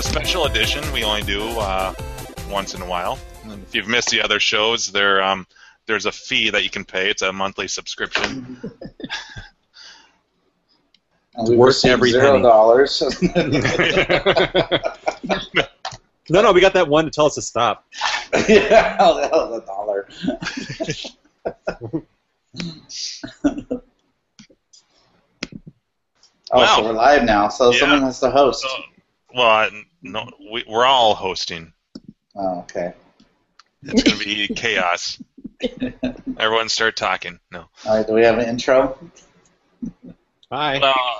special edition we only do uh, once in a while. And if you've missed the other shows, there um, there's a fee that you can pay. It's a monthly subscription. And we Worth received every zero penny. dollars. Oh, No, no, we got that one to tell us to stop. yeah, that was a dollar. oh, Wow. so we're live now. So Yeah. someone has to host. So, well, I- no, we, we're all hosting. Oh, okay. It's going to be chaos. Everyone start talking. No. All right, do we have an intro? Hi. Well,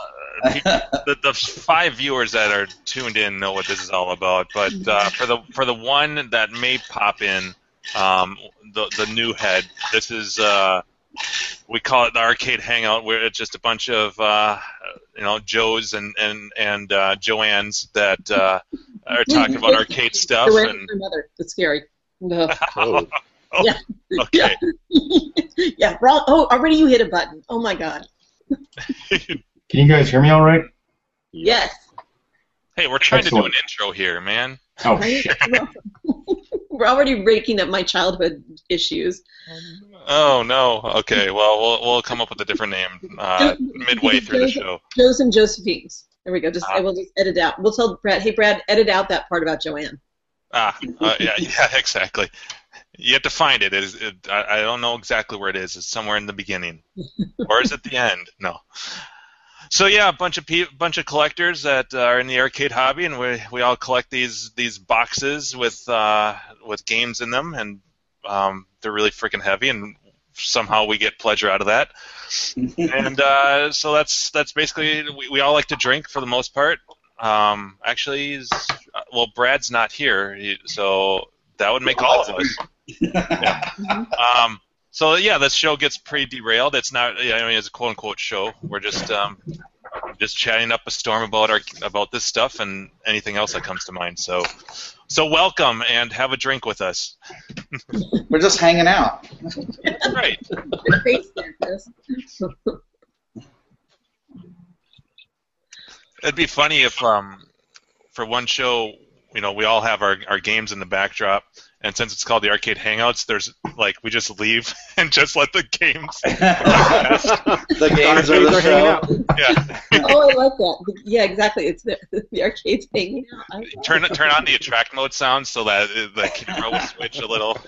the, the five viewers that are tuned in know what this is all about, but uh, for the for the one that may pop in, um, the the new head, this is uh, we call it the arcade hangout, where it's just a bunch of uh, you know Joes and and and uh, Joannes that uh, are talking about arcade stuff Correct and your mother. It's scary. No. Oh, okay, Yeah. yeah. Wrong. Oh, already you hit a button. Oh my God. Can you guys hear me all right? Yes. hey, we're trying to do an Excellent. intro here, man. Oh, Right? shit. We're already raking up my childhood issues. Oh no, okay, well we'll we'll come up with a different name uh, midway through the show. Joes and Josephines. There we go. Just Ah. we'll just edit out. We'll tell Brad. Hey, Brad, edit out that part about Joanne. Ah, uh, yeah, yeah, exactly. You have to find it. It is. It, I, I don't know exactly where it is. It's somewhere in the beginning, or is it the end? No. So yeah, a bunch of pe- bunch of collectors that uh, are in the arcade hobby, and we we all collect these these boxes with uh, with games in them, and um, they're really freaking heavy, and somehow we get pleasure out of that and uh, so that's that's basically we, we all like to drink for the most part. Um, actually, he's, uh, well, Brad's not here, he- so that would make all of us. Um, so yeah, this show gets pretty derailed. It's not, I mean, it's a quote unquote show. We're just um, just chatting up a storm about our about this stuff and anything else that comes to mind. So so welcome and have a drink with us. We're just hanging out. Right. Face therapist. It'd be funny if, um, for one show, you know, we all have our, our games in the backdrop, and since it's called the Arcade Hangouts, there's like we just leave and just let the games. the games are the Arcades are hanging show. out. Yeah, oh, I like that. Yeah, exactly. It's the, the arcade's hanging out. I like turn turn on the attract mode sound so that uh, the camera will switch a little.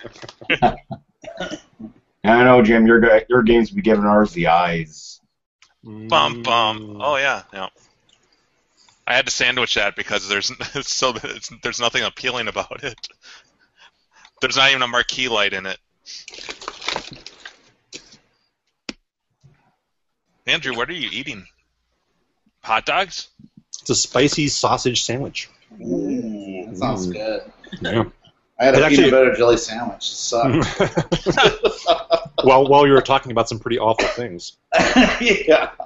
I know, Jim. Your guy- your games be giving ours the eyes. Bum bum. Oh yeah, yeah. I had to sandwich that because there's so it's, there's nothing appealing about it. There's not even a marquee light in it. Andrew, what are you eating? Hot dogs? It's a spicy sausage sandwich. Mm, that sounds Mm. good. Yeah. I had a It peanut actually- butter jelly sandwich. It sucked. well, while you were talking about some pretty awful things. yeah.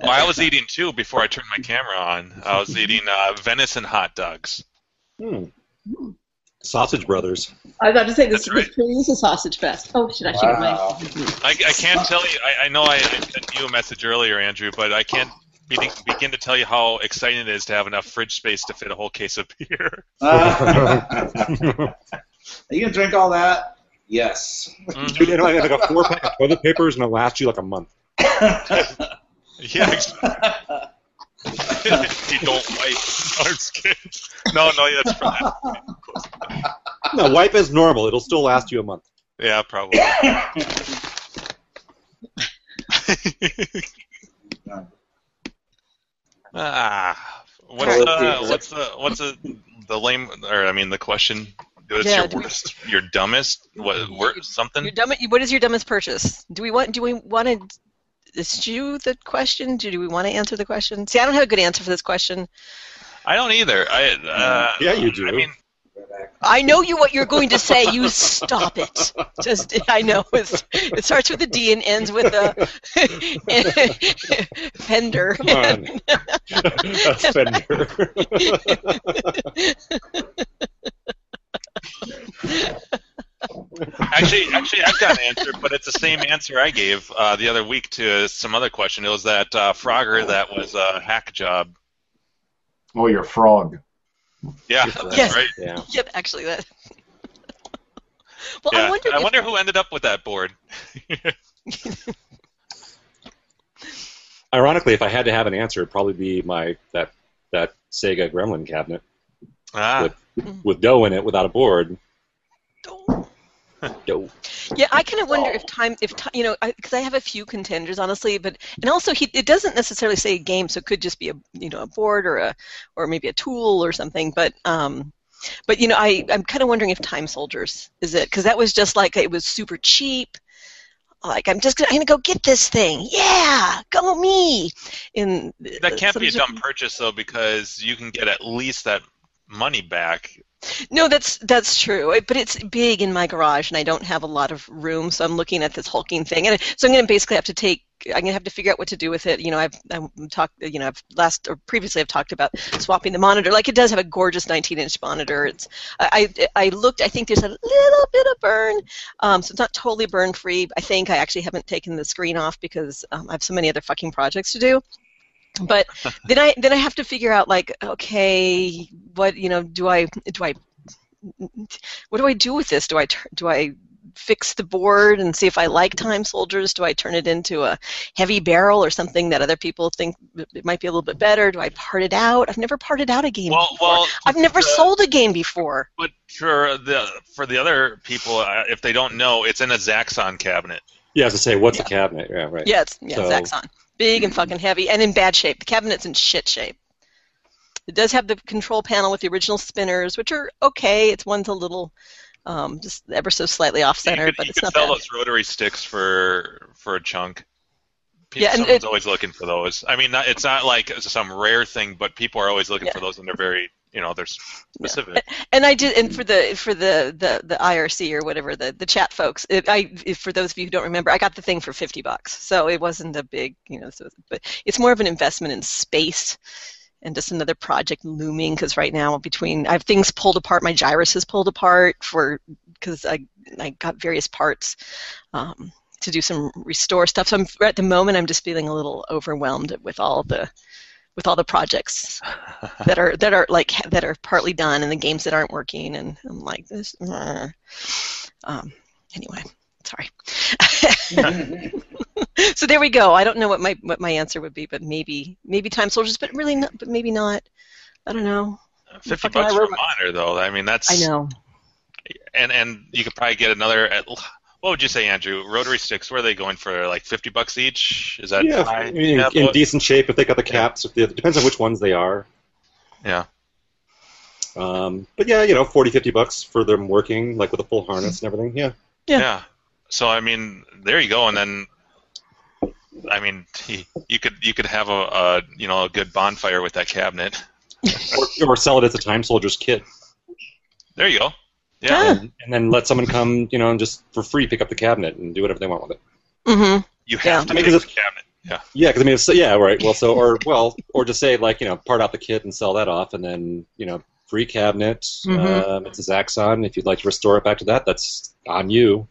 Well, I was eating too before I turned my camera on. I was eating uh, venison hot dogs. Hmm. Sausage Brothers. I was about to say this, That's right. this really is a sausage fest. Oh, should I should Wow. I, I can't tell you. I, I know I, I sent you a message earlier, Andrew, but I can't begin, begin to tell you how exciting it is to have enough fridge space to fit a whole case of beer. Ah, Uh, are you gonna drink all that? Yes. Mhm. Dude, and I had like a four pack of toilet papers, and it lasts you like a month. Yeah, exactly. you don't wipe. No, I'm just kidding. No, no, that's probably, No, wipe is normal. It'll still last you a month. yeah, probably. ah, what's the what's the what's the the lame or I mean the question? It's Yeah, your do we- worst, your dumbest, what, worst something? Your dumb, what is your dumbest purchase? Do we want? Do we want to eschew the question? Do, do we want to answer the question? See, I don't have a good answer for this question. I don't either. I uh, Yeah, you do. I mean, I know you what you're going to say. You stop it. Just I know it's, it starts with a D and ends with a Pender. Come on. That's Fender. actually, actually, I've got an answer, but it's the same answer I gave uh, the other week to some other question. It was that uh, Frogger that was a hack job. Oh, your frog. Yeah, Good for that's Yes. right. Yeah. Yep, actually that. well, yeah. I wonder. if, who ended up with that board. Ironically, if I had to have an answer, it'd probably be my that that Sega Gremlin cabinet Ah, Good. with dough in it without a board. Oh. Dough. Yeah, I kind of wonder if time, if ti you know, because I, have a few contenders honestly, but and also he, it doesn't necessarily say a game, so it could just be a, you know, a board or a, or maybe a tool or something. But um, but you know, I I'm kind of wondering if Time Soldiers is it because that was just like it was super cheap. Like I'm just gonna, I'm gonna go get this thing. Yeah, go me. In that can't be a some- dumb purchase though, because you can get at least that money back. No, that's that's true. It- But it's big in my garage, and I don't have a lot of room, so I'm looking at this hulking thing, and so I'm going to basically have to take. I'm going to have to figure out what to do with it. You know, I've I'm talked. You know, I've last or previously I've talked about swapping the monitor. Like it does have a gorgeous 19-inch monitor. It's I I I looked. I think there's a little bit of burn, um, so it's not totally burn free. I think I actually haven't taken the screen off because um, I have so many other fucking projects to do. But then I then I have to figure out like okay what you know do I do I what do I do with this? Do I tur- do I fix the board and see if I like Time Soldiers? Do I turn it into a heavy barrel or something that other people think it might be a little bit better? Do I part it out? I've never parted out a game. Well, before. well, I've never uh, sold a game before. But for the for the other people, uh, if they don't know, it's in a Zaxxon cabinet. You have to say what's Yeah. the cabinet? Yeah, right. Yeah, it's yeah, So- Zaxxon, big and fucking heavy, and in bad shape. The cabinet's in shit shape. It does have the control panel with the original spinners, which are okay. It's one's a little, um, just ever so slightly off You center, could- but you it's could not sell bad. those rotary sticks for for a chunk. People, Yeah, and someone's it- always looking for those. I mean, not, it's not like it's some rare thing, but people are always looking Yeah. for those, and they're very, you know, they're specific. And I did, and for the for the the, the IRC or whatever the the chat folks, it, I if, for those of you who don't remember, I got the thing for fifty bucks, so it wasn't a big, you know, so, but it's more of an investment in space and just another project looming because right now between I have things pulled apart, my gyrus is pulled apart for because I I got various parts. Um, to do some restore stuff, so I'm, at the moment I'm just feeling a little overwhelmed with all the with all the projects that are that are like that are partly done and the games that aren't working and I'm like this uh. um, anyway sorry so there we go I don't know what my what my answer would be but maybe maybe time soldiers but really not but maybe not I don't know Uh, Fifty Fucking bucks I for a wrote- monitor, though. I mean, that's I know and and you could probably get another at what would you say andrew rotary sticks where are they going for like 50 bucks each is that Yeah, high? I mean, Yeah, in, but- decent shape if they got the caps. If they, it depends on which ones they are. Yeah. Um, but yeah, you know, 40, 50 bucks for them working, like with a full harness and everything. Yeah. yeah yeah. so i mean there you go and then i mean you could you could have a, a you know a good bonfire with that cabinet Or, or sell it as a Time Soldier's kit. there you go yeah Ah. And, and then let someone come, you know, and just for free pick up the cabinet and do whatever they want with it. mm-hmm you Yeah. have I to mean, pick 'cause the cabinet Yeah, because I mean, it's, yeah, right. Well, so, or, well, or just say, like, you know, part out the kit and sell that off and then, you know, free cabinet. Mhm. Um, it's a Zaxxon. If you'd like to restore it back to that, that's on you.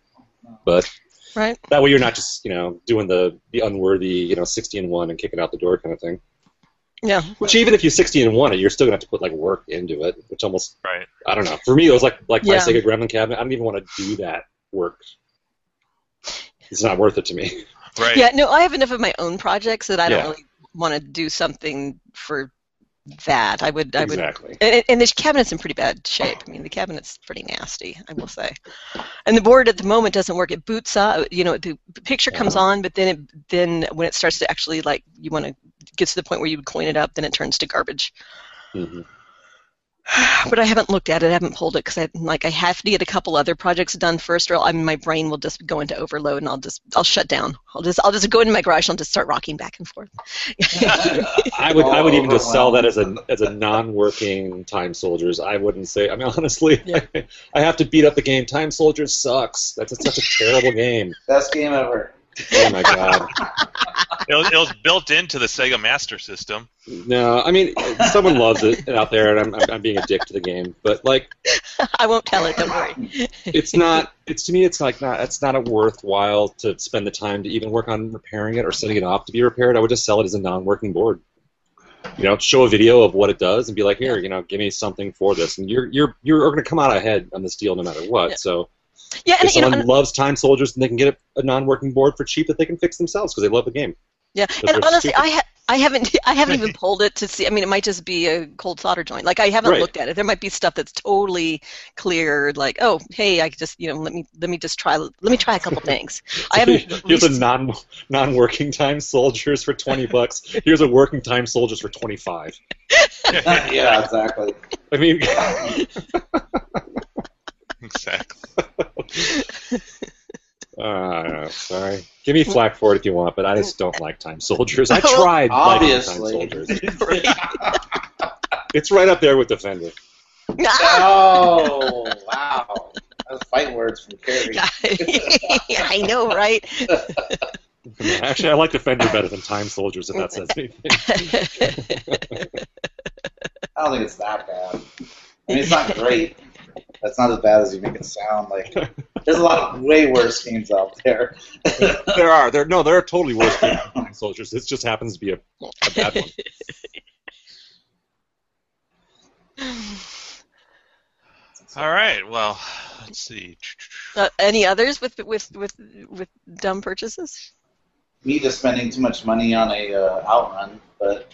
But right That way, you're not just you know doing the the unworthy you know sixty and one and kicking out the door kind of thing. yeah Which even if you sixty and one, it, you're still gonna have to put like work into it. Which almost right I don't know. For me, it was like like my Yeah. Sega Gremlin cabinet. I don't even want to do that work. It's not worth it to me. right yeah no I have enough of my own projects that I Yeah. don't really want to do something for that I would I would exactly. And, and the cabinet's in pretty bad shape. I mean, the cabinet's pretty nasty, I will say. And the board at the moment doesn't work. It boots up. You know, the picture comes Uh-huh. on, but then it then when it starts to actually like you want to get to the point where you would clean it up, then it turns to garbage. hmm But I haven't looked at it. I haven't pulled it because I like I have to get a couple other projects done first, or I mean, my brain will just go into overload and I'll just I'll shut down. I'll just I'll just go into my garage and I'll just start rocking back and forth. I would I would Oh, even just sell that Overwhelmed. as a as a non-working Time Soldiers. I wouldn't say. I mean, honestly, Yeah. I have to beat up the game. Time Soldiers sucks. That's a, such a terrible game. Best game ever. Oh my god. it, was, it was built into the sega master system No, I mean someone loves it out there, and I'm, I'm, I'm being a dick to the game. But like, I won't tell it. Don't worry. it's not. It's to me, it's like not. It's not a worthwhile to spend the time to even work on repairing it or setting it off to be repaired. I would just sell it as a non-working board. you know, show a video of what it does and be like, here, you know, give me something for this, and you're you're you're going to come out ahead on this deal no matter what. Yeah. So Yeah, and if you know, someone and- loves Time Soldiers, then they can get a non-working board for cheap that they can fix themselves because they love the game. Yeah, Because and they're honestly, stupid. I ha- I haven't I haven't even pulled it to see. I mean, it might just be a cold solder joint. Like I haven't Right. looked at it. There might be stuff that's totally cleared. Like, oh, hey, I just you know let me let me just try let me try a couple things. I haven't. Here's a reached- non non working time soldiers for twenty bucks. Here's a working time soldiers for twenty five. yeah, exactly. I mean, Exactly. uh, sorry. Give me flack for it if you want, but I just don't like time soldiers. I tried Obviously. liking time soldiers. It's right up there with Defender. Ah! oh, wow. That's fighting words from Carrie. I know, right? Actually, I like Defender better than Time Soldiers, if that says anything. I don't think it's that bad. I mean, it's not great. That's not as bad as you make it sound. Like there's a lot of way worse games out there. there are there no, there are totally worse games than Time Soldiers. This just happens to be a, a bad one. All right. Well, let's see. Uh, any others with with with with dumb purchases? Me just spending too much money on a uh, outrun, but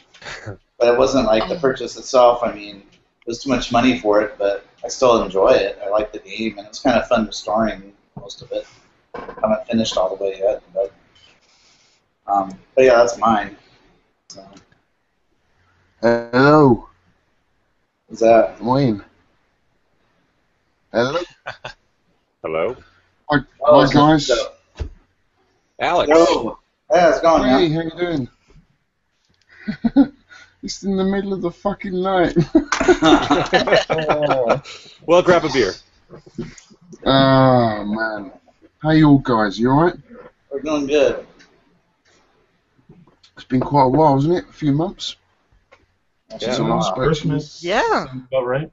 but it wasn't like the purchase itself. I mean, it was too much money for it, but I still enjoy it. I like the game, and it's kind of fun restoring most of it. I haven't finished all the way yet, but um, but yeah, that's mine. So, Hello, is that Wayne. Hello, Hello, Mark, oh, Mark Norris. so- Alex. Yo. Yeah, it's going, Hey, man. how you doing? it's in the middle of the fucking night. Well, grab a beer. oh man, how you all guys? You alright? We're doing good. It's been quite a while, hasn't it? A few months. Yeah. since I last spoke to you. Yeah. All right.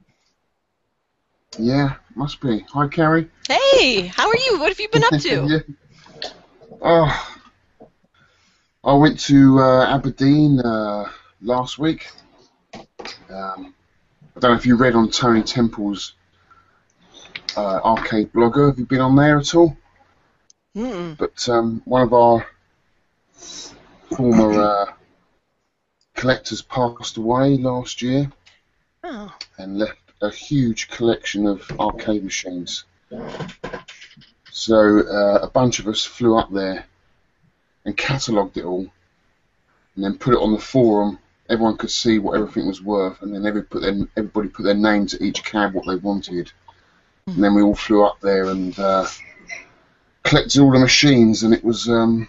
Yeah, must be. Hi, Carrie. Hey, how are you? What have you been up to? yeah. Oh, I went to uh, Aberdeen uh, last week. Um, I don't know if you read on Tony Temple's uh, arcade blogger. Have you been on there at all? Mm. But um, one of our former uh, collectors passed away last year Oh. and left a huge collection of arcade machines. So uh, a bunch of us flew up there and catalogued it all, and then put it on the forum. Everyone could see what everything was worth, and then every put their, everybody put their names at each cab what they wanted, and then we all flew up there and uh, collected all the machines, and it was um,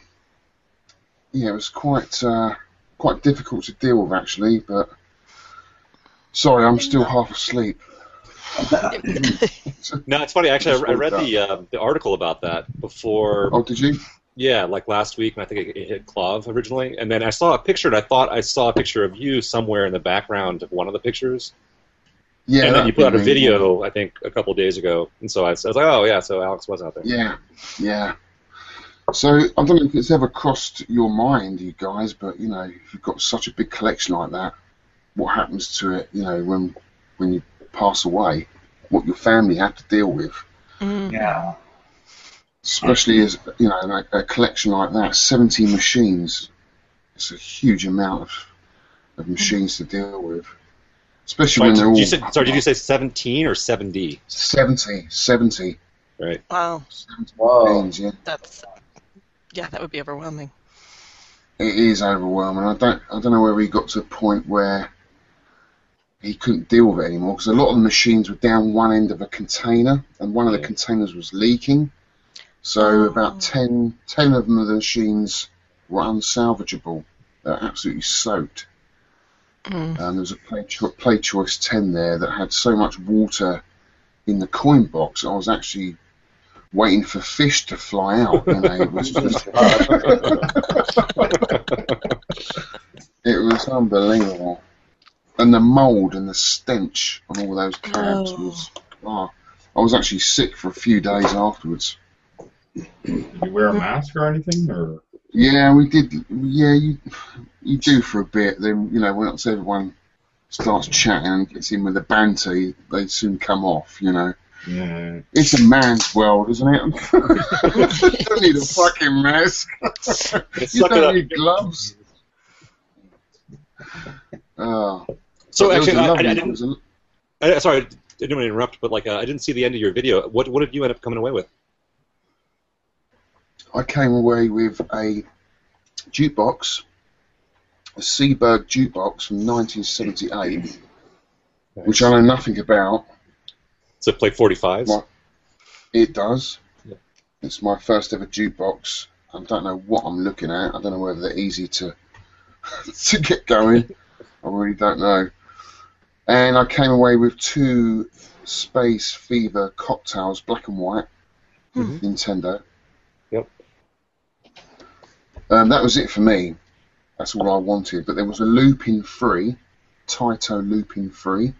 yeah, it was quite uh, quite difficult to deal with actually, but. Sorry, I'm still half asleep. No, it's funny. Actually, I, I read the um, the article about that before. Oh, did you? Yeah, like last week, and I think it, it hit Clove originally, and then I saw a picture, and I thought I saw a picture of you somewhere in the background of one of the pictures, Yeah. and then that'd you put be out a me. video, I think, a couple days ago, and so I, was I was like, oh yeah, so Alex was out there. Yeah, yeah. So I don't know if it's ever crossed your mind, you guys, but you know, if you've got such a big collection like that, what happens to it? You know, when when you pass away, what your family have to deal with, Mm. Yeah. especially as you know, like a collection like that, seventy machines. It's a huge amount of of machines to deal with, especially Sorry, when they're all did you say, sorry, did you say 17 or 7D? 70, 70. Right. Wow. Whoa. Things, yeah. That's yeah, that would be overwhelming. It is overwhelming. I don't I don't know whether he got to a point where he couldn't deal with it anymore because a lot of the machines were down one end of a container and one of the Yeah. containers was leaking. So Oh. about 10, 10 of them of the machines were unsalvageable. They're absolutely soaked. Mm. And Um, there was a play, cho- play choice 10 there that had so much water in the coin box. I was actually waiting for fish to fly out. You know, it was just It was unbelievable. And the mould and the stench on all those cabs Oh. was. Oh, I was actually sick for a few days afterwards. Did you wear a mask or anything? Or Yeah, we did. Yeah, you you do for a bit. Then you know, once everyone starts chatting and gets in with the banter, they soon come off. You know, Mm. it's a man's world, isn't it? you don't need a fucking mask. You Suck it up. don't need gloves. Oh, So It was actually, a I, I, lovely- I it didn't. was a- I, sorry, I didn't want to interrupt, but like, uh, I didn't see the end of your video. What what did you end up coming away with? I came away with a jukebox, a Seaberg jukebox from 1978, which I know nothing about. So play 45s. What? It does. Yeah. It's my first ever jukebox. I don't know what I'm looking at. I don't know whether they're easy to to get going. I really don't know. And I came away with two Space Fever cocktails, black and white, Mhm. Nintendo. Yep. Um, that was it for me. That's all I wanted. But there was a Lupin Free, Taito Lupin Free.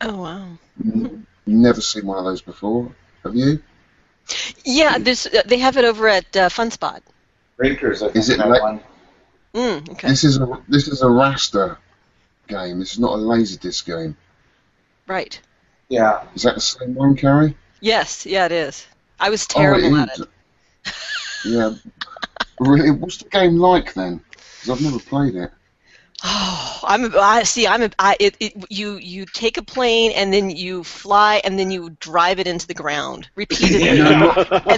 Oh wow. Mm-hmm. N- Never seen one of those before. Have you? Yeah, there's uh, they have it over at uh, Fun Spot. Drinkers, I think Is it that like- one. Mm, okay. This is a this is a raster game. This is not a laserdisc game. Right. Yeah, Is that the same one, Carrie? Yes. Yeah, it is. I was terrible oh, at is. it. yeah. Really? What's the game like then? 'Cause I've never played it. Oh, I'm. a- I see. I'm. A, I, it, it, you. You take a plane and then you fly and then you drive it into the ground repeatedly, and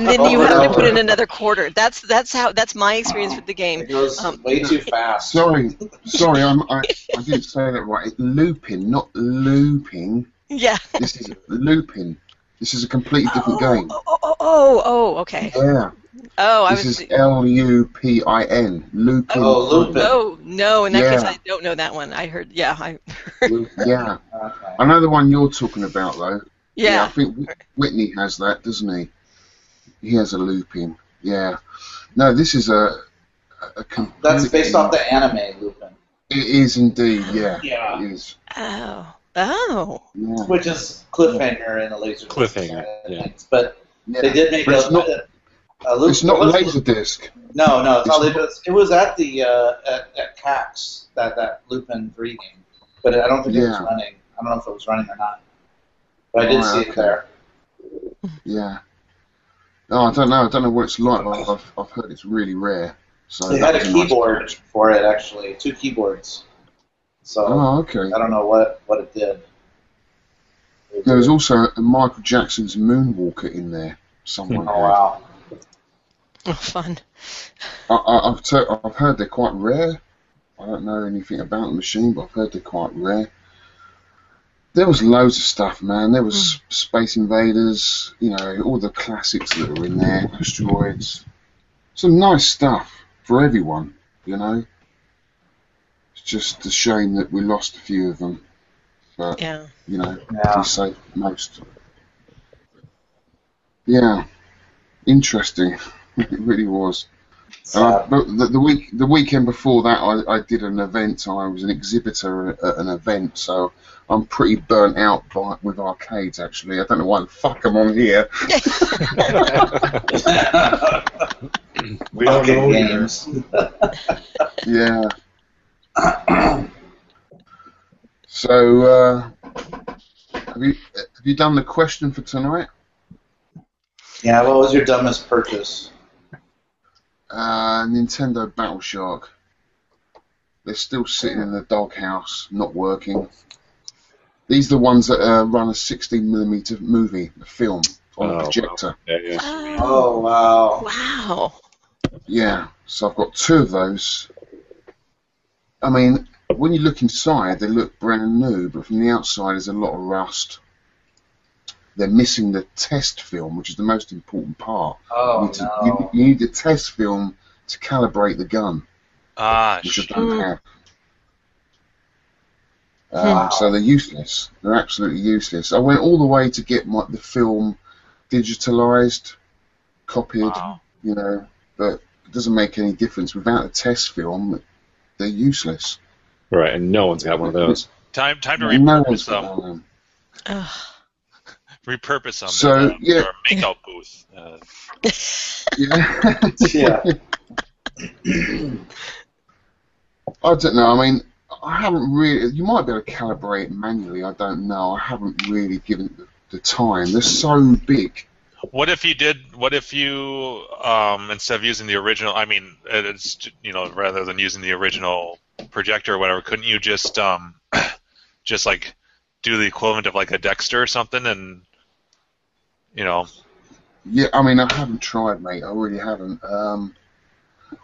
then you have to put in another quarter. That's that's how. That's my experience with the game. it goes Um, way too fast. Sorry, sorry, I'm, I I didn't say that right. It's looping, not looping. Yeah. This is looping. This is a completely different game. Oh, oh, oh, oh, okay. Yeah, Oh, I this was. is L U P I N. Looping. Oh, Lupin. No, no. In that case, Yeah. I don't know that one. I heard. Yeah, I. Yeah, Okay. I know the one you're talking about though. I Yeah. think Whit- Whitney has that, doesn't he? He has a looping. Yeah. No, this is a. a complete, That's based off the anime Lupin, It is indeed. Yeah. Yeah. It is. Oh. Oh. Yeah. which is cliffhanger in the laser. Cliffhanger, yeah. But Yeah. they did make But a, it's not- a, a Lupin. It's not it was- laserdisc. No, no, it's, not It's- Lupin. It was at the uh, at, at CAX that that Lupin three game, but I don't think it was Yeah. running. I don't know if it was running or not. But I did Alright, see it okay. there. Yeah. Oh, I don't know. I don't know what it's like, but I've, I've heard it's really rare. So They that had a was nice keyboard touch. for it actually, two keyboards. So Oh, okay. I don't know what what it did. There was also a Michael Jackson's Moonwalker in there. oh Someone. had. wow. Oh, fun. I, I, I've, t- I've heard they're quite rare. I don't know anything about the machine, but I've heard they're quite rare. There was loads of stuff, man. There was Space Invaders, you know, all the classics that were in there, asteroids. Some nice stuff for everyone, you know. It's just a shame that we lost a few of them. But, Yeah. you know, Yeah. we saved most. Yeah, interesting. it really was. And I, So, but the, the week the weekend before that, I, I did an event. I was an exhibitor at an event, so I'm pretty burnt out by, with arcades. Actually, I don't know why the fuck I'm on here. We all fucking know you. games. Yeah. so, uh, have you have you done the question for tonight? Yeah, what was your dumbest purchase? Uh, Nintendo Battle Shark. They're still sitting in the doghouse, not working. These are the ones that uh, run a 16mm movie, a film, on Oh, a wow. projector. Yeah, yeah. Oh. Oh wow. Wow. Yeah, so I've got two of those. I mean, when you look inside, they look brand new, but from the outside, there's a lot of rust. They're missing the test film, which is the most important part. you, Oh need to- you- no. you need the test film to calibrate the gun. Ah, which sh- I don't Mm. have. Um, so they're useless. They're absolutely useless. I went all the way to get my, the film digitalized, copied, wow. you know, but it doesn't make any difference. Without a test film, they're useless. Right, and no one's got one of those. Time, time to No one's repurpose got them. one of them. Ugh. Repurpose them. So, uh, yeah. for a makeout booth. Uh, Yeah. Yeah. I don't know. I mean, I haven't really. You might be able to calibrate it manually. I don't know. I haven't really given it the, the time. They're so big. What if you did? What if you um, instead of using the original? I mean, it- it's j- you know rather than using the original projector or whatever, couldn't you just um, just like do the equivalent of like a Dexter or something and you know Yeah, I mean, I haven't tried, mate. I really haven't. Um,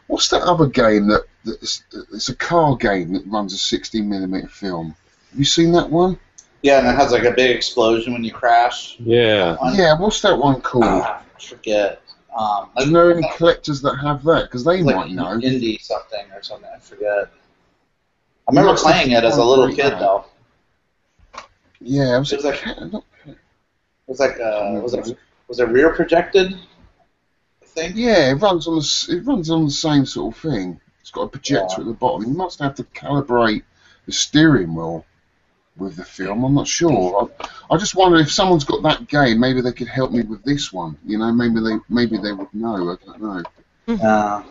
what's that other game that, that it's, it's a car game that runs a 60 millimeter film? Have you seen that one? Yeah, and it has like a big explosion when you crash. Yeah. One- Yeah. What's that one called? Ah, I forget. Um, Do you know any collectors that have that? Because they like might know. indie something or something. I forget. I remember Looks like playing it as a fun little right kid now. though. Yeah, it was a There's like- cat. not- It was like uh, was it was it rear projected? I think. Yeah, it runs on the s- it runs on the same sort of thing. It's got a projector Yeah. at the bottom. You must have to calibrate the steering wheel with the film. I'm not sure. I, I just wonder if someone's got that game, maybe they could help me with this one. You know, maybe they maybe they would know. I don't know. Uh,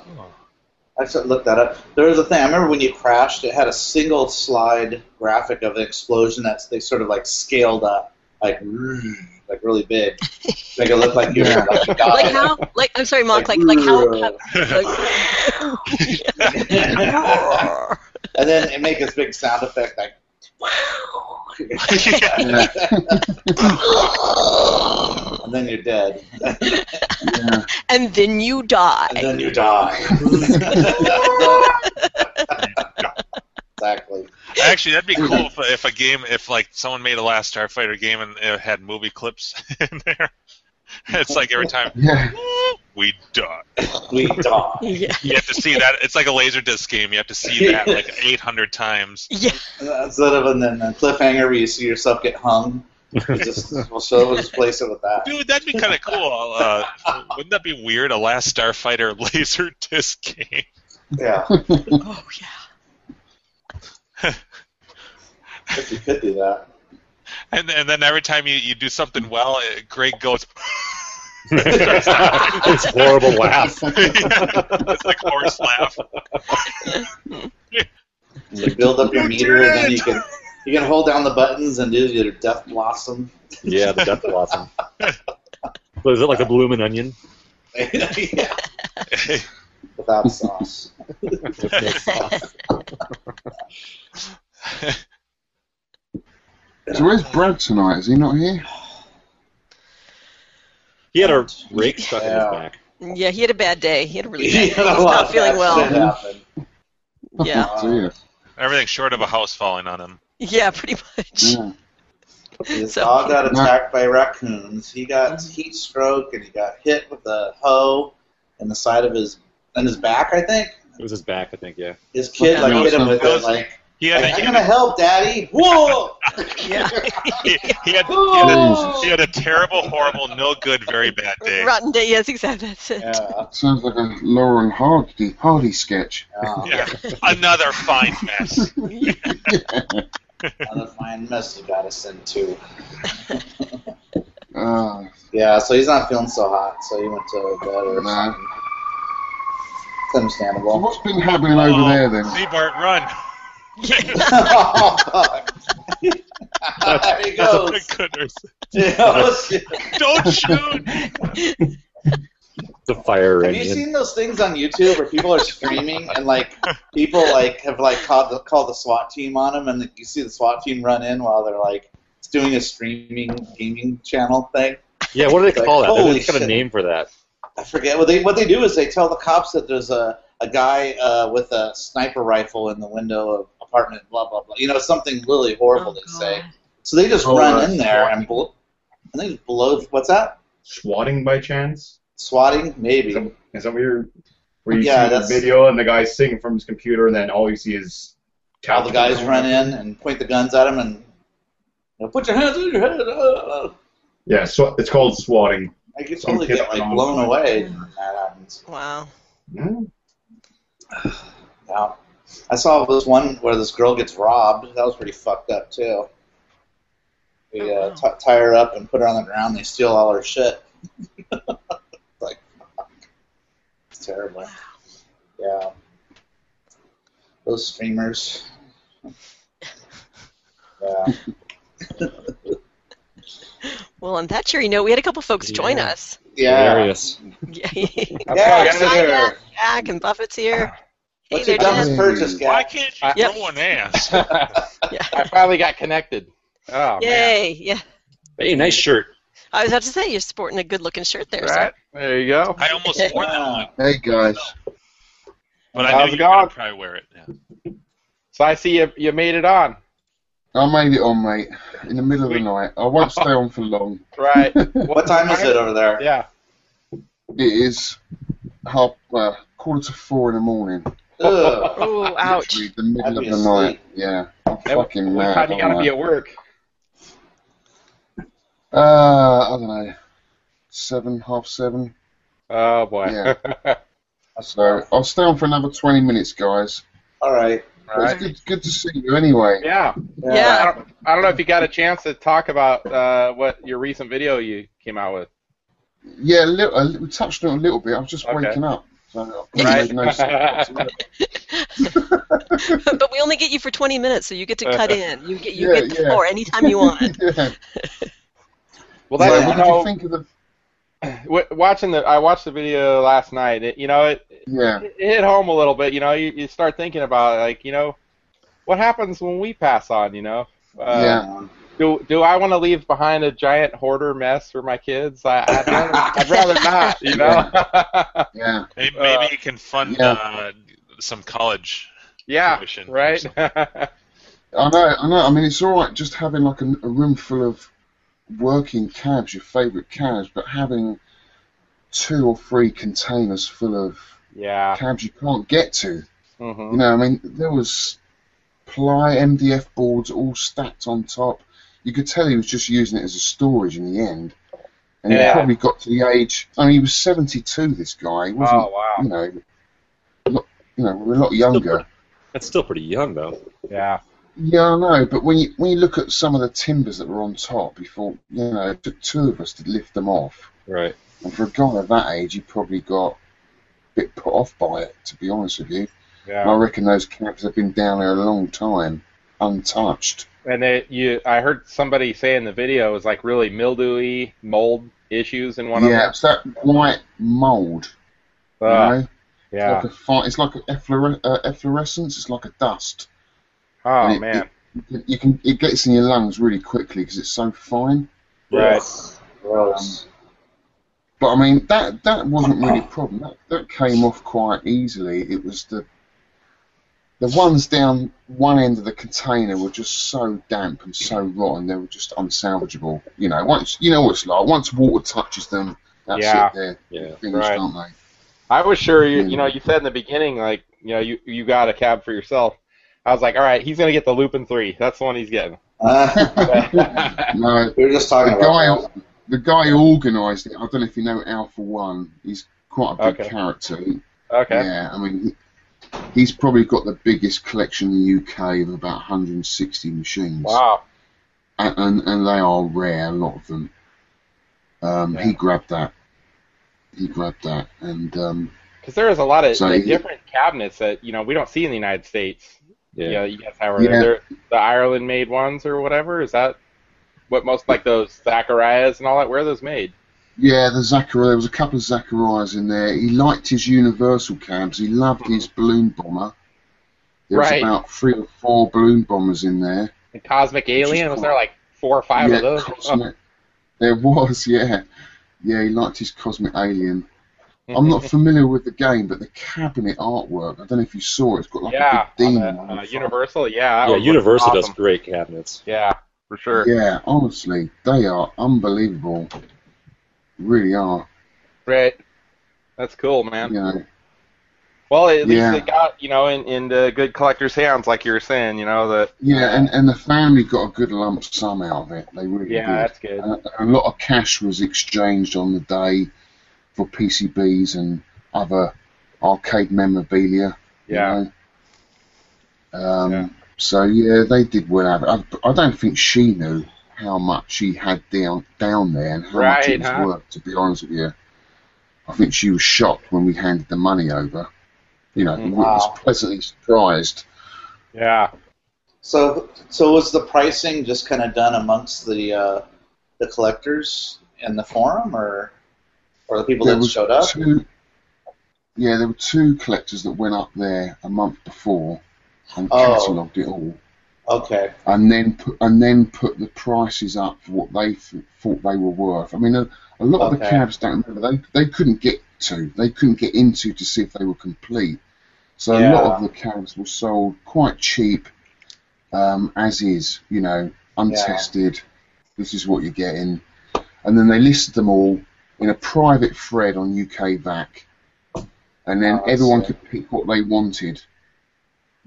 I just looked that up. There was a thing. I remember when you crashed, it had a single slide graphic of an explosion that they sort of like scaled up, like like really big, make it look like you were like God. Like how? Like I'm sorry, Mark. Like like how? how like, and then it make this big sound effect like. Yeah, and then you're dead. yeah. and then you And die. then you die. exactly. Actually, that'd be cool if, if a game, if like someone made a Last Starfighter game and it had movie clips in there. It's like every time yeah. we die, We die. Yeah. you have to see that. It's like a laser disc game. You have to see that like 800 times. Yeah. Instead of in the cliffhanger where you see yourself get hung, you just, we'll, show, we'll just place it with that. Dude, that'd be kind of cool. Uh, wouldn't that be weird? A Last Starfighter laser disc game. Yeah, Oh yeah. if you could do that. And, and then every time you, you do something well, uh, Greg goes, it's horrible laugh. it's like horse laugh. You build up your meter, and then you can you can hold down the buttons and do your death blossom. Yeah, the death blossom. But is it Uh, like the bloomin' onion? yeah, without sauce. So where's Brad tonight? Is he not here? He had a rake stuck in his Yeah. back. Yeah. He had a bad day. He had a really You bad. know, Day. He's a lot not of feeling bad well. shit happened. Yeah. Oh, dear. Everything short of a house falling on him. Yeah. Pretty much. Yeah. His So- dog got attacked by raccoons. He got heat stroke and he got hit with a hoe in the side of his in his back, I think. It was his back, I think. Yeah. His kid like Yeah. hit him with Yeah. it, like, He had, like a, I'm he, gonna had help, Daddy. Whoa! Yeah. he, he had, he had a Whoa! She had a terrible, horrible, no good, very bad day. Rotten day. Yes. Exactly. That's it. Yeah. Sounds like a Lauren Hardy Hardy sketch. Oh, Yeah. Another fine mess. Yeah. another fine mess you got us into. Uh, Oh, Yeah, so he's not feeling so hot, so he went to bed or Nah. something. It's so understandable. what's been happening over Uh-oh. there then? See Bart, run. Yeah. oh, fuck. there he goes. Goodness. Yeah, oh, shit. Don't shoot. The fire Have you onion. seen those things on YouTube where people are streaming and like people like have like called the, called the SWAT team on them, and you see the SWAT team run in while they're like doing a streaming gaming channel thing? Yeah. What do they Like, call that? holy They've got a shit. name for that. I forget what they what they do is they tell the cops that there's a a guy uh, with a sniper rifle in the window of apartment, blah blah blah. You know something really horrible they say. So they just Oh, run that's in there and bl- and they just blow. What's that? Swatting by chance? Swatting maybe. Is that, is that what you're, where you Yeah, see the that's- video and the guy's singing from his computer and then all you see is all the guys run in and point the guns at him and you know, put your hands on your head. uh, Yeah, so it's called swatting. I could Some totally kid get like went on. blown away when that happens. Wow. Hmm? Yeah. I saw this one where this girl gets robbed. That was pretty fucked up too. They Oh, uh, t- tie her up and put her on the ground. They steal all her shit. like, fuck. it's terrible. Yeah. Yeah. Those streamers. Yeah. Well, on that cheery note, we had a couple folks join Yeah. us. Yeah. Hilarious. Yeah, Yeah, Hi, get in there. Jack and Buffett's here. Hey What's your there, done? Jack. dumbest purchase, Why guy? can't you Yep. go and ask? I finally got connected. Oh, man. Yay! Yeah, Hey, nice shirt. I was about to say you're sporting a good-looking shirt there. sir. Right? There you go. I almost wore that one, Hey guys, but I How's knew it you were going? would probably wear it. Yeah. So I see you, you made it on. I made it on, mate. In the middle of the night. I won't stay on for long. Right. What time is it over there? Yeah. It is half uh, quarter to four in the morning. Ugh. Oh, ouch! Literally the middle I'd of be the asleep. night. Yeah, I'm fucking what mad. time you aren't gotta be I? at work? Uh, I don't know, seven, half seven. Oh boy. Yeah. That's So I'll stay on for another twenty minutes, guys. All right. But it's good, good to see you anyway. Yeah. Yeah. I don't, I don't know if you got a chance to talk about uh, what your recent video you came out with. Yeah, a little, a little, we touched on it a little bit. I was just Okay. waking up, so I probably Right. made no sense. but we only get you for 20 minutes, so you get to cut in. You get you Yeah, get the yeah. floor anytime you want. yeah. Well, So that's what you did you know, think of the? w- watching the I watched the video last night. It, you know, it, Yeah, it hit home a little bit. You know, you, you start thinking about like you know, what happens when we pass on. You know, uh, yeah. do do I want to leave behind a giant hoarder mess for my kids? I, I'd, rather, I'd rather not. You know. Yeah, May- Maybe, Uh, you can fund yeah. uh, some college. yeah. Tuition or Right. I know, I know. I mean, it's all right just having like a, a room full of working cabs, your favourite cabs, but having two or three containers full of yeah. cabs you can't get to. You hmm know, I mean, there was ply MDF boards all stacked on top. You could tell he was just using it as a storage in the end. And he Yeah. probably got to the age. I mean, he was 72. This guy, he wasn't Oh wow. you know, a lot, you know, we're a lot younger. That's still pretty young, though. Yeah. Yeah, I know. But when you when you look at some of the timbers that were on top, you thought, you know, it took two of us to lift them off. Right. And for a guy of that age, he probably got a bit put off by it. To be honest with you. Yeah. And I reckon those caps have been down there a long time, untouched. And it, you, I heard somebody say in the video it was like really mildewy mold issues in one yeah, of it's that white mould. you them. Uh, know? yeah. It's like a fi- it's like an efflore- uh, efflorescence. It's like a dust. Oh and it- man. You- You can it gets in your lungs really quickly because it's so fine. Um, Right. Gross. But I mean that that wasn't really a problem. That that came off quite easily. It was the the ones down one end of the container were just so damp and so rotten. They were just unsalvageable. You know, once you know what it's like. Once water touches them, that's Yeah. it. They're Yeah. finished, Right. aren't they? I was sure you, you know Mm. you said in the beginning like you know you you got a cab for yourself. I was like, all right, he's gonna get the Lupin three. That's the one he's getting. yeah. No, we were just talking The about that. the guy who organised it, I don't know if you know Alpha One. He's quite a big Okay. character. Okay. Yeah, I mean, he's probably got the biggest collection in the UK of about 160 machines, Wow. and, and and they are rare, a lot of them. Um, He grabbed that. He grabbed that, and um, Because there is a lot of So like, he- different cabinets that you know we don't see in the United States. Yeah. You know, you guys have Yeah. there the Ireland made ones or whatever. Is that what most like those Zacharias and all that? Where are those made? yeah, the Zachariah. There was a couple of Zacharias in there. He liked his Universal cabs. He loved his balloon bomber. There was Right. about three or four balloon bombers in there. The Cosmic is Alien was cool. there like four or five yeah, of those? Cosmic. There was, yeah. Yeah, he liked his Cosmic Alien. I'm Mm-hmm. not familiar with the game, but the cabinet artwork, I don't know if you saw it, it's got like yeah, a big on demon. the, on the uh, front. Universal. Yeah, that Yeah. would look Universal awesome. does great cabinets. Yeah, for sure. Yeah, honestly, they are unbelievable. Really are. Right. That's cool, man. You know, Well, at least Yeah. it got you know in in the good collector's hands, like you were saying. You know that. yeah, and, and the family got a good lump sum out of it. They really Yeah, did. that's good. And a lot of cash was exchanged on the day for PCBs and other arcade memorabilia. you Yeah. know. Um, Yeah. So yeah, they did well. out of it. I, I don't think she knew how much she had down down there and how much Right, it was huh? worth. To be honest with you, I think she was shocked when we handed the money over. You Mm-hmm. know, I was Wow. pleasantly surprised. Yeah. So, so was the pricing just kind of done amongst the uh, the collectors in the forum, or or the people that was showed up? Two, yeah, there were two collectors that went up there a month before and Oh. catalogued it all, Okay, and then put, and then put the prices up for what they th- thought they were worth. I mean, a, a lot of the Okay. cabs don't remember they they couldn't get to, they couldn't get into to see if they were complete. So a lot Yeah. of the cabs were sold quite cheap, um, as is, you know, untested. This is what you're getting, and then they listed them all in a private thread on UK Vac, and then Oh, I everyone see. could pick what they wanted.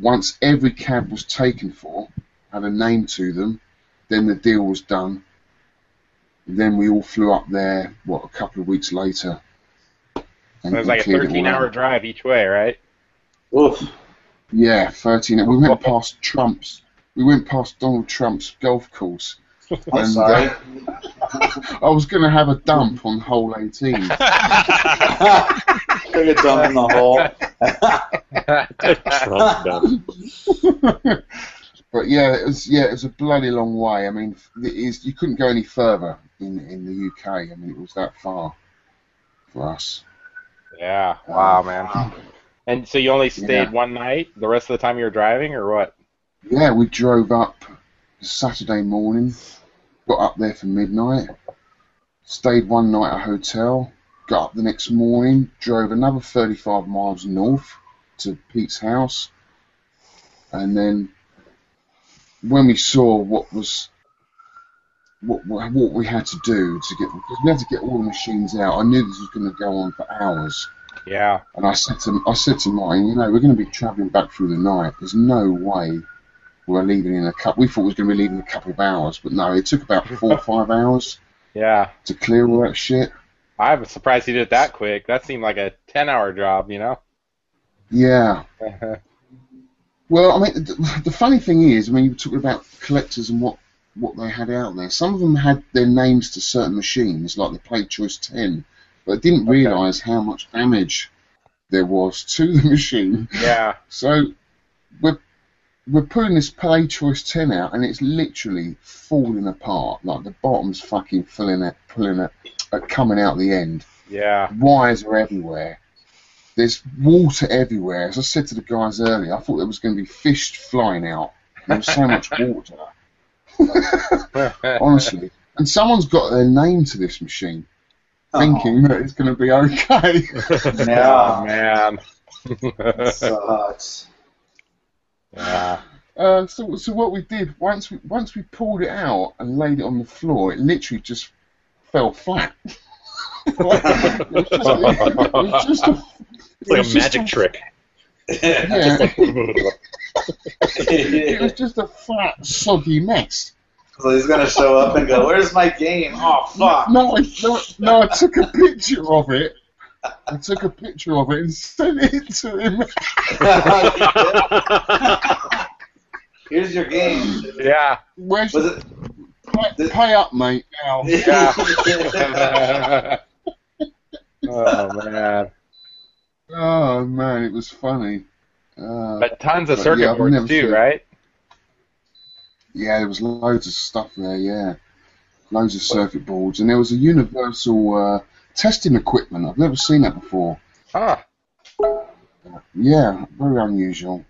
Once every cab was taken for, had a name to them, then the deal was done. Then we all flew up there, what, a couple of weeks later. It And was like a cleared it all 13 hour out. drive each way, right? oof, Yeah, 13. We went past Trump's. We went past Donald Trump's golf course. I'm And, sorry. uh, I was going to have a dump on hole 18. Took a dump in the hole. Trump dumb. But yeah, it was yeah, it was a bloody long way. I mean, it is you couldn't go any further in in the UK. I mean, it was that far for us. Yeah. Wow, man. And so you only stayed Yeah. one night? The rest of the time you were driving, or what? Yeah, we drove up Saturday morning, got up there for midnight, stayed one night at a hotel, got up the next morning, drove another 35 miles north to Pete's house, and then when we saw what was what, what what we had to do to get because we had to get all the machines out, I knew this was going to go on for hours. Yeah. And I said to I said to Martin, you know, we're going to be travelling back through the night. There's no way we're leaving in a couple. We thought we was going to be leaving in a couple of hours, but no, it took about four or five hours Yeah. to clear all that shit. I'm surprised you did it that quick. That seemed like a 10 hour job, you know? Yeah. Well, I mean, the, the funny thing is, I mean, you were talking about collectors and what what they had out there. Some of them had their names to certain machines, like the Plate Choice 10, but didn't realise how much damage there was to the machine. yeah. So we're we're pulling this play choice ten out, and it's literally falling apart. Like the bottom's fucking filling it, pulling it, uh, coming out the end. Yeah. Wires are everywhere. There's water everywhere. As I said to the guys earlier, I thought there was going to be fish flying out. There was so much water, honestly. And someone's got their name to this machine, thinking that it's going to be okay. uh, Oh, Yeah, man. sucks. yeah. Uh, so, so what we did once we once we pulled it out and laid it on the floor, it literally just fell flat. it was just, it was just a, It's like a magic trick. yeah, It's it was just a flat, soggy mess. so he's gonna show up and go, "Where's my game? Oh fuck!" No, I, no, no, I took a picture of it. I took a picture of it and sent it to him. Here's your game. Yeah. Where's Was it? pay, pay up, mate? Now. Yeah. oh, man. Oh man, it was funny. Uh, But tons of But, circuit yeah, I've never boards, seen too, it. right? Yeah, there was loads of stuff there. Yeah, loads of circuit boards, and there was a universal uh, testing equipment. I've never seen that before. Huh. Yeah, very unusual.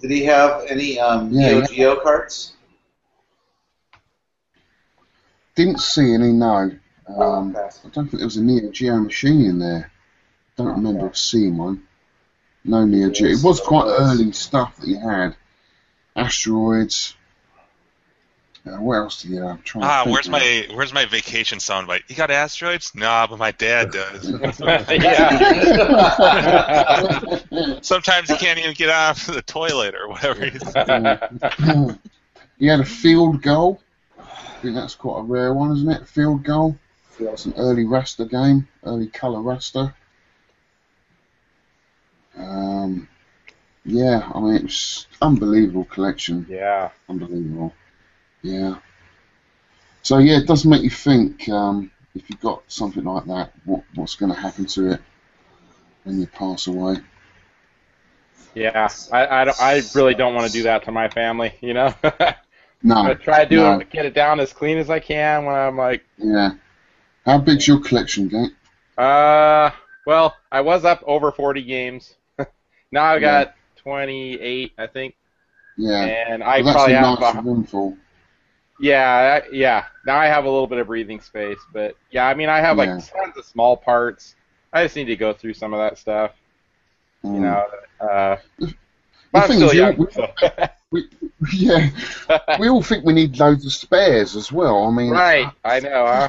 Did he have any um, Yeah, Neo yeah. Geo carts? Didn't see any. No, um, Okay. I don't think there was a Neo Geo machine in there. Don't remember seeing one. No Neo Geo. It was quite early stuff that you had. Asteroids. Uh, what else did you have? I'm trying to Ah, think where's now. my where's my vacation soundbite? You got asteroids? Nah, but my dad does. yeah. Sometimes you can't even get off the toilet or whatever. he Hmm. had a field goal. I think that's quite a rare one, isn't it? Field goal. It's an early raster game, early colour raster. Um, yeah, I mean it was unbelievable collection, yeah. unbelievable. Yeah. So yeah, it does make you think um, if you've got something like that, what, what's going to happen to it when you pass away? Yeah, I, I, don't, I really don't want to do that to my family, you know? I'm No. going to try to do no. it, get it down as clean as I can when I'm like, Yeah. How big's your collection, Gate? uh, well, I was up over 40 games. now I've got 28, I think, Yeah. and I well, that's probably a have nice about roomful. Yeah, I- yeah. Now I have a little bit of breathing space, but yeah, I mean, I have like Yeah. tons of small parts. I just need to go through some of that stuff, you Mm. know. Uh, The but I'm thing still is, you- young, so. Yeah. we all think we need loads of spares as well. I mean, right? I know. Uh,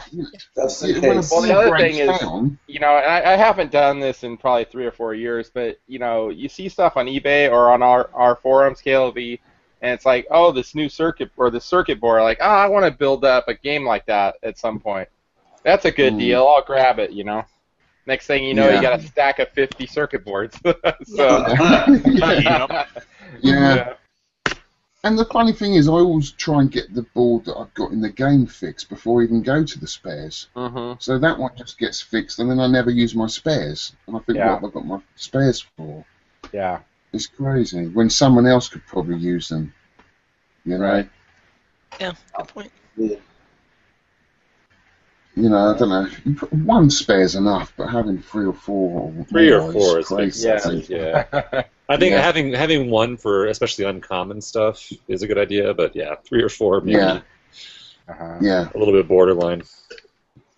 Just You in want case. to Well, the other thing is- down, you know, and I, I haven't done this in probably three or four years, but you know, you see stuff on eBay or on our our forums, KLV, and it's like, oh, this new circuit or the circuit board. Like, oh, I want to build up a game like that at some point. That's a good Mm. deal. I'll grab it. You know. Next thing you know, Yeah. you got a stack of 50 circuit boards. so, Yep. yeah. And the funny thing is, I always try and get the board that I've got in the game fixed before I even go to the spares. hmm Mm-hmm. So that one just gets fixed, and then I never use my spares. And I think, Yeah. what have I got my spares for? Yeah. It's crazy. When someone else could probably use them. You know? Right. Good point. Yeah. You know, I don't know. You put- One spare's enough, but having three or four. Or Three or more four is crazy. excessive, Yeah. I think Yeah. having having one for especially uncommon stuff is a good idea, but yeah, three or four maybe Yeah. Uh-huh. Yeah. a little bit borderline.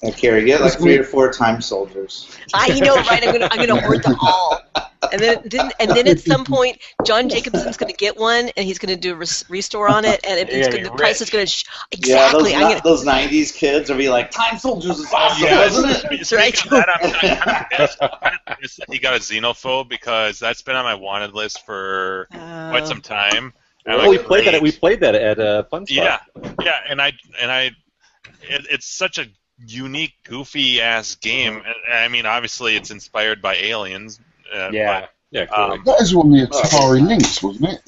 I carry get like three or four time soldiers. I Ah, you know, right? I'm gonna I'm gonna hoard them all. And then it didn't, and then at some point, John Jacobson's gonna get one, and he's gonna do a res- restore on it, and it, You're it's gonna gonna, the be price is rich. gonna sh- Yeah, those, exactly. I'm gonna, those 90s kids will be like, Time Soldiers is awesome, Yeah, isn't it? speaking right. of that, I'm kind of pissed. I'm kind of pissed that he got a xenophobe because that's been on my wanted list for uh, quite some time. And I'm Oh, we like, played that. We played that at uh, Fun Spot. yeah, yeah, and I and I, it, it's such a unique, goofy ass game. Uh-huh. And- I mean, obviously, it's inspired by Aliens. Uh, Yeah. but- yeah. Cool. Um, That is one of the Atari Lynx, wasn't it?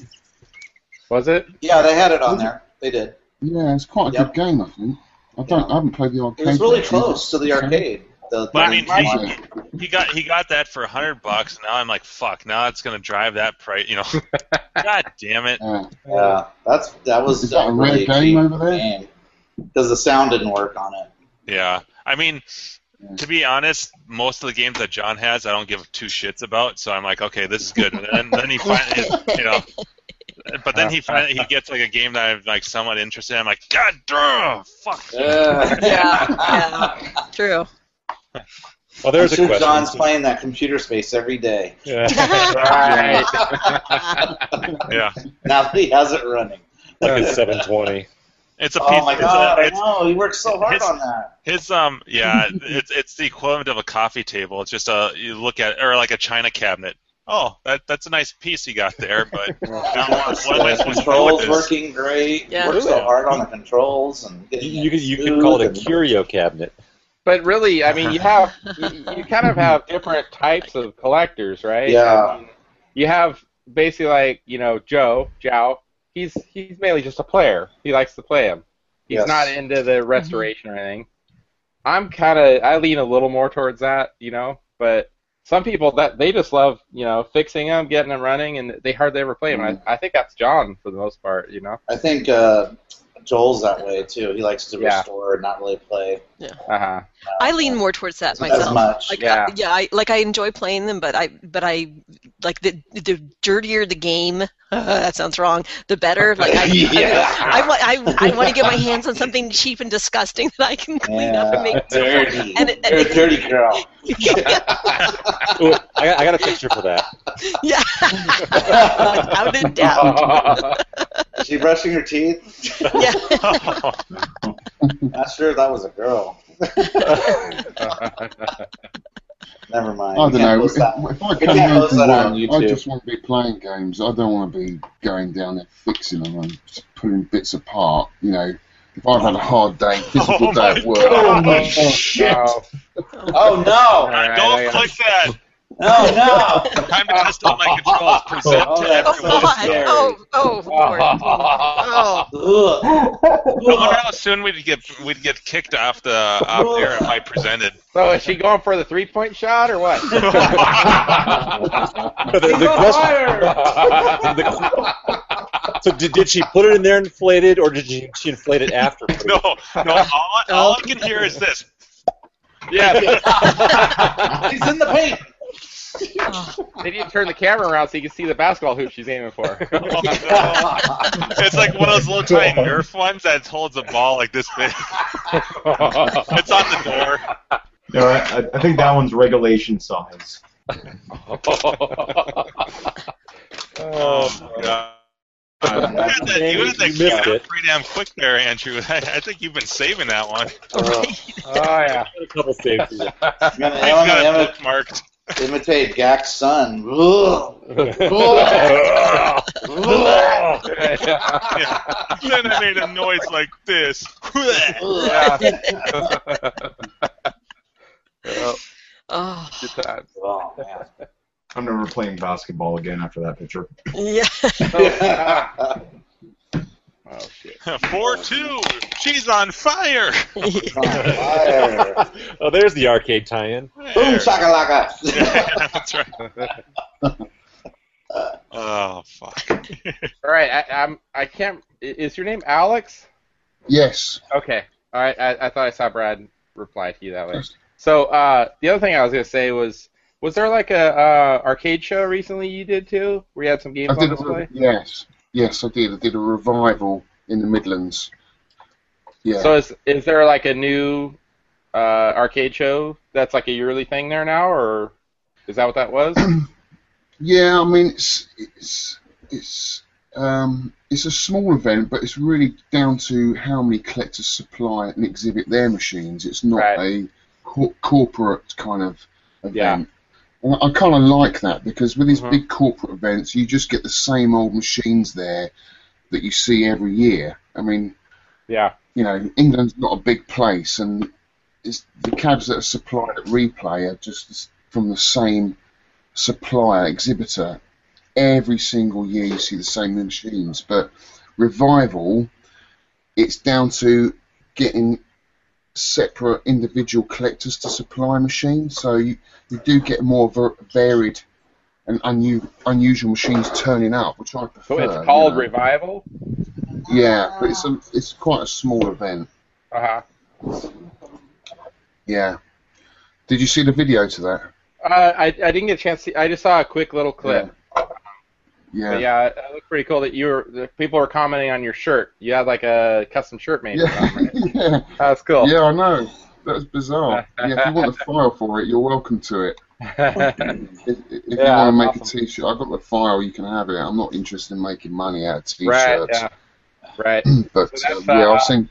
Was it? Yeah, they had it on there. They did. Yeah, it's quite a Yep. good game, I think. I don't. I haven't played the arcade. It was really version. close to the arcade. The, the But I mean, one. Yeah. he got he got that for a hundred bucks. And now I'm like, fuck. Now it's gonna drive that price. You know, god damn it. Yeah. yeah, that's that was Is that a really red game over there? because the sound didn't work on it. Yeah, I mean, Yeah. to be honest, most of the games that John has, I don't give two shits about. So I'm like, okay, this is good. And then, then he finally, you know, but then he finally he gets like a game that I'm like somewhat interested. in. I'm like, god damn, fuck. Yeah. true. well, there's I'm sure a question. John's playing that computer space every day Yeah. Right. Yeah, now that he has it running. like it's 720. it's a piece. oh my it's god! a, I it's, know he worked so hard it's- on that. his um, yeah, it's it's the equivalent of a coffee table. It's just a you look at or like a china cabinet. Oh, that that's a nice piece you got there, but now what, what am I the supposed to do with controls this? working great. Yeah. Worked so hard on the controls and getting You, you, could- it you smooth could call it a and- curio cabinet. But really, I mean, you have you, you kind of have different types of collectors, right? Yeah. I mean, you have basically like you know Joe Jow. He's he's mainly just a player. He likes to play him. He's Yes. not into the restoration or anything. I'm kind of I lean a little more towards that, you know. But some people that they just love you know fixing them, getting them running, and they hardly ever play them. And I, I think that's John for the most part, you know. I think uh, Joel's that way too. He likes to Yeah. restore and not really play Uh Uh-huh. huh. I lean more towards that as myself. much. Like, Yeah. uh, yeah, I, yeah. I, like I enjoy playing them, but I, but I, like the the dirtier the game. that sounds wrong. The better. Like I, Yeah. I, wa- I, I, want to get my hands on something cheap and disgusting that I can clean up and make. dirty. And it- and You're a it- dirty girl. Ooh, I, got, I got a picture for that. Yeah. Without a doubt. Is she brushing her teeth? Yeah. Not sure if that was a girl. Never mind. Oh, I We don't know. can't post If, that. if I We come can't home post that on from work, I YouTube. just want to be playing games. I don't want to be going down there fixing them and just pulling bits apart. You know, if I've had a hard day, physical Oh day my at work. oh, God. Oh, Oh no! Alright, Don't I got click that. Oh no! Time to test out my controls. Present Oh, to that's Oh, everyone. so God. scary. Oh, oh, Lord. Oh. Ugh. I wonder how soon we'd get we'd get kicked off the off air if I presented. So is she going for the three point shot or what? The, the question, the, so did, did she put it in there inflated, or did she, she inflate it after? No, no. All, I- all I can hear is this. yeah. He's in the paint. They need to turn the camera around so you can see the basketball hoop she's aiming for. Oh, no. It's like one of those little tiny Nerf ones that holds a ball like this big. It's on the door. No, I, I- I think that one's regulation size. Oh my god. You had that, you had that You missed cue it. pretty damn quick there, Andrew. I, I think you've been saving that one. Uh. oh yeah. A couple saves. for you. I'm gonna, He's I'm got gonna it bookmarked. imi- imitate Gak's son. Ugh. Ugh. Then I made a noise like this. Ugh. Well, Oh. good times. Oh, man. I'm never playing basketball again after that picture. Yeah. Oh shit. 4 2. She's on fire. Fire. oh, there's the arcade tie-in. Boom There. shakalaka. Yeah, that's right. oh fuck. All right, I, I'm. I can't. i- Is your name Alex? Yes. Okay. All right. I, I thought I saw Brad reply to you that way. So uh, the other thing I was gonna say was, was there like a uh, arcade show recently you did too, where you had some I games on did a display? re- yes. Yes, I did. I did a revival in the Midlands. Yeah. So is is there like a new uh, arcade show that's like a yearly thing there now, or is that what that was? Yeah, I mean it's it's it's um, it's a small event, but it's really down to how many collectors supply and exhibit their machines. It's not Right. a cor- corporate kind of Yeah. event. And I kind of like that because with these Mhm. big corporate events, you just get the same old machines there that you see every year. I mean, yeah. you know, England's not a big place, and it's the cabs that are supplied at replay are just from the same supplier exhibitor. Every single year, you see the same machines, but revival, it's down to getting separate individual collectors to supply machines, so you, you do get more ver- varied and unu- unusual machines turning up, which I prefer. So you it's called know. Revival. Yeah, but it's a, it's quite a small event. Uh huh. Yeah. Did you see the video to that? Uh, I I didn't get a chance to. I just saw a quick little clip. Yeah. Yeah, yeah it it looked pretty cool that you were. The people were commenting on your shirt. You had like a custom shirt made. or Yeah. something, right? yeah. That's cool. Yeah, I know. That's bizarre. yeah, if you want the file for it, you're welcome to it. If, if you Yeah, want to make awesome. a t-shirt, I've got the file. You can have it. I'm not interested in making money out of right. t-shirts. Yeah. Right. But So uh, that's, yeah, uh, I've seen.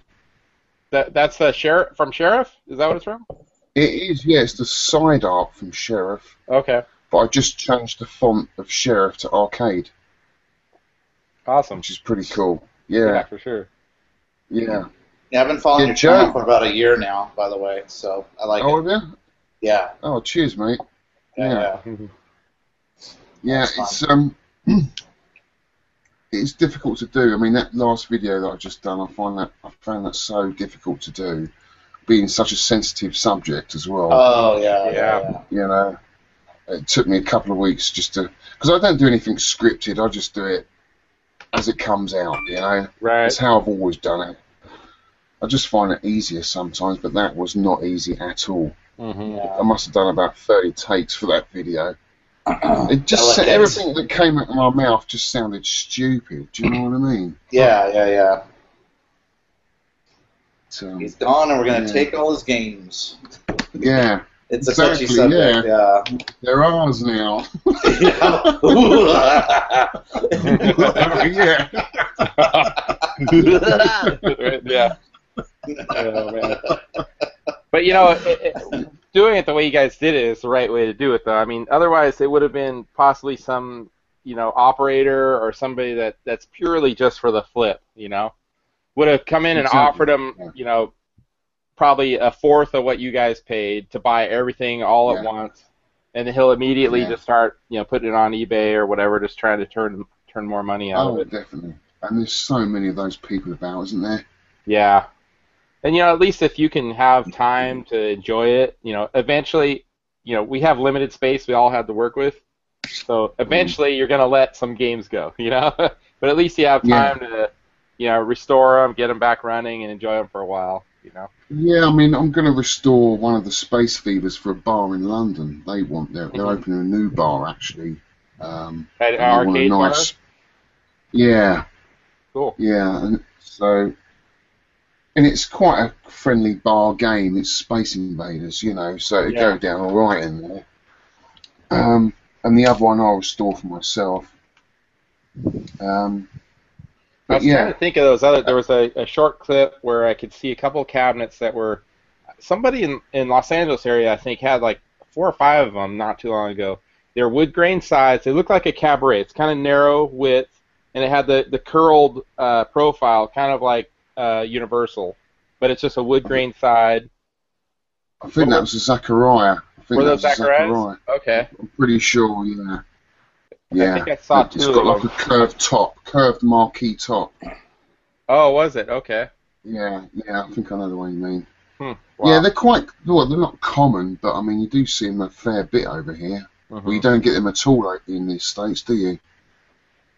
That that's the sheriff from Sheriff. Is that what it's from? It is. Yeah, it's the side art from Sheriff, Okay. but I just changed the font of Sheriff to Arcade, Awesome. which is pretty cool. Yeah, Yeah. for sure. Yeah. Yeah, I've been following your Good channel job. for about a year now, by the way. So I like Oh, it. have you? Yeah. Oh, cheers, mate. Yeah. Yeah. yeah. Yeah, That's it's um, it's difficult to do. I mean, that last video that I've just done, I find that I found that so difficult to do, being such a sensitive subject as well. Oh yeah. Yeah. Yeah. yeah. you know, it took me a couple of weeks just to, because I don't do anything scripted. I just do it as it comes out. You know, Right. that's how I've always done it. I just find it easier sometimes, but that was not easy at all. Mm-hmm. I must have done about 30 takes for that video. It just Delicate. everything that came out of my mouth just sounded stupid. Do you know what I mean? Yeah. Yeah. Yeah. So, He's gone, and we're gonna Yeah. take all his games. yeah, It's a Exactly, touchy subject. Yeah. they're ours now. yeah, yeah. Oh, man. But you know, it, it, doing it the way you guys did it is the right way to do it, though. I mean, otherwise it would have been possibly some, you know, operator or somebody that that's purely just for the flip. You know, would have come in and Exactly, offered them, yeah. you know, probably a fourth of what you guys paid to buy everything all Yeah. at once. and he'll immediately Yeah. just start, you know, putting it on eBay or whatever, just trying to turn turn more money out of Oh, it. definitely. And there's so many of those people about, isn't there? Yeah. And you know, at least if you can have time to enjoy it, you know, eventually, you know, we have limited space we all have to work with. So eventually you're going to let some games go, you know? but at least you have Yeah. time to, you know, restore them, get them back running and enjoy them for a while, you know. Yeah, I mean, I'm going to restore one of the space feeders for a bar in London. They want they're, they're Mhm. opening a new bar actually. Um, and At they want a arcade bar? nice. Yeah, Cool. yeah, and so, and it's quite a friendly bar game. It's Space Invaders, you know, so it Yeah. go down all right in there. Um, and the other one I'll restore for myself. Um, I but was yeah, trying to think of those other. There was a, a short clip where I could see a couple cabinets that were. Somebody in in Los Angeles area, I think, had like four or five of them not too long ago. They're wood grain size. They look like a cabaret. It's kind of narrow width, and it had the the curled uh, profile, kind of like uh, Universal, but it's just a wood grain side. I think What that were- was a Zachariah. I think Were that those was a Zachariah. Zacharias? Okay. I'm pretty sure, yeah. Yeah. I think I saw It's two got of like them. a curved top, curved marquee top. Oh, was it? Okay. Hmm. Yeah, yeah, I think I know the one you mean. Wow. Yeah, they're quite, well, they're not common, but I mean, you do see them a fair bit over here. Mhm. Well, you don't get them at all over in the States, do you?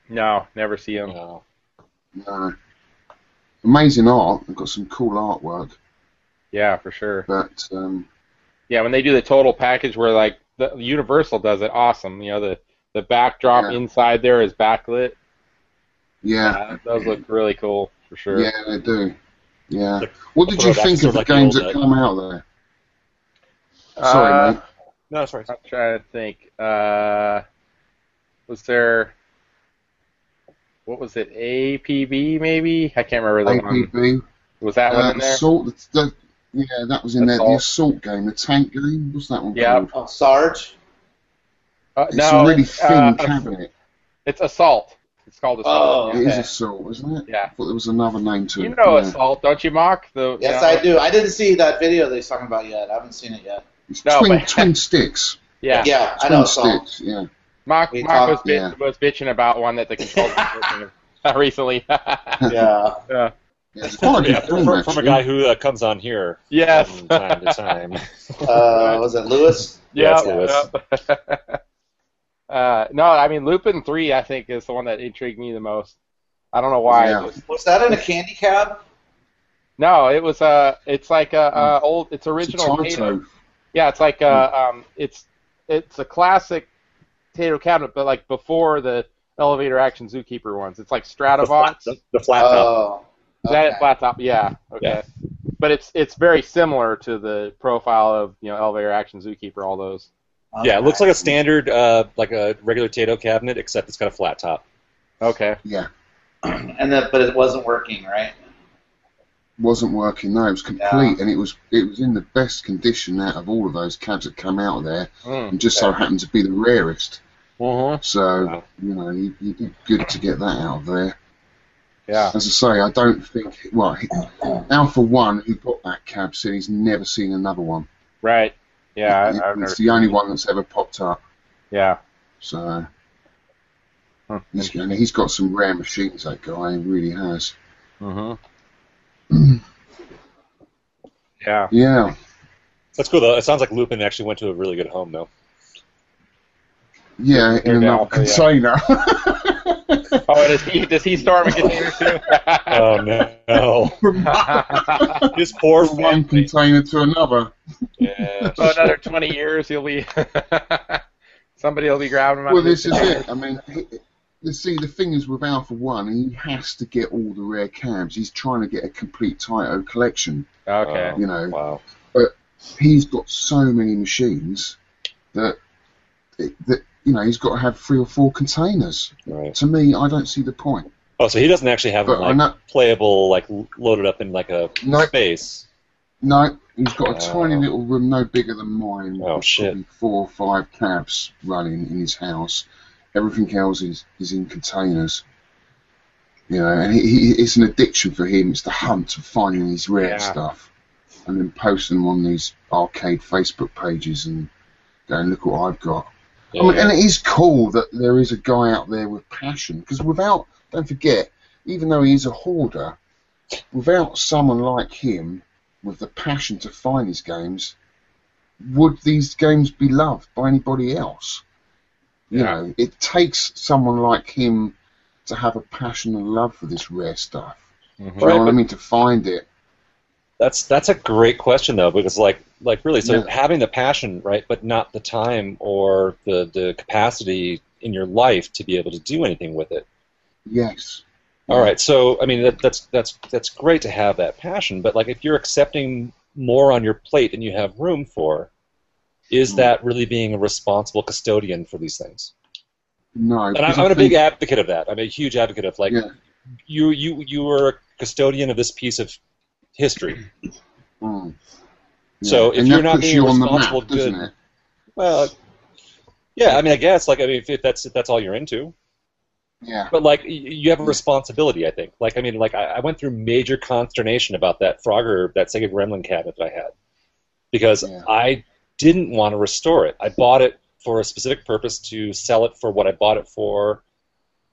No, never see them. No. No. Amazing art. They've got some cool artwork, Yeah, for sure. but um, Yeah, when they do the total package where like the Universal does it, awesome. You know, the the backdrop Yeah. inside there is backlit. yeah, Uh, those look really cool for sure. yeah, they do. Yeah. Like, What did you throwbacks think to of the like eh? the games old that days. come out there? Uh, Sorry, mate. No, sorry. I'm trying to think. Uh, was there what was it? APB maybe? I can't remember the one. APB, Was that Uh, one in there? Assault, the, the, yeah, that was in there. The Assault. assault game, the tank game. What's that one Yeah. called? Oh, Sarge. Uh, It's no, a really thin uh, cabinet. it's assault. It's called Oh, assault. It is okay. assault, isn't it? Yeah. I thought there was another name to it. You know yeah. assault, don't you, Mark? The uh, Yes, yeah. I do. I didn't see that video that he's talking about yet. I haven't seen it yet. It's No, twin, but- twin sticks. oh, Yeah. Yeah, I Twin know Sarge. sticks. Yeah. Mark, We Mark was, talked- bit, yeah. was bitching about one that the consultant was working with recently. Yeah. yeah it's quite a good Yeah, film, from, from a actually. guy who uh, comes on here yes. from time to time. Uh, was it Lewis? Yeah, Yeah. it's Lewis. yep. uh, no, I mean Lupin Three. I think is the one that intrigued me the most. I don't know why. Yeah. Just- Was that in a candy cab? no, it was uh, it's like a, uh old. It's Mm. It's a original. Tatum. Taito. Yeah, it's like uh, um, it's it's a classic Tato cabinet, but like before the elevator action zookeeper ones. It's like the flat, Stratovox. the, the flat top. Oh. Is that okay. it? Flat top, yeah. Okay. Yeah. But it's it's very similar to the profile of you know elevator action zookeeper, all those. Yeah, it looks like a standard, uh, like a regular Tato cabinet, except it's got a flat top. Okay. Yeah. And that, but it wasn't working, right? Wasn't working. No, it was complete, and it was it was in the best condition out of all of those cabs that come out of there, Mm. and just so happened to be the rarest. hmm So Wow. you know, you, you did good to get that out of there. Yeah. As I say, I don't think. Well, he- Alpha One, who got that cab, said he's never seen another one. Right. Yeah. I, It- I've never, it's the only one that's ever popped up. yeah. So Hmm. he's, and he's got some rare machines. That guy he really has. hmm Yeah. Yeah, That's cool though. It sounds like Lupin actually went to a really good home though. yeah, They're in another down for you. container. Oh, and does he does he storm a container too? Oh no! no. His poor From one family. container to another. Yeah. so another twenty years, he'll be somebody will be grabbing him. out Well, of his this is container. it. I mean, he, you see, the thing is with Alpha One, he has to get all the rare cabs. He's trying to get a complete Taito collection. Okay. You know, Oh, Wow. he's got so many machines that it, that you know he's got to have three or four containers. Right. To me, I don't see the point. Oh, so he doesn't actually have But like I'm not. playable, like l- loaded up in like a No. space. No, he's got a Oh. tiny little room, no bigger than mine. Oh, with shit. probably Four or five cabs running in his house. Everything else is, is in containers. You know, and he, he, it's an addiction for him. It's the hunt of finding these rare Yeah. stuff and then posting them on these arcade Facebook pages and going, look what I've got. Yeah, I mean, yeah. and it is cool that there is a guy out there with passion because without, don't forget, even though he is a hoarder, without someone like him with the passion to find his games, would these games be loved by anybody else? You Yeah. know, it takes someone like him to have a passion and love for this rare stuff. Do you Right, know what I but- mean? To find it. That's that's a great question though, because like like really, so Yeah. having the passion, right, but not the time or the the capacity in your life to be able to do anything with it. Yes. All right, so I mean that, that's that's that's great to have that passion, but like if you're accepting more on your plate than you have room for, is Hmm. that really being a responsible custodian for these things? No. And I'm, because I'm I a big think- advocate of that. I'm a huge advocate of like Yeah. you you you are a custodian of this piece of history. Mm. So if and you're that not puts being you on the responsible, map, doesn't good- it? Well, yeah, I mean, I guess like I mean, if, if that's if that's all you're into, Yeah. but like y- you have a responsibility, I think. Like I mean, like I, I went through major consternation about that Frogger, that Sega Gremlin cabinet that I had, because Yeah. I didn't want to restore it. I bought it for a specific purpose to sell it for what I bought it for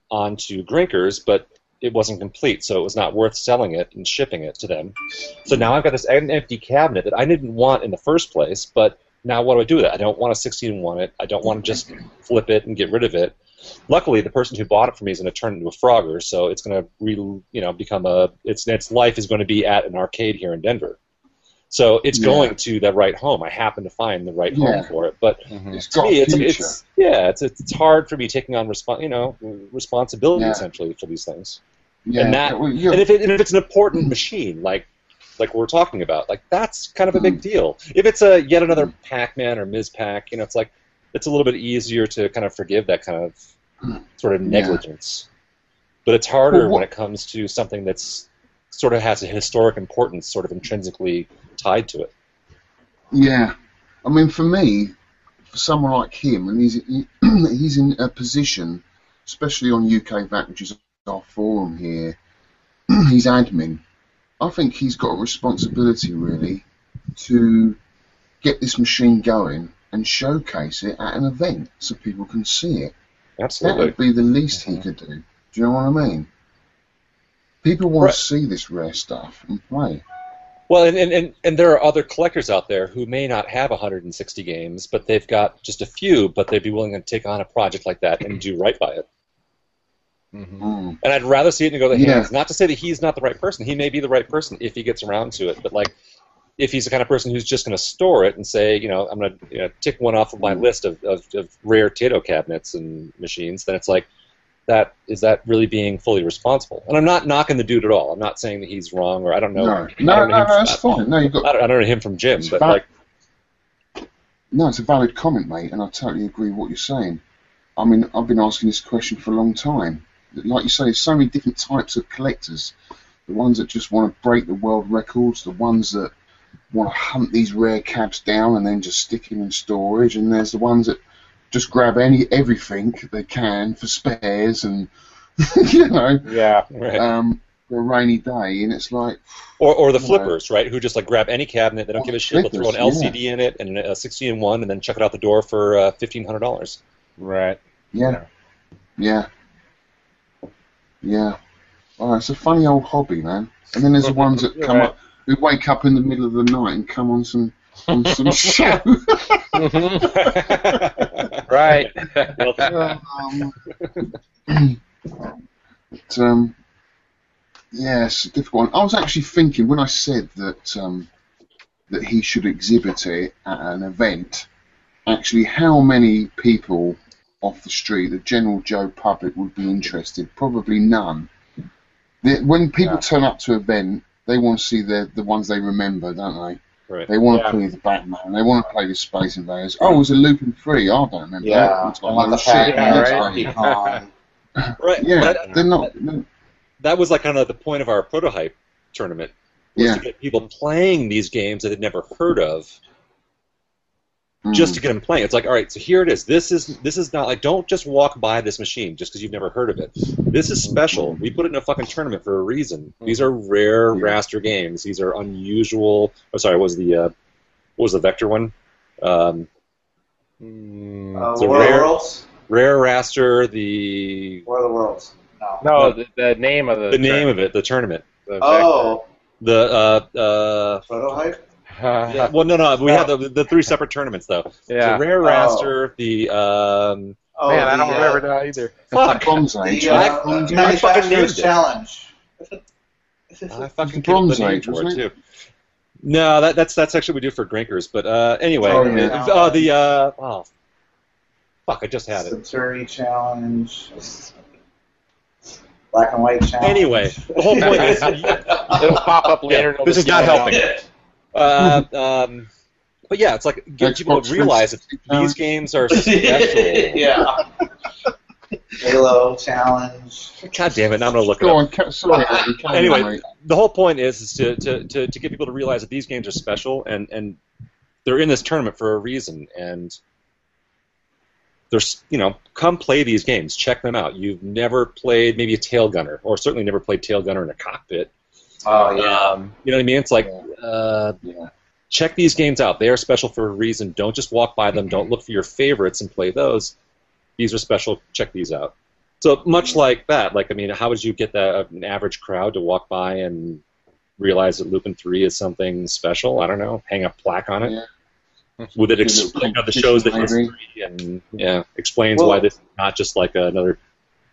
onto Grinkers, but it wasn't complete, so it was not worth selling it and shipping it to them. So now I've got this em- empty cabinet that I didn't want in the first place, but now what do I do with it? I don't want a 16 one it. I don't want to just flip it and get rid of it. Luckily, the person who bought it for me is going to turn it into a Frogger, so it's going to re, you know become a its its life is going to be at an arcade here in Denver. So it's Yeah. going to the right home. I happen to find the right Yeah. Mm-hmm. home for it, but It's to got me, a it's, future. it's yeah, it's it's hard for me taking on respon you know responsibility Yeah. essentially for these things. yeah. and that- well, yeah. And if it, and if it's an important machine like like we're talking about, like that's kind of a big Mm-hmm. deal. If it's a yet another Pac-Man or Ms. Pac, you know, it's like it's a little bit easier to kind of forgive that kind of sort of Mm. Yeah. negligence. But it's harder Well, what- when it comes to something that's sort of has a historic importance, sort of intrinsically tied to it. Yeah, I mean, for me, for someone like him, and he's he, he's in a position, especially on UK VAT, which is our forum here. he's admin. I think he's got a responsibility really to get this machine going and showcase it at an event so people can see it. That Absolutely. would be the least he could do. Do you know what I mean? People want Right. to see this rare stuff and play. Well, and, and, and, and there are other collectors out there who may not have 160 games, but they've got just a few, but they'd be willing to take on a project like that and do right by it. Mm-hmm. Mm. And I'd rather see it in the go of the Yeah. hands. Not to say that he's not the right person. He may be the right person if he gets around to it, but like if he's the kind of person who's just going to store it and say, you know, I'm going to you know, tick one off of my list of, of, of rare Tato cabinets and machines, then it's like, that is that really being fully responsible? And I'm not knocking the dude at all. I'm not saying that he's wrong or I don't know. I No, no, no, don't know no, him from- that's fine. No, you've got I don't, I don't know him from Jim, It's but about- like, No, it's a valid comment, mate, and I totally agree with what you're saying. I mean, I've been asking this question for a long time. Like you say, there's so many different types of collectors. The ones that just want to break the world records, the ones that want to hunt these rare cabs down and then just stick them in storage, and there's the ones that just grab any everything they can for spares and you know Yeah. right. um, for a rainy day. And it's like, or, or the yeah. flippers, right? Who just like grab any cabinet, they don't Or give the a shit, they'll throw an flippers, yeah. LCD in it and a 60 in one, and then chuck it out the door for uh, fifteen hundred dollars. Right. Yeah. Yeah. Yeah. Oh, it's a funny old hobby, man. And then there's the ones that come up who wake up in the middle of the night and come on some on some show. Mm-hmm. Right. um, but, um, yeah, it's a difficult one. I was actually thinking when I said that um, that he should exhibit it at an event. Actually, how many people off the street, the general Joe public, would be interested? Probably none. The, when people Yeah. turn up to an event, they want to see the the ones they remember, don't they? Right. They want to Yeah. play the Batman. They want to play the Space Invaders. Oh, it was a Lupin three. I don't remember. that. Yeah, It's like, I'm on oh, the shit, fact yeah, man, that that's right. funny. Donkey Kong. Right. Yeah, That, they're not. they're- that was like kind of the point of our prototype tournament was yeah. to get people playing these games that they'd never heard of, Mm. just to get them playing. It's like, all right, so here it is. This is this is not like don't just walk by this machine just because you've never heard of it. This is special. We put it in a fucking tournament for a reason. These are rare Yeah. raster games. These are unusual. Oh, sorry, what was the uh, what was the vector one? Um, Mm, Uh, It's a War of the rare- Worlds? Rare Raster, the War of the Worlds. No. uh, no, the, the name of the the name of it, the tournament, The Oh, the uh, uh, Prototype? vector. yeah, well, no, no, we had the, the three separate tournaments though. yeah. The Rare Oh. Raster, the um, Oh, Man, I the, don't uh, remember that either. fuck, Bronze Age. wasn't it? The uh, Bronze Age. I fucking named Manufacturer's it. Challenge. I fucking Bronze can't Age, for it wasn't too. No, that, that's that's actually what we do for Grinkers. But uh, anyway, Oh, the- yeah. uh, the uh, oh, fuck, I just had it. Centauri Challenge. Black and White Challenge. Anyway, the whole point is, uh, It'll pop up later. Yeah, and this is it'll not be helping. announced. um, but yeah, it's like get people to Xbox realize that these 360 games are special. yeah. Halo Challenge. God damn it! Now I'm gonna look it Go up. on, ca- sorry, Andy, carry on, Anyway. mate. the whole point is, is to, to, to, to get people to realize that these games are special and, and they're in this tournament for a reason and there's you know come play these games check them out you've never played maybe a tail gunner or certainly never played tail gunner in a cockpit Oh, yeah. um, you know what i mean it's like uh, Yeah. check these games out they are special for a reason don't just walk by them don't look for your favorites and play those these are special check these out so much like that like i mean how would you get that uh, an average crowd to walk by and realize that Lupin 3 is something special. I don't know. Hang a plaque on it. With it Give it a explain how the shows the competition, history and yeah, explains Well- why this is not just like another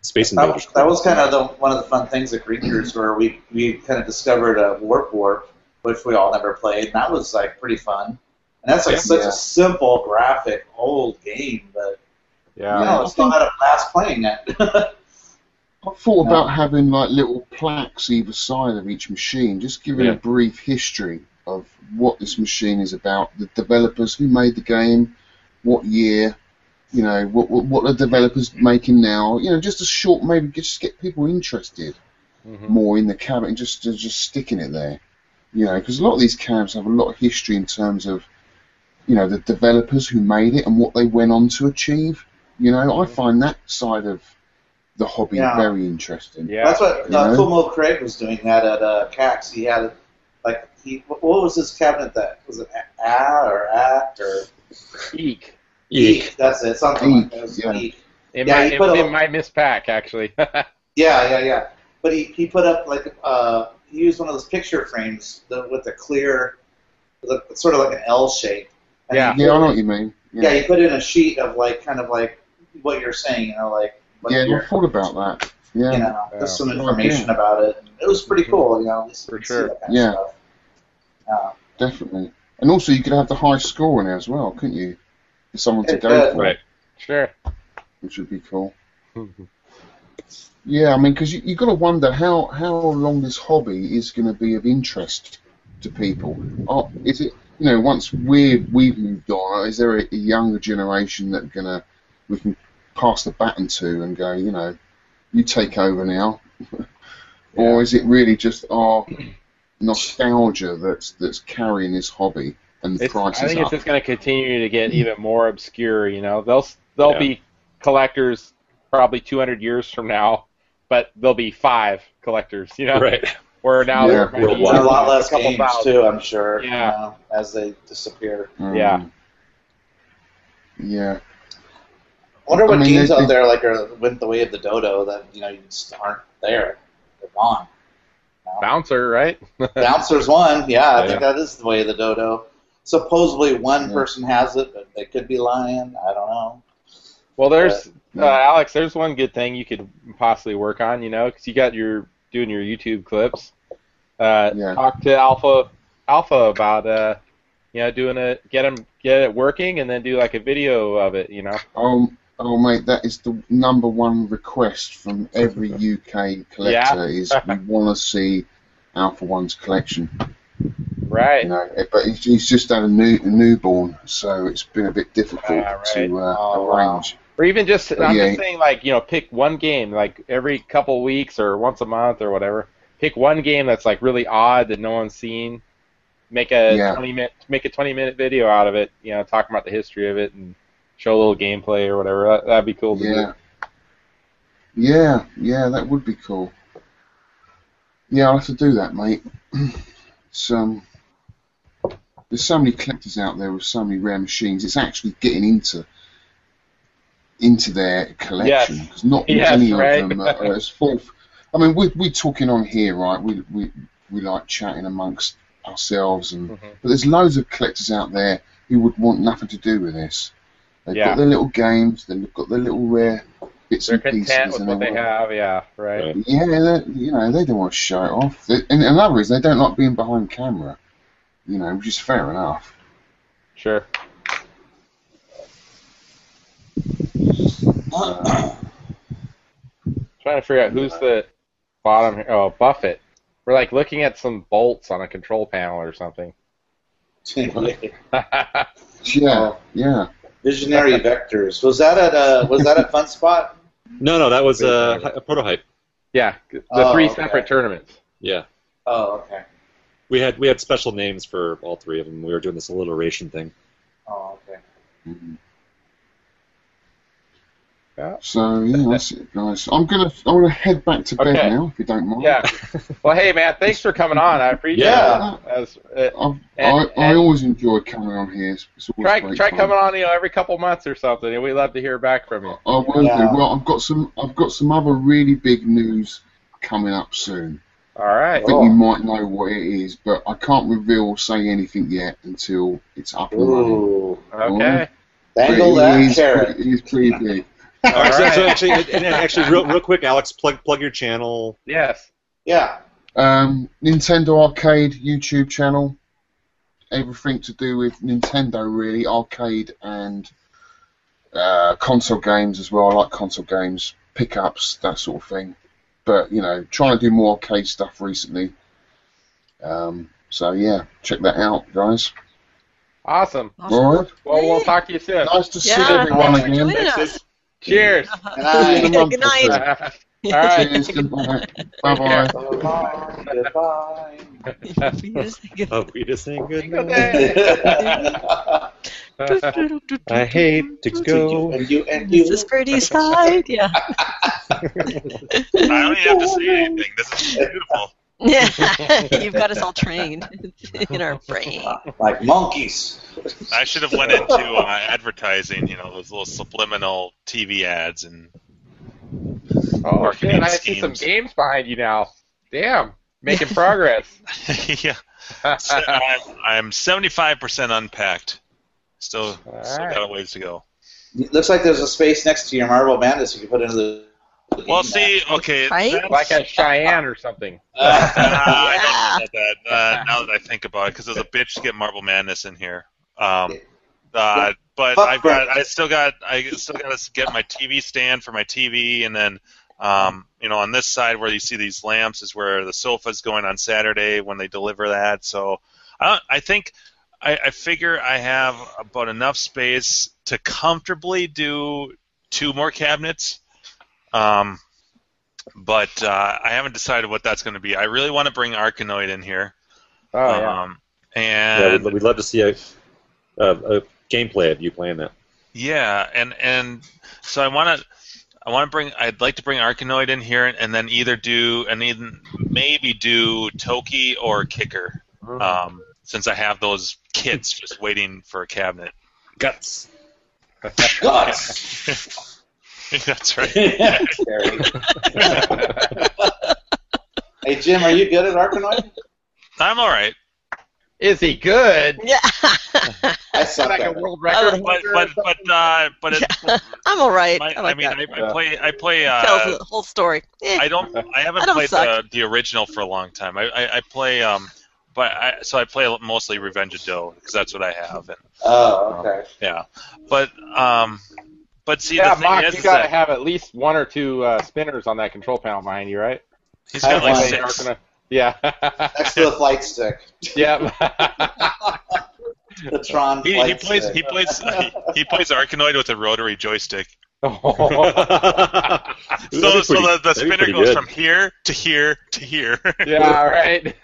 Space Invaders. That, that was kind of the, one of the fun things at Green Cruise where we, we kind of discovered a warp warp, which we all never played, and that was like pretty fun. And that's like Yeah. such Yeah. a simple graphic old game, but Yeah. you know, it's still had a blast playing it. I thought No. about having like little plaques either side of each machine, just giving Yeah. a brief history of what this machine is about, the developers who made the game, what year, you know, what what, what the developers making now, you know, just a short maybe just get people interested Mhm. more in the cab and just just- just sticking it there, you know, because a lot of these cabs have a lot of history in terms of, you know, the developers who made it and what they went on to achieve. You know, I find that side of the hobby Yeah. very interesting. Yeah. That's what uh, Yeah. Cool Mo Craig was doing that at uh, CAX. He had like he what was his cabinet that was it A- Ah or Act or Eek. Eek. That's it, something like that. It was Eek, yeah. Eek. It Yeah, might, he it, put a- it might miss pack actually. Yeah, yeah, yeah. But he, he put up like uh, he used one of those picture frames the, with the clear, the, sort of like an L shape. And Yeah. he- Yeah, I know what you mean. yeah. Yeah, He put in a sheet of like kind of like what you're saying, you know, like what yeah, you're- I thought about that. Oh, Yeah, you know, Yeah. just some information about it. And it was pretty cool, you know. At least For you can see sure. that kind Yeah. Of stuff. Uh, definitely. And also, you could have the high score in there as well, couldn't you? For someone to It go does. for, Right. sure. which would be cool. Yeah, I mean, because you, you've got to wonder how, how long this hobby is going to be of interest to people. Are, is it, you know, once we're, we've moved on, is there a, a younger generation that going to, we can pass the baton to and go, you know, you take over now? Or is it really just our nostalgia that's, that's carrying this hobby and the It's, I price is think up? it's just going to continue to get even more obscure. You know, they'll s- they'll Yeah. be collectors probably 200 years from now, but there'll be five collectors. You know, Right. where now Yeah, there might be worldwide. and a lot less couple games thousand. too, I'm sure. you Yeah. know, as they disappear. Mm. yeah. Um, Yeah. I wonder I what mean, games they- out they- there like are went the way of the dodo that you know you just aren't there. They're gone. Bouncer, right? Bouncer's one. Yeah, I think that is the way of the dodo. Supposedly one Yeah. person has it, but they could be lying. I don't know. Well, there's uh, Yeah. Alex. There's one good thing you could possibly work on. You know, because you got your doing your YouTube clips. Uh, Yeah. Talk to Alpha Alpha about uh, you know doing a get him get it working and then do like a video of it. You know. Oh, oh, mate, that is the number one request from every UK collector Yeah. is we want to see Alpha One's collection. You Right. know, Eh, but he's, he's just had a new a newborn, so it's been a bit difficult Ah, right. to uh, Oh, wow. arrange. Or even just Oh, I'm yeah. just saying like you know pick one game like every couple weeks or once a month or whatever. Pick one game that's like really odd that no one's seen. Make a Yeah. twenty minute make a twenty minute video out of it. You know, talking about the history of it and show a little gameplay or whatever. That, that'd be cool. To Yeah, yeah, yeah, that would be cool. Yeah, I'll have to do that, mate. it's um, There's so many collectors out there with so many rare machines. It's actually getting into into their collection Yes. 'cause not Yes, many right. of them are, are as full. I mean, we're, we're talking on here, right? We, we we like chatting amongst ourselves, and Mhm. but there's loads of collectors out there who would want nothing to do with this. They've Yeah. got their little games, they've got their little rare bits They're and pieces, content with and what they all that. have. Yeah, right. Yeah, they, you know, they don't want to show it off. They, and another is they don't like being behind camera, you know, which is fair enough. Sure. Trying to figure out who's the bottom here. Oh, Buffett. We're like looking at some bolts on a control panel or something. Yeah, yeah. Visionary Vectors. Was that at uh was that at Fun Spot? No, no, that was uh, hi- a prototype. yeah, the Oh, three okay. separate tournaments. Yeah, Oh, okay. we had we had special names for all three of them. We were doing this alliteration thing. Oh, okay. Mhm. Yeah. So yeah, that's it, guys. I'm gonna I want to head back to bed Okay. now if you don't mind. Yeah. Well, hey, man, thanks for coming on. I appreciate Yeah. it. As, uh, I've, And- I, I and- always enjoy coming on here. It's, it's always try great try fun. coming on, you know, every couple months or something. and We'd love to hear back from you. I will Yeah. do. Well, I've got some I've got some other really big news coming up soon. All right. I think Oh. you might know what it is, but I can't reveal or say anything yet until it's up and running. Ooh. Okay. But Dangle it that is carrot. pretty- It is pretty big. All All right, so, so right. actually, and- and actually, real, real quick, Alex, plug plug your channel. Yes. Yeah. Um, Nintendo Arcade YouTube channel. Everything to do with Nintendo, really, arcade and uh, console games as well. I like console games, pickups, that sort of thing. But you know, trying to do more arcade stuff recently. Um, so yeah, check that out, guys. Awesome. All right, Well, we'll talk to you soon. nice to see Yeah, everyone thanks for again. joining us. Cheers. And I in a month Good or night. so. All right. Cheers, goodbye, bye bye. Goodbye. Goodbye. We just- Oh, we just saying good. Good night. day. I hate to go. and you and This you. is pretty side. Yeah. I don't even have to say anything. This is beautiful. You've got us all trained in our brain. like monkeys. I should have went into uh, advertising, you know, those little subliminal TV ads and Oh, shit. I see schemes. some games behind you now. Damn. Making progress. yeah. So I'm, I'm 75% unpacked. Still, still right. got a ways to go. It looks like there's a space next to your Marvel Madness you can put into the. the Well, game see, okay, Right? that's- like a Cheyenne or something. now. Uh, I don't know about that. Uh, now that I think about it, because it was a bitch to get Marble Madness in here. Um, uh, but Fuck I've got, I still got, I still got to get my TV stand for my TV, and then, um, you know, on this side where you see these lamps is where the sofa's going on Saturday when they deliver that. So I, don't, I think, I, I figure I have about enough space to comfortably do two more cabinets. Um, but uh, I haven't decided what that's going to be. I really want to bring Arkanoid in here. Oh, yeah. um, Yeah, we'd, and we'd love to see a, a, a gameplay of you playing that. yeah, and and so I want to. I want to bring. I'd like to bring Arkanoid in here, and then either do and even maybe do Toki or Kicker, um, since I have those kits just waiting for a cabinet. Guts. Guts. That's right. Terry. hey Jim, are you good at Arkanoid? I'm all right, Is he good? Yeah. I suck Like a at it. world record but holder or but something? but uh, but it, Oh, I'm all right. my, I I, like mean, that. I, I play I play uh, Tells the whole story. Eh, I don't. I haven't I don't played uh, suck. the, the original for a long time. I, I, I play um, but I so I play mostly Revenge of Doe because that's what I have. And, um, Oh, okay. yeah, but um, but see yeah, the thing Mark, is, you is got to that have at least one or two uh, spinners on that control panel behind you, right? he's got like have six. Yeah. Next to the flight stick, yeah. the Tron He, flight he plays stick. he plays he, he plays Arkanoid with a rotary joystick. So, That'd be so pretty- the, the that'd be spinner pretty goes good. from here to here to here. yeah, right.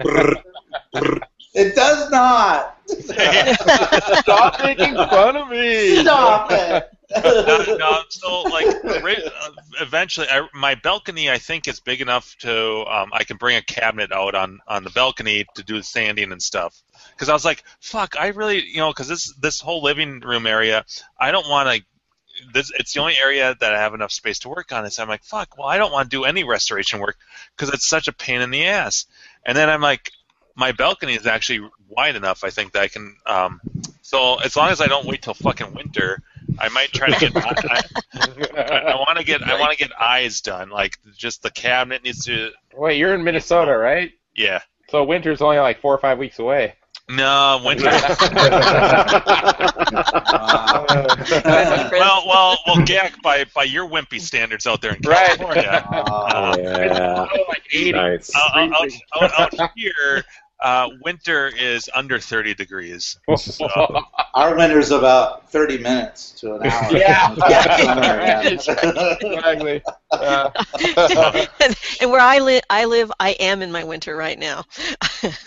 It does not. Stop making fun of me. Stop it. no, no, so like ri- uh, eventually, I, my balcony I think is big enough to um, I can bring a cabinet out on on the balcony to do sanding and stuff because I was like, fuck, I really, you know, because this this whole living room area, I don't want to. This it's the only area that I have enough space to work on. And so I'm like, fuck, well, I don't want to do any restoration work because it's such a pain in the ass. And then I'm like, my balcony is actually wide enough, I think, that I can. Um, so as long as I don't wait till fucking winter, I might try to get. I, I, I want to get. I want to get eyes done. Like just the cabinet needs to. Wait, you're in Minnesota, right? Yeah. So winter's only like four or five weeks away. No winter. Uh, well, well, well, Gak, by by your wimpy standards out there in Right. California, Uh, Yeah. like 80. Nice. out, out, out, out here, uh, winter is under 30 degrees. our winter's about 30 minutes to an hour. Yeah. yeah. exactly. Uh, and, and where I live, I live, I am in my winter right now.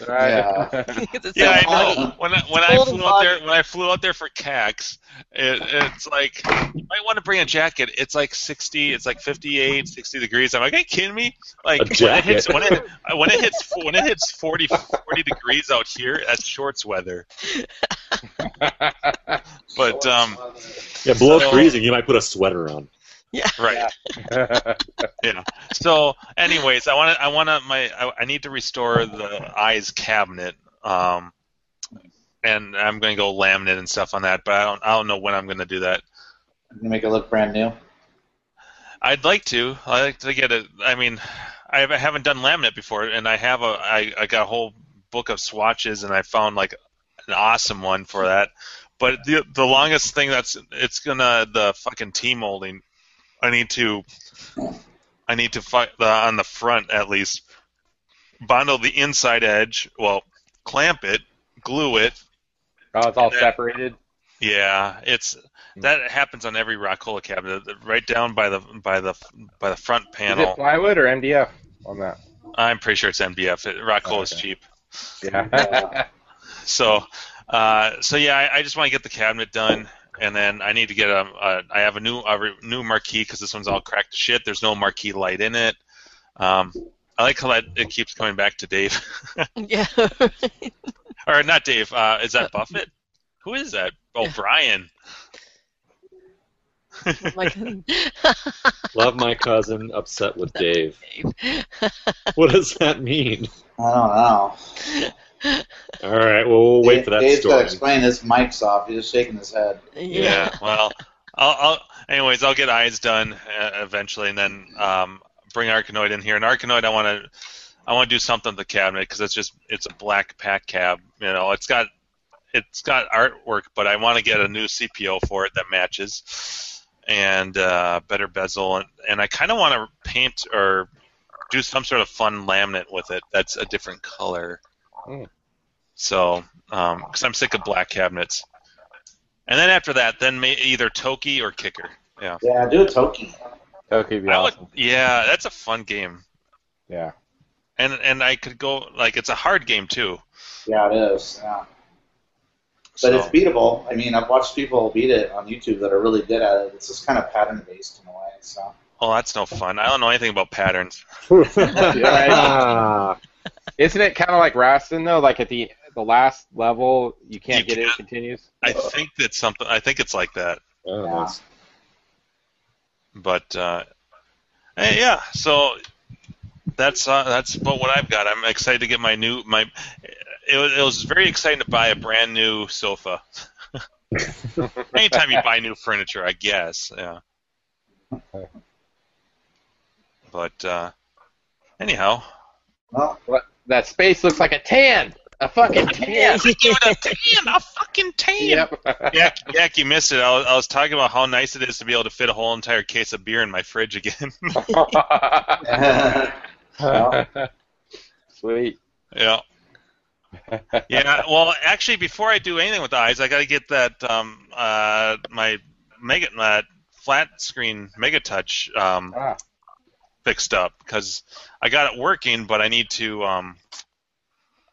right. It's so Yeah, I funny. know. When I, when I Cold and flew out there, foggy. when I flew out there for CAX, it, it's like you might want to bring a jacket. It's like 60, it's like 58, 60 degrees. I'm like, are you kidding me? Like A when it hits jacket. when it when it hits when it hits 40, 40 degrees out here, that's shorts weather. But um, Yeah, below So- freezing, you might put a sweater on. right. So, anyways, I want to. I want to. My. I, I need to restore the eyes cabinet. Um, and I'm going to go laminate and stuff on that. But I don't. I don't know when I'm going to do that. You make it look brand new. I'd like to. I like to get it. I mean, I hav- I haven't done laminate before, and I have a. I, I got a whole book of swatches, and I found like an awesome one for that. But the the longest thing that's it's gonna the fucking T molding. I need to. I need to fi- the, on the front at least bundle the inside edge. Well, clamp it, glue it. Oh, it's all separated. Yeah, it's Hmm. that happens on every Rockola cabinet, right down by the by the by the front panel. Is it plywood or MDF on that? I'm pretty sure it's MDF. It, Rock Coal is Okay. cheap. Yeah. So, uh, so yeah, I, I just want to get the cabinet done, and then I need to get a. a I have a new a re- new marquee because this one's all cracked to shit. There's no marquee light in it. Um, I like how that it keeps coming back to Dave, Yeah. or not Dave. Uh, is that Buffett? Who is that? Oh, Brian. like, Love my cousin, upset with Dave. Dave. What does that mean? I don't know. All right, well, we'll wait for that Dave's got to story. explain his mic's off. He's just shaking his head. Yeah. Well, I'll, I'll. Anyways, I'll get eyes done uh, eventually, and then um, bring Arkanoid in here. And Arkanoid, I want to. I want to do something to the cabinet because it's just it's a black pack cab. You know, it's got it's got artwork, but I want to get a new CPO for it that matches and uh, better bezel, and, and I kind of want to paint or do some sort of fun laminate with it that's a different color. Hmm. So, because I'm sick of black cabinets. And then after that, then may, either Toki or Kicker. Yeah. Yeah, do a Toki. okay, be I would, awesome. yeah, that's a fun game. Yeah. And and I could go like it's a hard game too. Yeah, it is. Yeah. But So, it's beatable. I mean, I've watched people beat it on YouTube that are really good at it. It's just kind of pattern based in a way. So oh, that's no fun. I don't know anything about patterns. Yeah. Isn't it kind of like Rastin though? Like at the the last level, you can't You get it. It can't. continues. I think that's something. I think it's like that. Oh, Yeah. nice. But uh, eh, yeah, so that's uh, that's about what I've got. I'm excited to get my new my. It was, it was very exciting to buy a brand new sofa. Anytime you buy new furniture, I guess, yeah. But uh, anyhow, well, What- That space looks like a tan. A fucking tan. give it a tan, a fucking tan. yep. Yeah, Jack, you missed it. I was, I was talking about how nice it is to be able to fit a whole entire case of beer in my fridge again. Sweet. yeah. yeah. Well, actually, before I do anything with the eyes, I got to get that um uh my mega uh, flat screen mega touch um Ah. fixed up because I got it working, but I need to um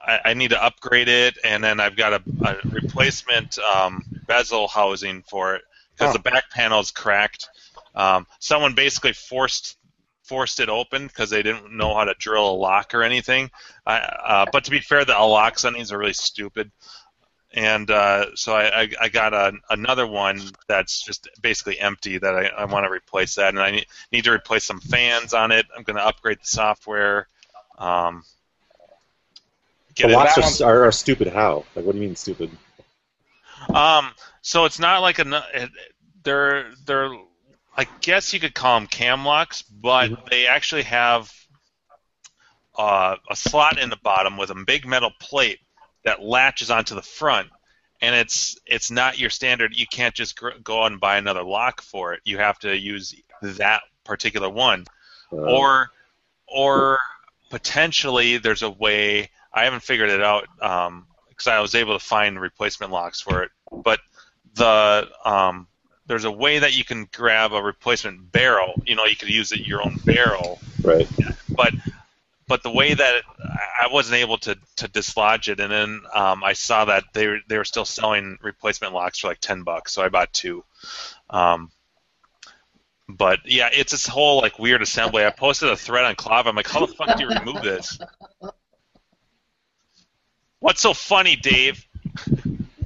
I, I need to upgrade it, and then I've got a, a replacement um, bezel housing for it because Huh. the back panel is cracked. Um, someone basically forced forced it open because they didn't know how to drill a lock or anything. I, uh, but to be fair, the aloxanes are really stupid. And uh, so I, I, I got a, another one that's just basically empty that I, I want to replace that. And I need, need to replace some fans on it. I'm going to upgrade the software. Um, The it- locks that are, s- are, are stupid. How? Like, what do you mean stupid? Um, so it's not like a nu- it- they're they're I guess you could call them cam locks, but they actually have uh, a slot in the bottom with a big metal plate that latches onto the front, and it's it's not your standard. You can't just gr- go out and buy another lock for it. You have to use that particular one Uh, or or potentially there's a way I haven't figured it out because I was able to find replacement locks for it, but the um, there's a way that you can grab a replacement barrel. You know, you could use it your own barrel, right. but but the way that it, I I wasn't able to, to dislodge it, and then um, I saw that they were, they were still selling replacement locks for like ten bucks, so I bought two. Um, but yeah, it's this whole like weird assembly. I posted a thread on Clav. I'm like, how the fuck do you remove this? What's so funny, Dave?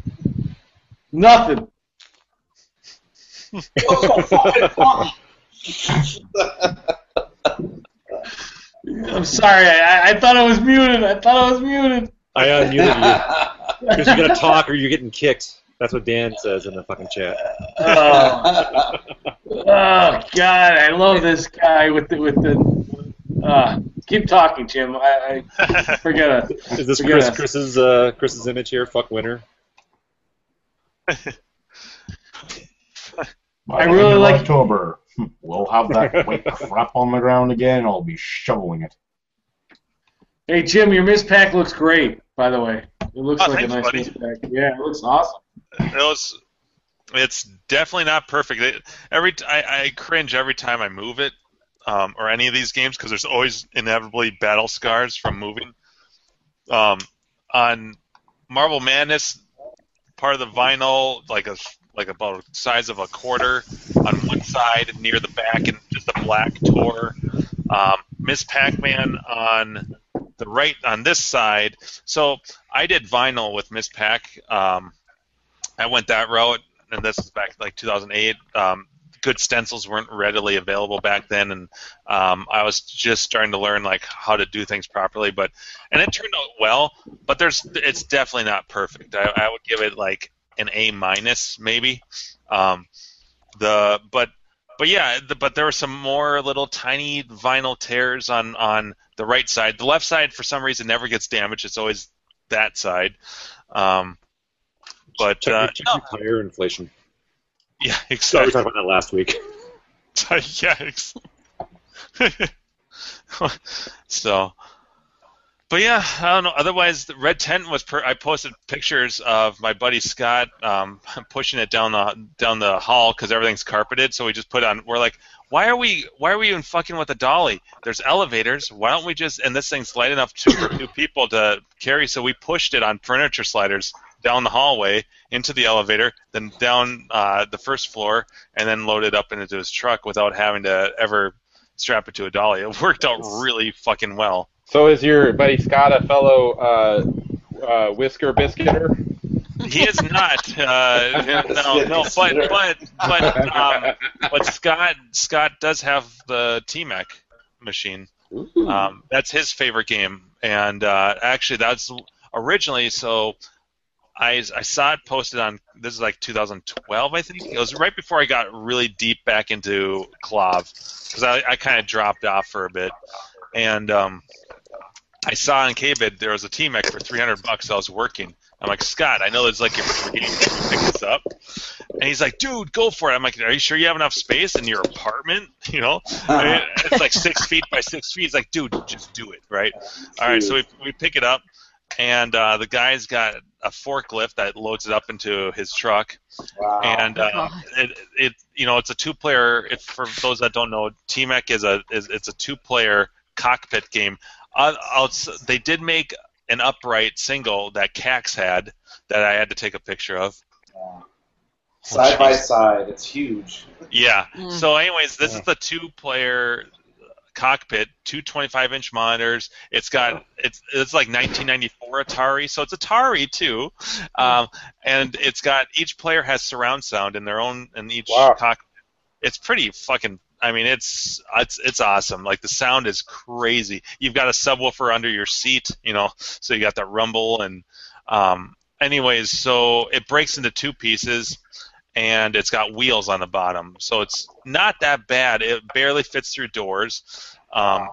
Nothing. I'm sorry. I, I thought I was muted. I thought I was muted. I unmuted you because you're gonna talk or you're getting kicked. That's what Dan says in the fucking chat. Oh. Oh God, I love this guy with the with the. Uh, keep talking, Jim. I, I forget it. Is this Forget Chris, us. Chris's uh, Chris's image here? Fuck winter. By the I end really of like- October. We'll have that white crap on the ground again. I'll be shoveling it. Hey, Jim, your Miss Pack looks great. By the way, it looks Oh, like thanks, a nice buddy. Miss Pack. Yeah, it looks awesome. It was, it's definitely not perfect. It, every t- I, I cringe every time I move it um, or any of these games because there's always inevitably battle scars from moving. Um, on Marvel Madness, part of the vinyl, like a like about the size of a quarter on one side near the back, and just a black tour. Um, Miss Pac-Man on the right on this side. So I did vinyl with Miss Pac. Um, I went that route, and this is back like 2008. Um, good stencils weren't readily available back then, and um, I was just starting to learn like how to do things properly. But and it turned out well, but there's it's definitely not perfect. I, I would give it like an A minus maybe. Um, the but but yeah, the, but there were some more little tiny vinyl tears on on the right side. The left side for some reason never gets damaged. It's always that side. Um, but Check, your- uh, check no, your tire inflation. yeah, So we exactly. talked about that last week. yeah. ex- so, but yeah, I don't know. Otherwise, the red tent was. Per- I posted pictures of my buddy Scott um, pushing it down the down the hall because everything's carpeted. So we just put on. We're like, why are we why are we even fucking with a dolly? There's elevators. Why don't we just? And this thing's light enough to, for two people to carry. So we pushed it on furniture sliders down the hallway into the elevator, then down uh, the first floor, and then load it up into his truck without having to ever strap it to a dolly. It worked out really fucking well. So is your buddy Scott a fellow uh, uh, whisker biscuiter? He is not. Uh, no, no, but but but um, but Scott Scott does have the T-Mac machine. Um, that's his favorite game, and uh, actually, that's originally so. I, I saw it posted on this is like 2012 I think it was right before I got really deep back into Clav because I, I kind of dropped off for a bit and um, I saw on KBid there was a T-Mac for 300 bucks I was working I'm like Scott I know it's like your first game can you pick this up and he's like dude go for it I'm like are you sure you have enough space in your apartment you know I mean, it's like six feet by six feet. It's like, dude, just do it, right? All right, so we, we pick it up, and uh, the guy's got a forklift that loads it up into his truck, Wow. and uh, God. it, it you know it's a two player. If for those that don't know, T-Mac is a is it's a two player cockpit game. Uh, outs- they did make an upright single that Cax had that I had to take a picture of. Yeah. Side by side, it's huge. Yeah. Mm. So, anyways, this is the two-player cockpit, two 25 inch monitors. It's got it's it's like 1994 Atari, so it's Atari too, um, and it's got each player has surround sound in their own in each Wow. cockpit. It's pretty fucking. I mean, it's it's it's awesome. Like the sound is crazy. You've got a subwoofer under your seat, you know, so you got that rumble and. Um, anyways, so it breaks into two pieces and it's got wheels on the bottom. So it's not that bad. It barely fits through doors. Um,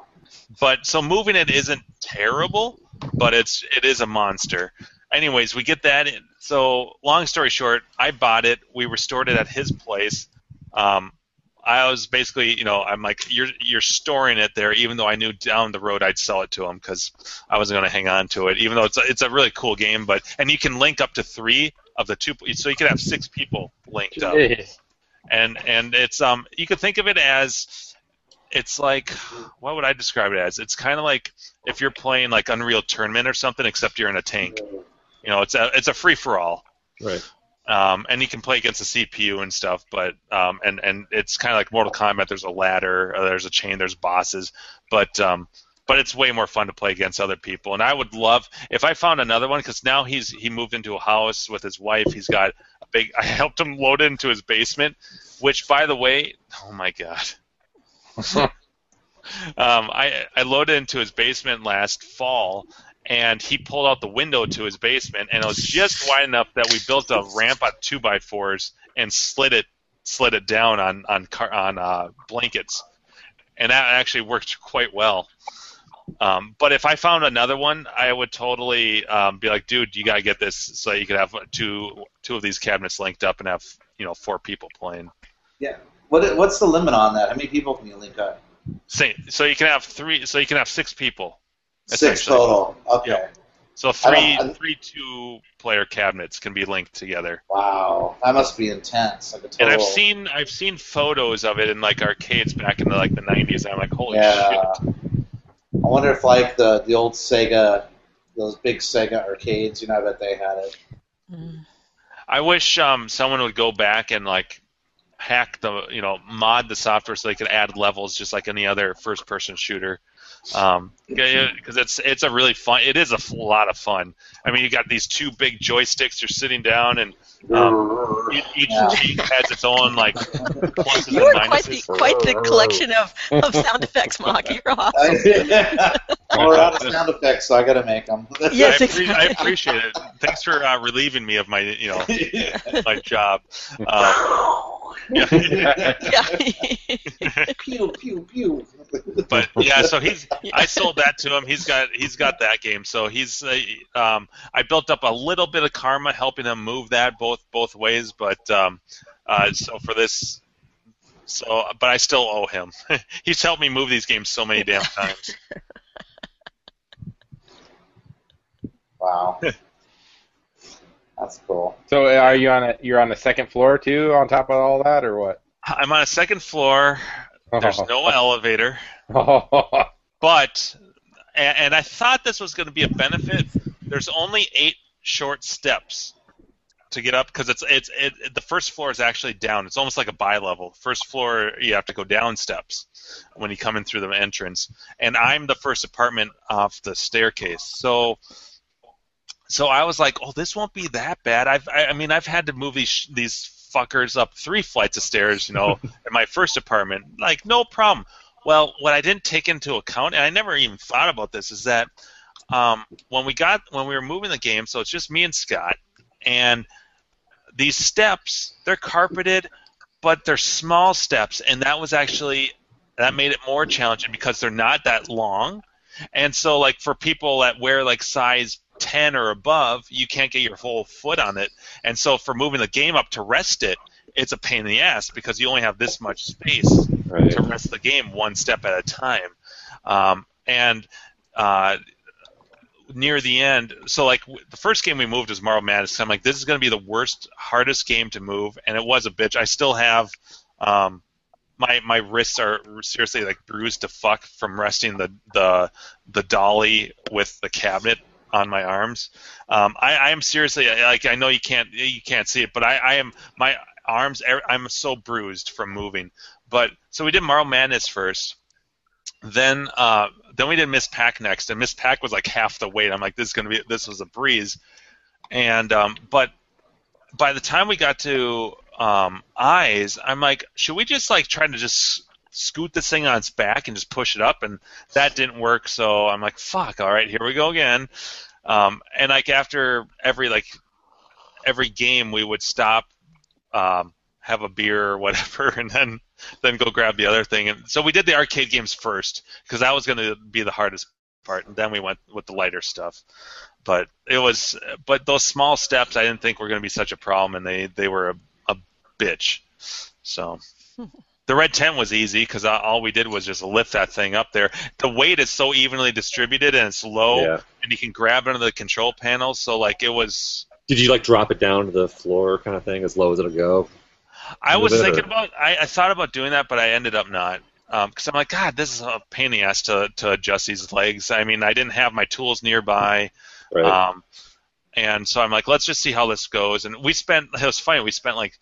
but so moving it isn't terrible, but it's it is a monster. Anyways, we get that. In. So long story short, I bought it. We restored it at his place. Um, I was basically, you know, I'm like, you're you're storing it there, even though I knew down the road I'd sell it to him because I wasn't going to hang on to it, even though it's a, it's a really cool game. But and you can link up to three of the two, so you could have six people linked up Jeez. and and it's um you could think of it as it's like what would I describe it as? It's kind of like if you're playing like Unreal Tournament or something, except you're in a tank. You know, it's a it's a free for all, Right. um, and you can play against the CPU and stuff. But um, and and it's kind of like Mortal Kombat. There's a ladder, uh, there's a chain, there's bosses, but um, but it's way more fun to play against other people. And I would love if I found another one because now he's he moved into a house with his wife. He's got a big. I helped him load it into his basement, which by the way, oh my god. um, I I loaded into his basement last fall, and he pulled out the window to his basement, and it was just wide enough that we built a ramp on two by fours and slid it slid it down on on car, on uh, blankets, and that actually worked quite well. Um, but if I found another one, I would totally um, be like, dude, you gotta get this so that you could have two two of these cabinets linked up and have you know four people playing. Yeah. What what's the limit on that? How many people can you link up? Sa- So you can have three. So you can have six people. Six Essentially. total. Okay. Yeah. So three, I- three two-player cabinets can be linked together. Wow. That must be intense. Like a total. And I've seen, I've seen photos of it in like arcades back in the like the 90s. And I'm like, holy Yeah. shit! I wonder if like the the old Sega, those big Sega arcades. You know, I bet they had it. I wish um, someone would go back and like hack the, you know, mod the software so they could add levels just like any other first-person shooter. Um, because it's it's a really fun. It is a f- lot of fun. I mean, you got these two big joysticks. You're sitting down, and um, each, each Yeah. cheek has its own like pluses You are and quite minuses. the quite the collection of, of sound effects, Mock. You're awesome. I, we're out of sound effects, so I gotta make them. Yes, I, appre- I exactly. appreciate it. Thanks for uh, relieving me of my, you know, my job. Um, yeah. Yeah. pew pew pew. but yeah, so he's. I sold that to him. He's got he's got that game. So he's. Uh, um, I built up a little bit of karma helping him move that both both ways. But um, uh, so for this. So, but I still owe him. He's helped me move these games so many damn times. Wow. That's cool. So uh, are you on a you're on the second floor too, on top of all that, or what? I'm on a second floor. There's no elevator. but and, and I thought this was going to be a benefit. There's only eight short steps to get up because it's it's it, it- the first floor is actually down. It's almost like a bi level. First floor you have to go down steps when you come in through the entrance, and I'm the first apartment off the staircase. So. So I was like, "Oh, this won't be that bad." I've, I, I mean, I've had to move these sh- these fuckers up three flights of stairs, you know, in my first apartment. Like, no problem. Well, what I didn't take into account, and I never even thought about this, is that um, when we got when we were moving the game, so it's just me and Scott, and these steps they're carpeted, but they're small steps, and that was actually that made it more challenging because they're not that long, and so like for people that wear like size. 10 or above, you can't get your whole foot on it. And so, for moving the game up to rest it, it's a pain in the ass because you only have this much space Right. to rest the game one step at a time. Um, and uh, near the end, so like w- the first game we moved was Marvel Madness. I'm like, this is going to be the worst, hardest game to move, and it was a bitch. I still have um, my my wrists are seriously like bruised to fuck from resting the the the dolly with the cabinet on my arms. Um, I, I am seriously like I know you can't you can't see it, but I, I am my arms. er- I'm so bruised from moving. But so we did Marvel Madness first, Then uh, then we did Miss Pack next, and Miss Pack was like half the weight. I'm like, this is gonna be this was a breeze, and um, but by the time we got to um, Eyes, I'm like, should we just like try to just scoot this thing on its back and just push it up? And that didn't work, so I'm like, fuck, all right, here we go again. Um, and like after every like every game, we would stop, um, have a beer or whatever, and then then go grab the other thing. And so we did the arcade games first because that was going to be the hardest part, and then we went with the lighter stuff. But it was, but those small steps, I didn't think were going to be such a problem, and they they were a, a bitch. So. The red tent was easy because all we did was just lift that thing up there. The weight is so evenly distributed and it's low, Yeah. and you can grab it under the control panel. So like it was, Did you like drop it down to the floor kind of thing, as low as it'll go? I Either was that or- thinking about. I, I thought about doing that, but I ended up not. Because I'm like, God, this is a pain in the ass to, to adjust these legs. I mean, I didn't have my tools nearby, Right. um, and so I'm like, let's just see how this goes. And we spent. It was funny. We spent like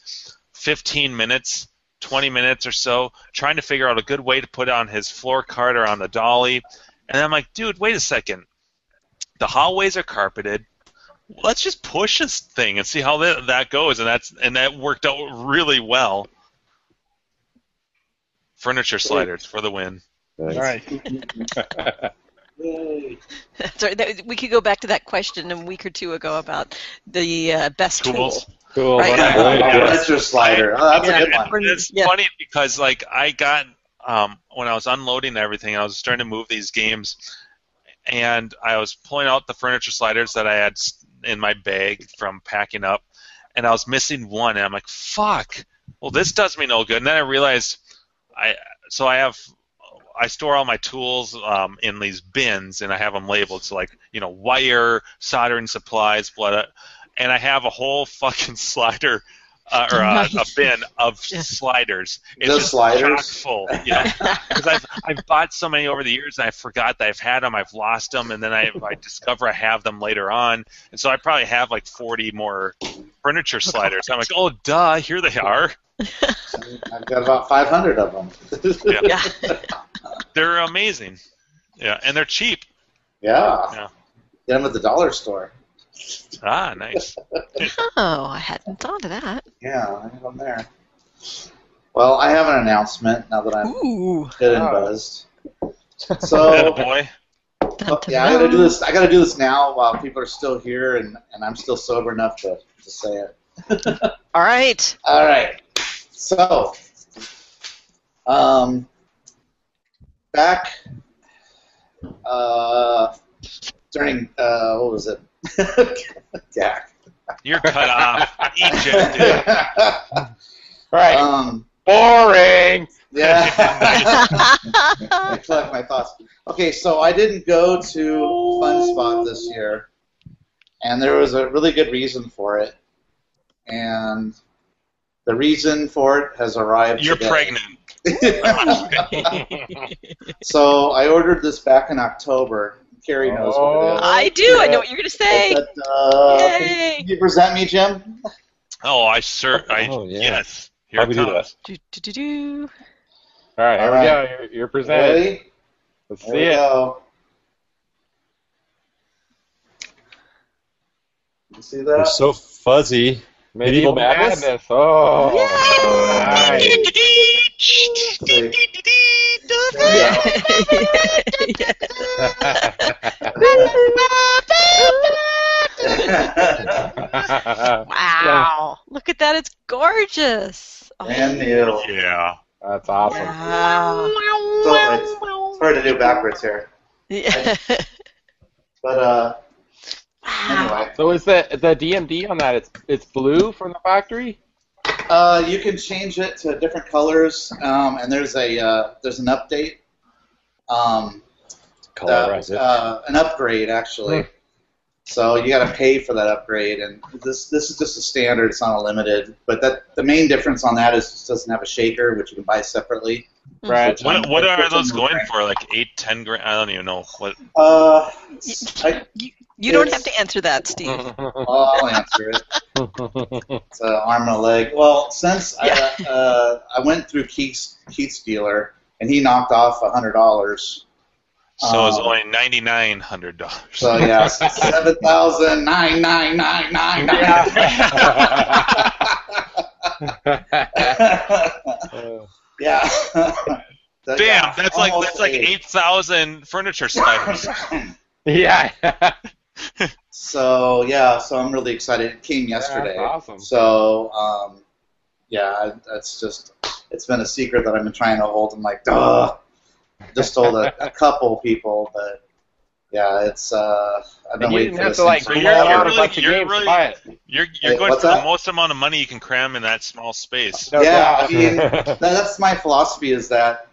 15 minutes, 20 minutes or so, trying to figure out a good way to put on his floor cart or on the dolly. And I'm like, dude, wait a second. The hallways are carpeted let's just push this thing and see how that, that goes and that's and that worked out really well furniture sliders for the win Thanks. Yay. Sorry, that, we could go back to that question a week or two ago about the uh, best Tools. tool. Cool. Right. but- Yeah. That's your slider. Oh, that's a good And one. it's Yeah. funny because like i got um, when i was unloading everything i was starting to move these games and i was pulling out the furniture sliders that i had s- in my bag from packing up and i was missing one and i'm like fuck well this does me no good and then i realized i so i have I store all my tools um, in these bins, and I have them labeled. So, like, you know, wire, soldering supplies, blood, and I have a whole fucking slider uh, or a, a Nice. bin of Yeah. sliders. It's Just just chock sliders? full, yeah. Because I've I've bought so many over the years, and I forgot that I've had them. I've lost them, and then I I discover I have them later on, and so I probably have like 40 more furniture sliders. I'm like, oh duh, here they are. I've got about 500 of them. Yeah. Yeah. They're amazing. Yeah, and they're cheap. yeah. Yeah. Get them at the dollar store. Ah, nice. Oh, I hadn't thought of that. Yeah, I have them there. Well, I have an announcement now that I'm Ooh. good and Oh. buzzed. Atta So oh, boy. Dun, yeah, I gotta do this. I gotta do this now while people are still here and, and I'm still sober enough to, to say it. All right. All right. So, um, back uh, during uh, what was it? Gak. You're cut off. Ejected. Right. um, Boring. yeah. I collect my thoughts. Okay, so I didn't go to Fun Spot this year, and there was a really good reason for it, and the reason for it has arrived. You're today. pregnant. so I ordered this back in October. Carrie knows what Oh, it I do. I know what you're going to is. say. But, uh, can Yay. you present me, Jim? Oh, I sure. I, Oh, yeah. Yes. Here How it we do comes. Do, do, do, do. All right. Here All we right. go. You're, you're presented. Ready? Let's Here see we it. go. You see They're that? so fuzzy. Medieval Madness? Oh. Nice. See. Wow. Look at that. It's gorgeous. Oh, and you. Yeah. That's awesome. Wow. It's hard to do backwards here. Yeah. But uh, Wow. anyway, So is the the DMD on that? It's it's blue from the factory. uh, you can change it to different colors, um, and there's a uh, there's an update, um, Colorize uh, it. uh, an upgrade Hmm. actually. So you got to pay for that upgrade, and this this is just a standard. It's not a limited, but that the main difference on that is it just doesn't have a shaker, which you can buy separately. Right. um, What, what are those going for? Like eight, ten grand? I don't even know what. Uh, You, I, Oh, you, you don't it's- have to answer that, Steve. I'll answer it. It's an arm and a leg. Well, since I, uh, I went through Keith's, Keith's dealer, and he knocked off hundred dollars. So it's Um, only ninety nine hundred dollars. So yeah, seven thousand nine nine nine nine nine. Yeah. So, Damn, yeah, that's like almost that's like eight thousand furniture sliders. yeah. So yeah, so I'm really excited. It came yesterday. That's awesome. So um, yeah, I- that's just it's been a secret that I've been trying to hold. I'm like, duh, just told a, a couple people, but yeah, it's uh, I've been And you waiting didn't for have this to like thing for bring a while. out a really- bunch of you're games really- to buy it. You're you're Hey, going what's for the that? most amount of money you can cram in that small space. No yeah, I doubt. mean, that, that's my philosophy is that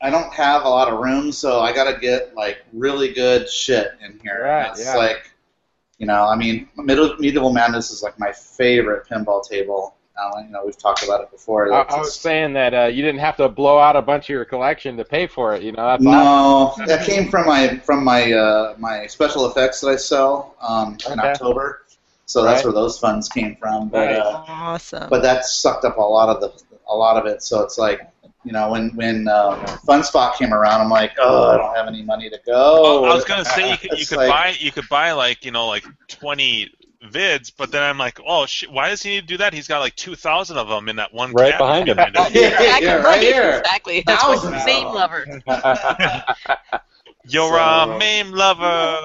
I don't have a lot of room, so I gotta get like really good shit in here. Right, It's yeah. like, you know, I mean, Middle, Medieval Madness is like my favorite pinball table. Now, you know, we've talked about it before. I, It's- I was saying that uh, you didn't have to blow out a bunch of your collection to pay for it. You know, that's awesome. no, that came from my from my uh, my special effects that I sell um, in Okay. October. So that's Right. where those funds came from. But, Nice. uh, Awesome. but that sucked up a lot of the a lot of it. So it's like, you know, when when um, FunSpot came around, I'm like, oh, I don't have any money to go. Well, Oh, I was gonna say you could, you It's could like- buy you could buy like you know like twenty vids, but then I'm like, oh shit, why does he need to do that? He's got like two thousand of them in that one. Right cabinet behind him. behind him. Yeah, Exactly, yeah, right here. Exactly. That's what Thousands. name lover. You're So- a meme lover.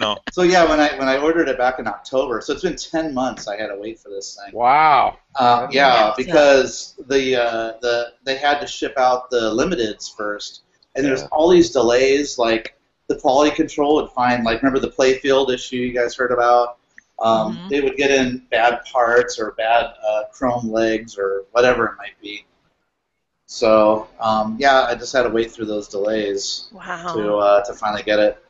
no, so yeah, when I when I ordered it back in October, so it's been ten months I had to wait for this thing. Wow. Uh, yeah, Yeah. because the uh, the they had to ship out the limiteds first, and there's Yeah. all these delays. Like the quality control would find, like remember the playfield issue you guys heard about? Um, Mhm. They would get in bad parts or bad uh, chrome legs or whatever it might be. So um, yeah, I just had to wait through those delays to Wow. uh, to finally get it.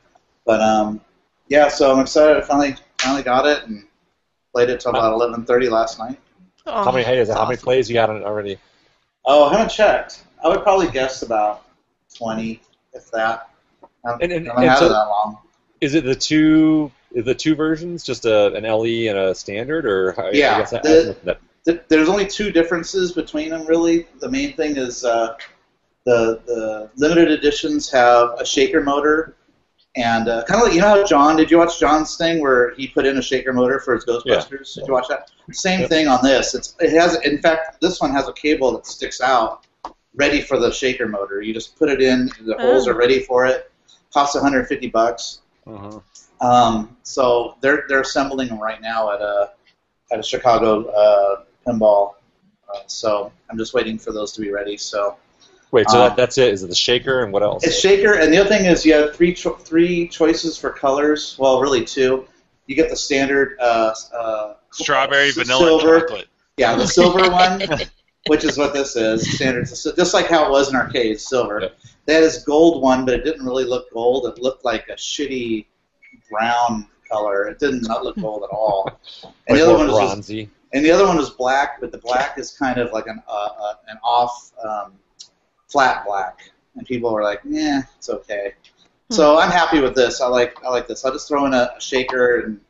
But um, yeah, so I'm excited. I finally finally got it and played it till about 11:30 last night. Oh, How many hey, is it, that's How many awesome. plays you got on it already? Oh, I haven't checked. I would probably guess about 20, if that. I haven't, And- and- I haven't and had so- it that long. Is it the two is the two versions, just a, an LE and a standard, or how, Yeah, I guess I- I the- don't know that- Th- There's only two differences between them, really. The main thing is uh, the the limited editions have a shaker motor, and uh, kind of like you know how John did you watch John's thing where he put in a shaker motor for his Ghostbusters? Did you watch that? Same Yep. thing on this. It's it has in fact this one has a cable that sticks out, ready for the shaker motor. You just put it in, the holes Oh. are ready for it. Costs 150 bucks. Um, so they're they're assembling them right now at uh, a at a Chicago uh, pinball. Uh, so I'm just waiting for those to be ready. So Wait, so Um, that, that's it. Is it the shaker and what else? it's shaker, and the other thing is you have three cho- three choices for colors. Well, really two. You get the standard uh, uh, strawberry, s- vanilla, and silver. chocolate. Yeah, the silver one, which is what this is, standard, so just like how it was in arcades, silver. Yep. They had this gold one, but it didn't really look gold. It looked like a shitty brown color. It did not look gold at all. And like the other more one was just, bronzy. and the other one was black, but the black is kind of like an uh, uh, an off um, flat black, and people were like, "Yeah, it's okay." So I'm happy with this. I like I like this. I'll just throw in a, a shaker and.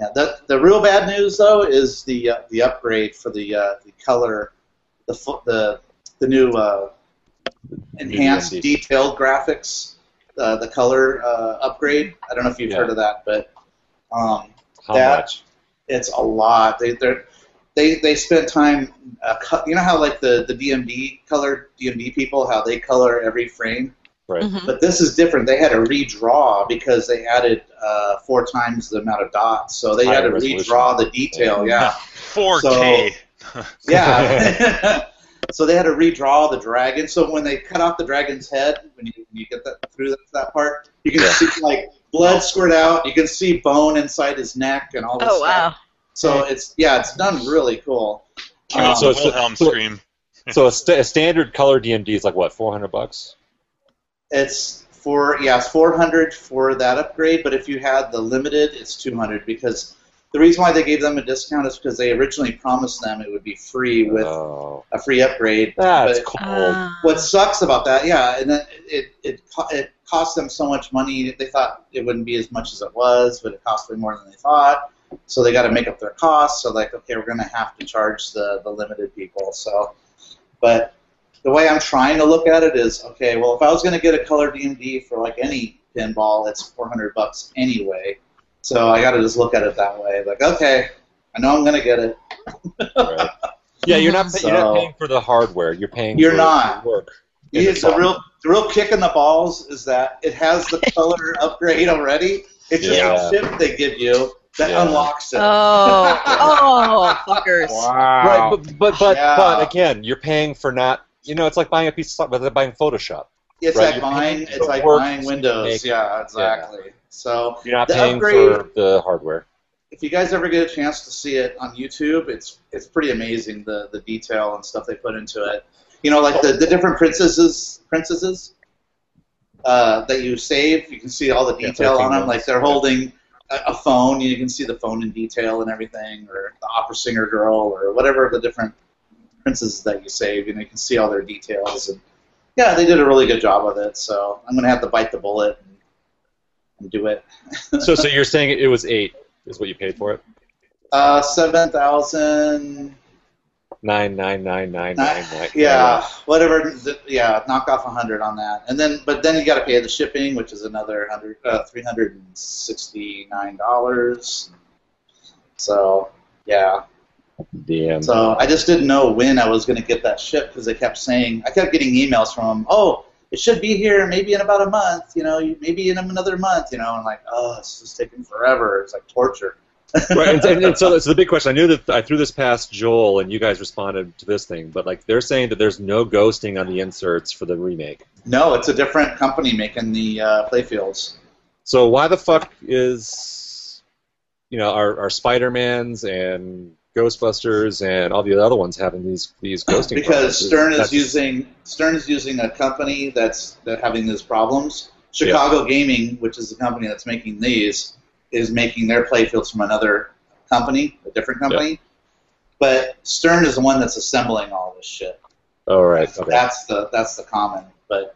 Yeah, the, the real bad news though is the uh, the upgrade for the uh, the color, the fu- the the new uh, enhanced DMD. detailed graphics, uh, the color uh, upgrade. I don't know if you've Yeah. heard of that, but um, How that- much? it's a lot. They they're, they they spent time. Uh, co- you know how like the the DMD color DMD people how they color every frame, Right. Mhm. but this is different. They had to redraw because they added uh, four times the amount of dots, so they had Higher to resolution. redraw the detail. Yeah, Four K. yeah. so they had to redraw the dragon. So when they cut off the dragon's head, when you, when you get that through that, that part, you can Yeah. see like blood squirt out. You can see bone inside his neck and all this Oh stuff. wow. So it's yeah, it's done really cool. Came Um, out so with it's- Uh, Wilhelm so- scream. so a, st- a standard color DMD is like what, four hundred bucks? it's for yeah, it's 400 for that upgrade. But if you had the limited, it's 200 because the reason why they gave them a discount is because they originally promised them it would be free with oh, a free upgrade. that's but cold. Ah. what sucks about that, yeah, and then it it co- it cost them so much money. They thought it wouldn't be as much as it was, but it cost way more than they thought. So they got to make up their costs. So like, okay, we're gonna have to charge the the limited people. So, but the way I'm trying to look at it is okay. Well, if I was going to get a color DMD for like any pinball, it's 400 bucks anyway. So I got to just look at it that way. Like, okay, I know I'm going to get it. Right. Yeah, you're not pay- you're not So- paying for the hardware. You're paying. You're for not. the work. Yeah, the real the real kick in the balls is that it has the color upgrade already. It's just Yeah. a chip they give you that Yeah. unlocks it. Oh, oh, fuckers. Right, Wow. but but but, Yeah. but again, you're paying for not. You know, it's like buying a piece of software, like buying Photoshop. it's right, like you're buying paying it's for like work buying to Windows. make- Yeah, exactly. So You're not The paying for upgrade- the hardware. if you guys ever get a chance to see it on YouTube, it's it's pretty amazing the the detail and stuff they put into it. You know, Oh, like the, the different princesses princesses uh, that you save, you can see all the Yeah, detail on thirteen them. Like they're ones. holding a, a phone, and you can see the phone in detail and everything, or the opera singer girl, or whatever the different princesses that you save, and you can see all their details. And yeah, they did a really good job with it. So I'm gonna have to bite the bullet and, and do it. so so you're saying it was eight is what you paid for it? Uh, Seven thousand. Nine nine nine nine nine nine. yeah, whatever. th- Yeah, knock off a hundred on that, and then but then you got to pay the shipping, which is another hundred, uh, three hundred and sixty-nine dollars. So yeah, Damn. so I just didn't know when I was going to get that shipped because they kept saying I kept getting emails from them. Oh, it should be here maybe in about a month. You know, you- maybe in another month. You know, and like, oh, it's just taking forever. It's like torture. right, and, and, and so, so the big question. I knew that I threw this past Joel, and you guys responded to this thing, but like they're saying that there's no ghosting on the inserts for the remake. No, it's a different company making the uh, playfields. So why the fuck is you know our, our Spider Mans and Ghostbusters and all the other ones having these these ghosting because problems? Stern is That's- using Stern is using a company that's that having these problems. Chicago Gaming, which is the company that's making these, is making their playfields from another company, a different company. But Stern is the one that's assembling all this shit. Oh right. Okay. That's the that's the common. But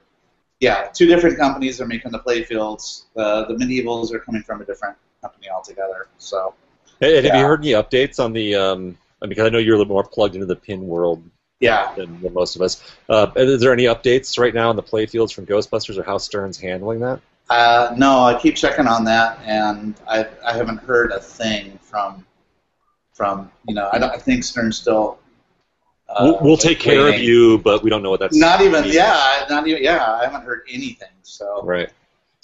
yeah, two different companies are making the playfields. The the medievals are coming from a different company altogether. So Hey, have you yeah. heard any updates on the? Um, I mean, because I know you're a little more plugged into the pin world yeah, than, than most of us. Uh, is there any updates right now on the playfields from Ghostbusters or how Stern's handling that? Uh, no, I keep checking on that, and I I haven't heard a thing from from you know I don't I think Stern's still. uh, we'll, we'll take care of waiting. you, but we don't know what that's. Not even means. yeah, not even yeah. I haven't heard anything. So Right.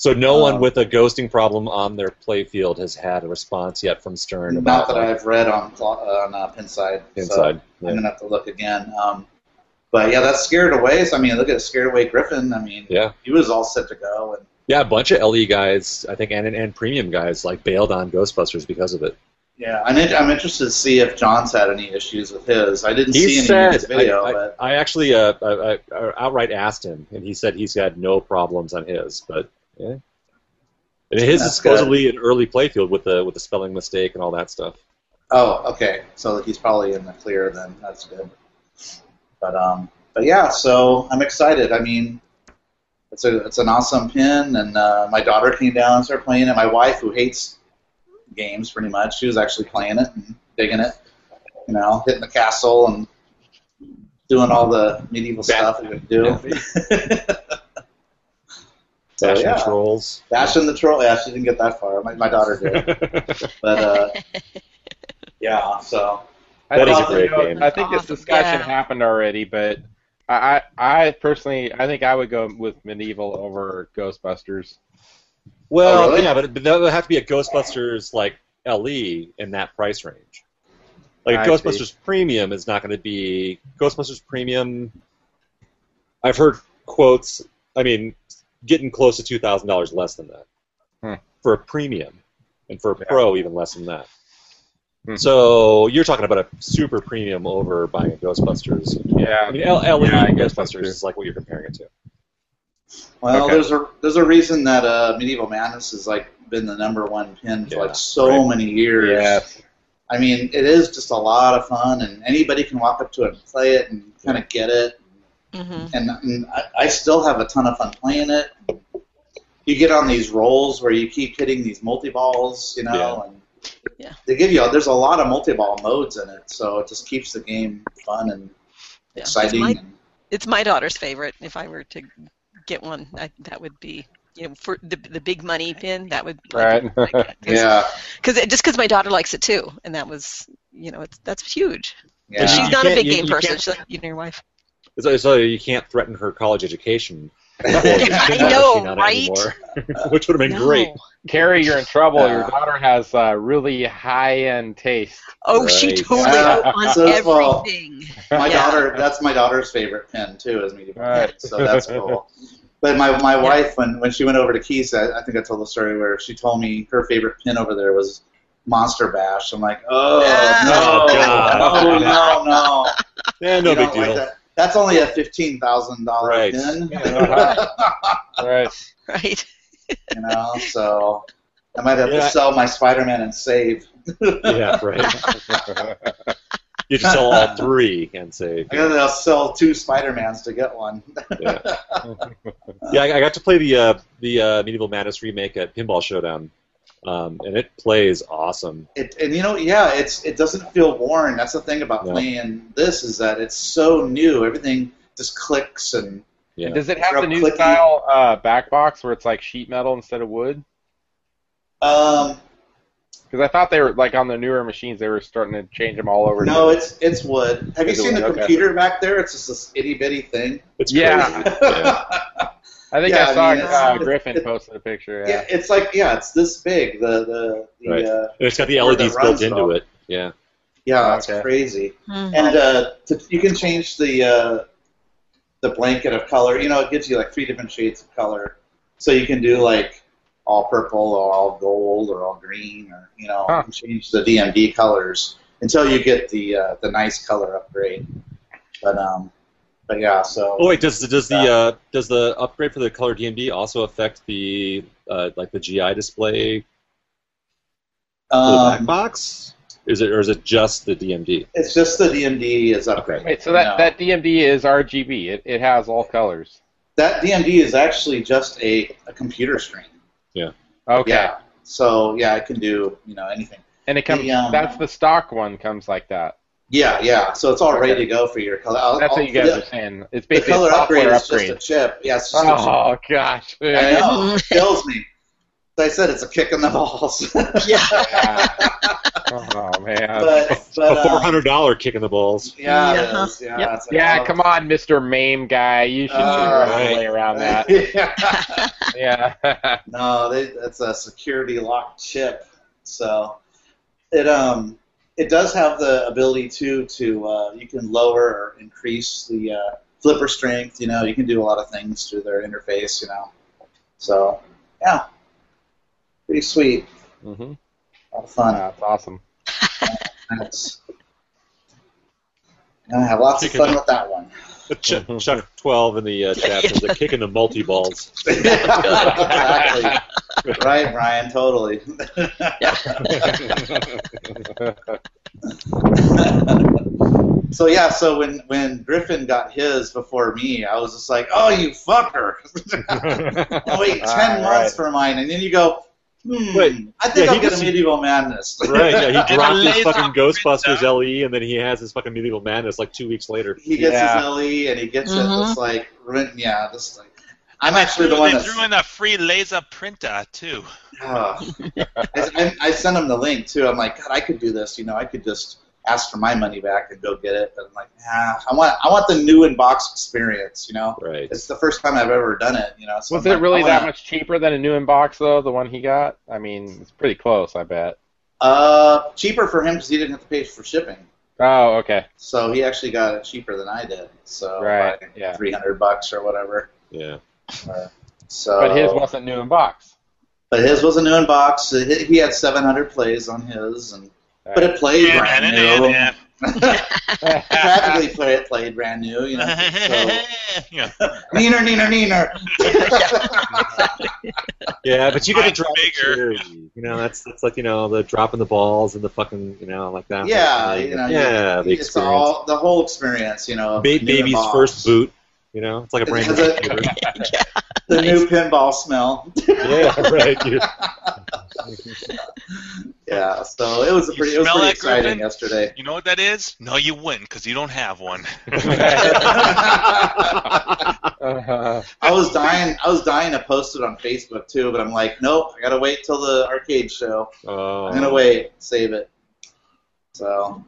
So no Um, one with a ghosting problem on their playfield has had a response yet from Stern not about that like, I've read on Cla- uh, on uh, Pinside. So inside. I'm gonna have to look again. Um, but yeah, that's Scared Away. So I mean, look at Scared Away Griffin. I mean, Yeah. he was all set to go, and Yeah, a bunch of LE guys, I think, and and premium guys like bailed on Ghostbusters because of it. yeah, I'm, in- I'm interested to see if John's had any issues with his. I didn't see He any in said, his video, I, but I, I actually uh, I, I- I outright asked him, and he said he's had no problems on his, but yeah. And his is That's good. supposedly an early playfield with the with the spelling mistake and all that stuff. Oh, okay. So he's probably in the clear then. That's good. But um, but yeah. So I'm excited. I mean, it's a it's an awesome pin, and uh, my daughter came down and started playing it. My wife, who hates games pretty much, she was actually playing it and digging it. You know, hitting the castle and doing all the medieval stuff that we do. so Dash and yeah, trolls. bashing the troll. Yeah, she didn't get that far. My, my daughter did, but uh, yeah. So. I That is a great think- game. I think this Awesome, discussion yeah. happened already, but I, I, I personally, I think I would go with medieval over Ghostbusters. Oh, Well, really? yeah, but, but that would have to be a Ghostbusters like LE in that price range. Like I a Ghostbusters Premium is not going to be Ghostbusters Premium. I've heard quotes. I mean, getting close to two thousand dollars less than that Hmm. for a premium, and for a Yeah. pro even less than that. Hmm. So you're talking about a super premium over buying a Ghostbusters. I Yeah, mean, L- LE Yeah, I guess that's Ghostbusters true. is like what you're comparing it to. Well, Okay. there's a there's a reason that uh, medieval madness has like been the number one pin for Yeah, like so right. many years. yes. I mean, it is just a lot of fun, and anybody can walk up to it and play it and kind of get it. Mm-hmm. And, and I, I still have a ton of fun playing it. You get on these rolls where you keep hitting these multi balls, you know, Yeah. and Yeah. they give you there's a lot of multi ball modes in it, so it just keeps the game fun and Yeah. exciting. My, and It's my daughter's favorite. If I were to get one, I, that would be you know for the the big money pin. That would Right. Yeah. Because it, just because my daughter likes it too, and that was you know it's that's huge. Yeah. But she's You not a can't- big you- game you person. can't- She's like you know your wife. So, so you can't threaten her college education. I know, right? Which would have been No. great. Carrie, you're in trouble. Your daughter has uh, really high end taste. Oh, she Right. totally Yeah. wrote on So it's all- everything. my Yeah. daughter that's my daughter's favorite pen too is medieval Right. pen, so that's cool but my, my wife when, when she went over to keys I, I think i told the story where she told me her favorite pin over there was monster bash i'm like oh Ah. no Oh, God. oh no no Yeah, You no big don't like deal. that. that's only a fifteen thousand dollar Right. pin Right. Right. you know so i might have Yeah. to sell my spider-man and save yeah, right. you just sell all three and say, i guess i'll sell two spider-mans to get one yeah. yeah, I I got to play the uh, the uh, Medieval Madness remake at Pinball Showdown, um, and it plays awesome. It, and you know, yeah, it's it doesn't feel worn. That's the thing about No. playing this is that it's so new. Everything just clicks and Yeah. Does it have Real the new clicky. style uh, back box where it's like sheet metal instead of wood? um, Because I thought they were like on the newer machines, they were starting to change them all over. no, it's it's wood. Have you It's seen the wood, okay. computer back there? It's just this itty bitty thing. It's Yeah. crazy. Yeah. I think yeah, I I saw mean, it's- uh, it's- Griffin it's- posted a picture. yeah, it's like yeah, it's this big. The the, the Right. uh, And it's got the Or the LEDs runs built into though. it. Yeah. yeah, that's Okay. crazy. Hmm. And uh, to, you can change the uh, the blanket of color. You know, it gives you like three different shades of color, so you can do like all purple or all gold or all green or you know, Huh. you can change the DMD colors until you get the uh, the nice color upgrade. But um, but yeah, so Oh wait, does the- does the uh, does the upgrade for the color DMD also affect the uh, like the GI display for the black um, box? Is it or is it just the DMD? it's just the DMD is upgraded. Wait, so you that, know. that DMD is RGB. It, it has all colors. that DMD is actually just a, a computer screen. Okay. Yeah. So yeah, it can do you know anything. And it comes. The, um, that's the stock one comes like that. Yeah, yeah. So it's all ready to go for your color. I'll- That's I'll- what you guys the- are saying. It's The basically color a upgrade software is upgrade. just a chip. Yeah, it's just a chip. oh gosh. I know. It kills me. So I said it's a kick in the balls. Yeah. Yeah. oh man. but but A four uh, hundred dollar kick in the balls. yeah, Yeah. it is. Yeah, Yep. it's like, yeah, oh. come on, Mr. Mame guy. You should Uh, figure out a way around that. yeah. Yeah. No, they, it's a security lock chip. So it um it does have the ability too to uh, you can lower or increase the uh, flipper strength. You know, you can do a lot of things through their interface. You know, so yeah, pretty sweet. hmm A lot of fun. That's awesome. Nice. I have lots of fun with that one. Chuck, Chuck twelve in the uh, chat says a kick in the multi balls. exactly. Right, Brian, totally. so yeah, so when, when Griffin got his before me, I was just like, Oh you fucker. I'll wait ten Ah, months for mine and then you go, Hmm, Wait, I think yeah, I'll he get just- a medieval madness. Right, yeah, he a dropped his laser fucking Ghostbusters printer. LE, and then he has his fucking medieval madness like two weeks later. he gets Yeah. his LE and he gets Mhm. it just like written- yeah, just like I'm actually the They one that's threw in a free laser printer too. Oh. I, I, I sent him the link too. I'm like, God, I could do this. You know, I could just ask for my money back and go get it. But I'm like, nah, I want, I want the new in box experience. You know, Right. it's the first time I've ever done it. You know, so Was I'm it like, "Oh, really I that wanna- much cheaper than a new inbox though? The one he got. I mean, it's pretty close. I bet. Uh, cheaper for him because he didn't have to pay for shipping. Oh, okay. So he actually got it cheaper than I did. So Right, by yeah. 300 bucks or whatever. Uh, Yeah. So, But his wasn't new inbox. but his was a new in box. He he had 700 plays on his, and but it played Yeah, brand and- new. and- and- practically play it played brand new, you know. So, Yeah. neener, neener, neener. Yeah, but you got to Mine's drop it bigger. too. You know, that's that's like you know the dropping the balls and the fucking you know like that. yeah, you know. yeah, the it's experience. all the whole experience, you know. Ba- of new baby's involved. first boot. You know, it's like a brand new Is it- computer. The new pinball smell. yeah, right. You- Yeah, so it was a You pretty, it was smell pretty that, Griffin? exciting yesterday. You know what that is? No, you wouldn't, because you don't have one. Uh-huh. Uh, I was dying. I was dying to post it on Facebook too, but I'm like, nope. I gotta wait till the arcade show. I'm gonna oh, wait, save it. So,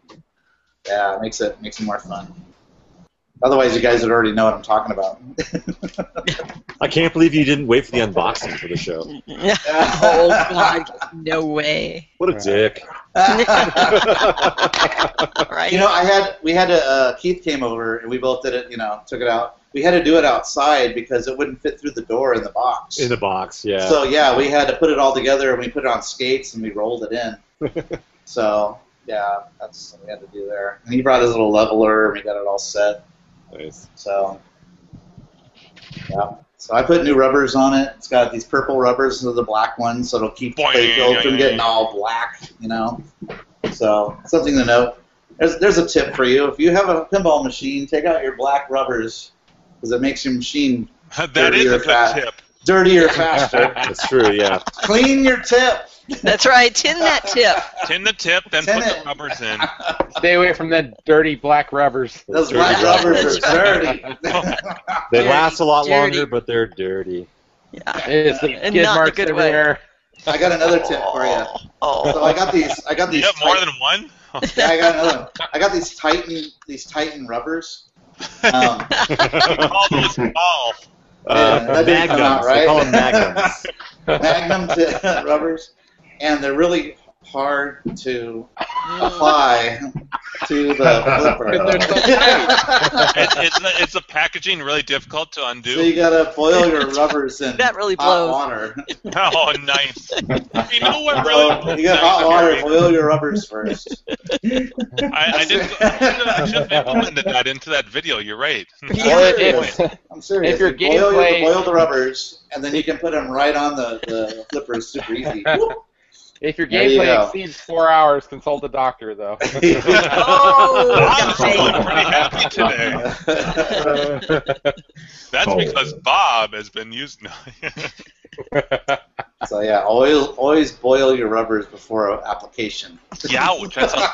yeah, it makes it makes it more fun. Otherwise, you guys would already know what I'm talking about. I can't believe you didn't wait for the unboxing for the show. oh God, no way. What a dick. All right. You know, I had we had a uh, Keith came over and we both did it. You know, took it out. We had to do it outside because it wouldn't fit through the door in the box. In the box, yeah. So yeah, we had to put it all together and we put it on skates and we rolled it in. so yeah, that's what we had to do there. And he brought his little leveler and we got it all set. Nice. So yeah. So I put new rubbers on it. It's got these purple rubbers instead of the black ones, so it'll keep the Boing. play field from getting all black, you know. So something to note. There's there's a tip for you. If you have a pinball machine, take out your black rubbers because it makes your machine that is Dirtier a good fat. tip. dirtier faster. That's true, yeah. Clean your tip. That's right. Tin that tip. Tin the tip, then Tin put the it. rubbers in. stay away from that dirty black rubbers. Those Dirty black rubbers rubbers. are dirty. They Dirty, last a lot dirty. longer, but they're dirty. Yeah. It's the And skid not in a marks good way. everywhere. I got another tip for you. So Oh. I got these. I got You these. have more Titan- than one? yeah, I got another. One. I got these Titan. These Titan rubbers. Um, All those ball. Uh, that didn't come out, magnums. They call right? them magnums. Magnum t- rubbers, and they're really hard to apply to the flipper. They're so Is, is, the, is the packaging really difficult to so undo? you gotta boil your rubbers in That really hot blows. water. Oh, nice. You know what So really? you got hot water. Boil your rubbers first. I, I didn't. I should have implemented that into that video. You're right. Boil your- It's, I'm serious. If your You boil, gameplay- you boil the rubbers, and then you can put them right on the, the flippers super easy. Whoop. if your There you gameplay go. exceeds four hours, consult a doctor, though. I'm Oh, feeling got me. pretty happy today. That's Oh. because Bob has been using. so yeah, always always boil your rubbers before application. Youch! That sounds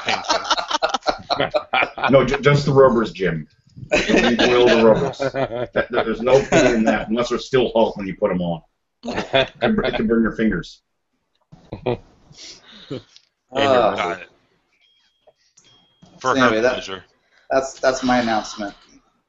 painful. No, ju- just the rubbers, Jim. You boil the rubbers. That- that- there's no pain in that unless they're still hot when you put them on. It can, bur- it can burn your fingers. Ah. Uh, Got it. For Anyway, her that- pleasure. that's that's my announcement.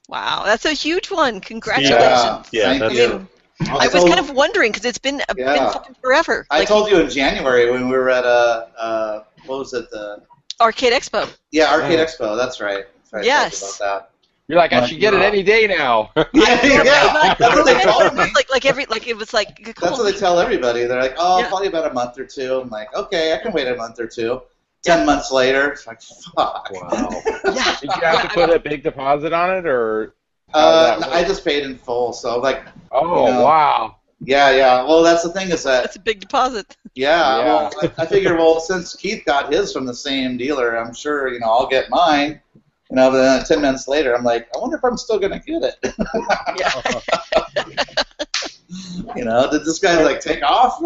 Wow, that's a huge one. Congratulations. Yeah, Yeah, thank that's- you. I was told, kind of wondering because it's been, uh, been Yeah. something forever. I like told you in January when we were at uh, uh what was it the Arcade Expo. yeah Arcade Yeah. Expo. That's right. That's right I Yes. talked About You're like, I should get it any day now. that. Yeah, yeah. That's what they told me. Like, like every like it was like cool. That's what they tell everybody. They're like, oh, Yeah. probably about a month or two. I'm like, okay, I can wait a month or two. Ten months later, it's like, fuck. Wow. yeah. Did you have to put a big deposit on it, or? Uh, How'd that I work? just paid in full, so like, Oh No. wow. yeah, yeah. Well, that's the thing is that, That's a big deposit. yeah. Yeah. Well, I, I figure, well, since Keith got his from the same dealer, I'm sure you know I'll get mine. You know, then ten minutes later, I'm like, I wonder if I'm still gonna get it. you know, did this guy like take off?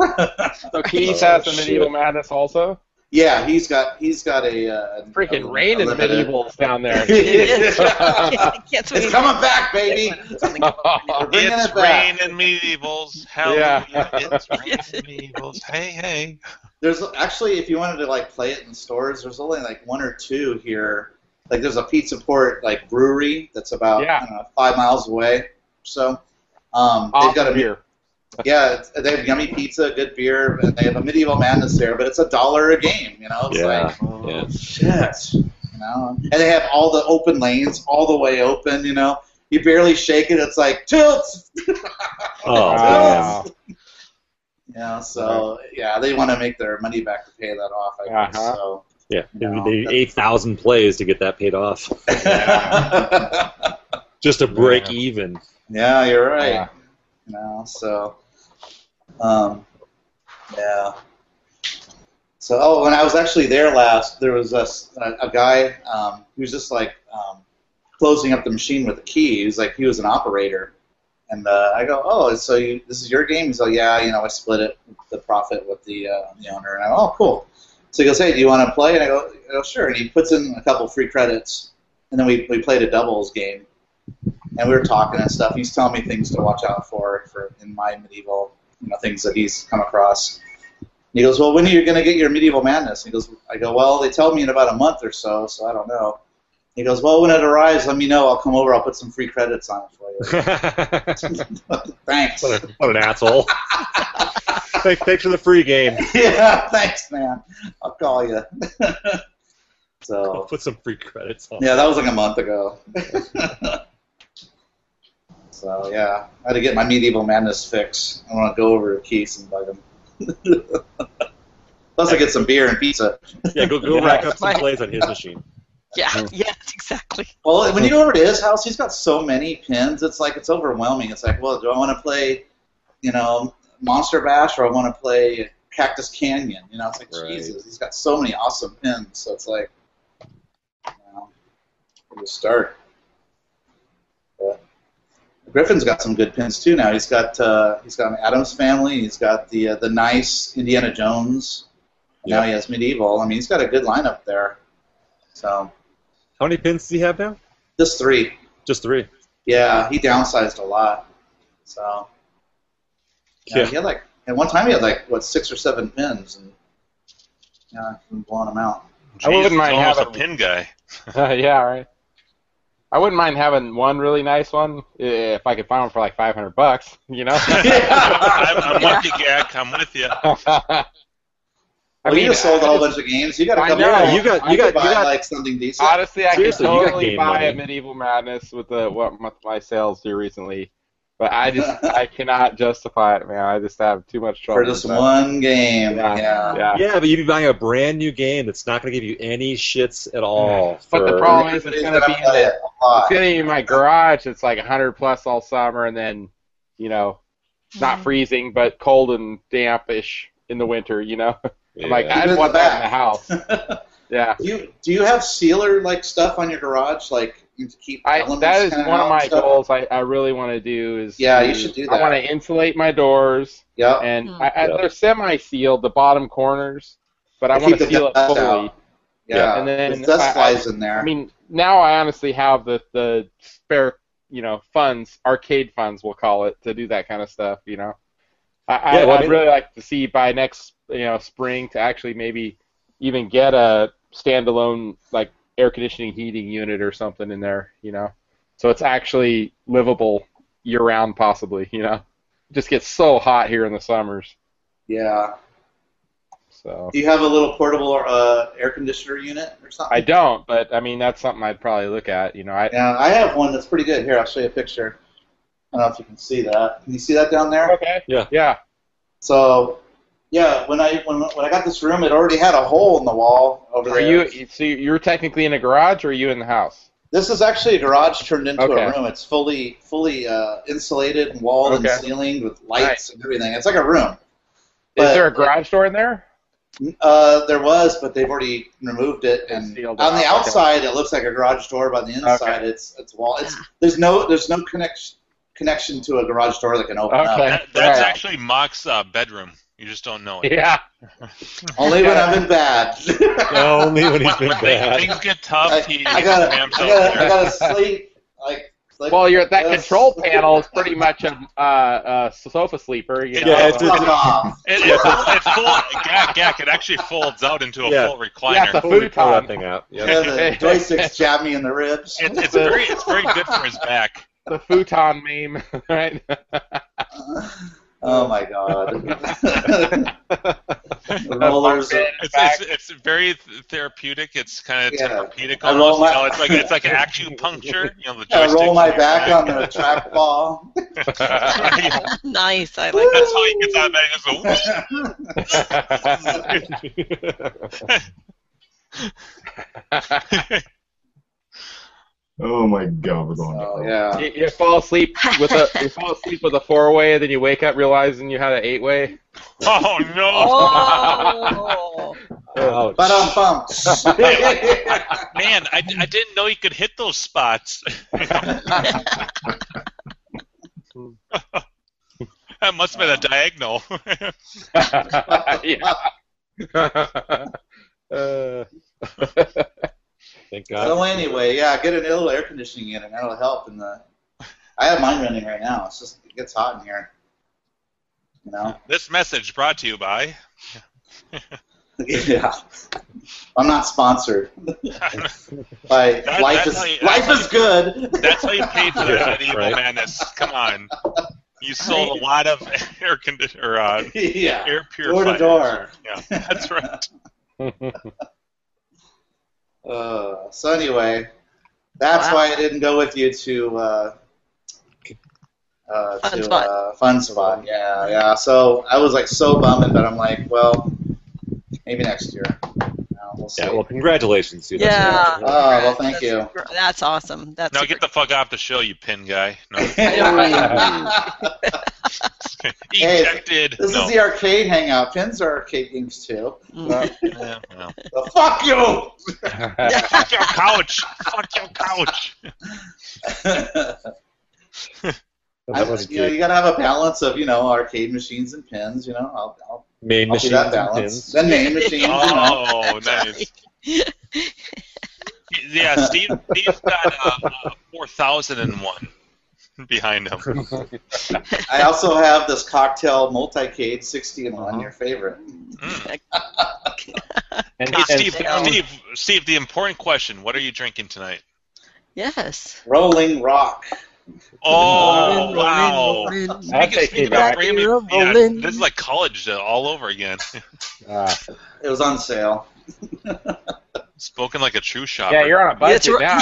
So Keith Oh, has the shit. medieval madness also. yeah, he's got he's got a uh, Freaking a- rain a in the limited- medievals down there. It Can't swing It's coming back, baby. something. We're bringing It's it back. rain and medievals. Hell Yeah. yeah. It's rain and medievals. Hey, hey. There's actually, if you wanted to like play it in stores, there's only like one or two here. Like there's a pizza port like brewery that's about Yeah. I don't know, five miles away. So um, they've got a Awesome beer. yeah, it's- they have yummy pizza, good beer, and they have a medieval madness there. But it's a dollar a game, you know. It's Yeah. like yeah. shit, you know. And they have all the open lanes all the way open, you know. You barely shake it. It's like tilts, Oh, man. Wow. Yeah, so Uh-huh. yeah, they want to make their money back to pay that off. I guess Uh-huh. so. Yeah, they- No. they need 8,000 plays to get that paid off. yeah, Just to break even. you're right. Yeah. You know, so um, yeah. So oh, when I was actually there last, there was a s- a, a guy um, who was just like um, closing up the machine with a key. He was like, he was an operator. And uh, I go, oh, so you, this is your game? He's like, yeah, you know, I split it, the profit with the uh, the owner. And I go, oh, cool. So he goes, hey, do you want to play? And I go, I go, sure. And he puts in a couple free credits. And then we, we played a doubles game. And we were talking and stuff. He's telling me things to watch out for, for in my medieval, you know, things that he's come across. And he goes, well, when are you going to get your medieval madness? And he goes, I go, well, they tell me in about a month or so, so I don't know. He goes, well, when it arrives, let me know. I'll come over. I'll put some free credits on it for you. Thanks. What, a- what an asshole. thanks, thanks for the free game. yeah, thanks, man. I'll call you. I'll so, put some free credits on. yeah, that was like a month ago. so, yeah, I had to get my medieval madness fix. I want to go over to Keith and bug him. Plus, I get some beer and pizza. Yeah, go, go Yeah. rack up some plays on his machine. Yeah, yeah, exactly. Well, when you go over to his house, he's got so many pins. It's like it's overwhelming. It's like, well, do I want to play, you know, Monster Bash or I want to play Cactus Canyon? You know, it's like Right. Jesus. He's got so many awesome pins. So it's like, you know, where to start? But Griffin's got some good pins too. Now he's got uh, he's got an Adams Family. He's got the uh, the nice Indiana Jones. and Now he has medieval. I mean, he's got a good lineup there. So How many pins does he have now? just three. Just three. Yeah, he downsized a lot. So yeah, Yeah. he had like at one time he had like what six or seven pins, and yeah, I'm blowing them out. I wouldn't he's mind almost a pin having- guy. yeah, right. I wouldn't mind having one really nice one eh, if I could find one for like 500 bucks, you know? I'm, I'm with you, Gak. I'm with you. I Well, you just sold a I whole just- bunch of games. You got a I couple. know, of- you got- I you got- could buy you got- like something decent. Honestly, I could Seriously, you got totally game buy money. a Medieval Madness with the what m- my sales do recently, but I just I cannot justify it, man. I just have too much trouble. for just with that. one game. Yeah, Yeah. yeah. Yeah, but you'd be buying a brand new game that's not going to give you any shits at all. But the for- problem- is Everybody's it's gonna be play the- it a lot. It's gonna be in my garage. It's like 100 plus all summer, and then you know, not freezing, but cold and dampish in the winter. You know, Yeah. I'm like Even I'd in want the that in back. the house. Yeah. do you do you have sealer like stuff on your garage like you keep I, elements that is kinda one out and of my stuff? goals. I, I really want to do is Yeah, you to- should do I that. want to insulate my doors, Yep. and Mm. I, I, Yeah. they're semi-sealed, the bottom corners, but I Keep want the to seal it dust fully. out. Yeah. And then The dust I- flies in there. I mean, now I honestly have the the spare, you know, funds, arcade funds, we'll call it, to do that kind of stuff. You know, I, Yeah, I, well, I I'd mean- really like to see by next, you know, spring to actually maybe even get a standalone like air conditioning heating unit or something in there. You know, so it's actually livable year round, possibly. You know, it just gets so hot here in the summers. yeah. So Do you have a little portable uh, air conditioner unit or something? I don't, but I mean that's something I'd probably look at. You know, I Yeah, I have one that's pretty good. Here, I'll show you a picture. I don't know if you can see that. Can you see that down there? okay, Yeah. yeah, So, yeah, when I when, when I got this room, it already had a hole in the wall over Are there. you so you're technically in a garage, or are you in the house? This is actually a garage turned into Okay. a room. It's fully fully uh, insulated and walled Okay. and ceilinged with lights and everything. It's like a room. Is But- there a garage door in there? Uh, there was, but they've already removed it. And Sealed on it the up, okay. outside, it looks like a garage door, but on the inside, it's it's wall. It's there's no there's no connection connection to a garage door that can open up. Okay. That, that's Right. actually Mock's uh, bedroom. You just don't know it. Yeah. Only when I'm in bad. Only when he's When, been when thi- bad. things get tough, he I gotta, I slams out gotta, I there. gotta sleep. Like, like Well, you're that Yes. control panel is pretty much a uh, uh, sofa sleeper. You know? Yeah, it's- fuck off. It, it, fold- it, fold, gack, gack, it actually folds out into a Yeah. full Yeah, it's recliner. a Totally food pull that con. thing out. Yeah, Yeah. the joysticks jab me in the ribs. It, it's very, it's very good for his back. the futon meme, right? Oh my god. Rollers. It's, it's, it's very th- therapeutic. It's kind of Yeah. therapeutic I roll almost. my- you know, it's like it's like an acupuncture. You know, the I roll joystick's my in your back on the trackball. nice. I like. That's how he gets out of bed. He goes, "Ooh." Oh my god, we're going. Oh down. yeah. you, you fall asleep with a you fall asleep with a four way, then you wake up realizing you had an eight way. "Oh no!" Oh. Ouch. But I'm pumped. Man, I, I didn't know you could hit those spots. that must have been a diagonal. yeah. uh, Thank so God. anyway, yeah, get a little air conditioning unit. That'll help. In the, I have mine running right now. It's just it gets hot in here. You know. this message brought to you by. yeah. I'm not sponsored. By That- life that's is how you- life is good. That's how you paid for Yeah, that medieval right. madness. Come on. You sold a lot of air conditioner, or, uh, yeah. air Door purifiers. to door. Yeah, that's right. Uh, so anyway, that's Wow. why I didn't go with you to uh, uh, Fun to spot. Uh, fun spot. Yeah, yeah. So I was like so bummed, but I'm like, well, maybe next year. No, we'll see. Yeah, well, congratulations. You. Yeah. Oh, well, thank That's- you. That's awesome. That's Now get the fuck off the show, you pin guy. No. Oh. Ejected. This no. is the arcade hangout. Pins are arcade games too. Mm. Yeah, well. Well, fuck you! Fuck your couch. Fuck your couch. That was you know, you cute. gotta have a balance of you know arcade machines and pins. You know, I'll, I'll, Main I'll do machines that and balance. pins. Then main machines. you know. Oh, nice. Yeah, Steve, Steve's got uh, uh, 4001 behind him. I also have this cocktail multicade 60 and one, your favorite. Mm. And, Hey, and Steve, sound. Steve, Steve, the important question what are you drinking tonight? Yes. Rolling Rock. Oh, wow. I'll Speaking- take speaking you about back. Grammy- yeah, this is like college uh, all over again. Ah, It was on sale. Spoken like a true shopper. yeah, you're on a budget That's right. now.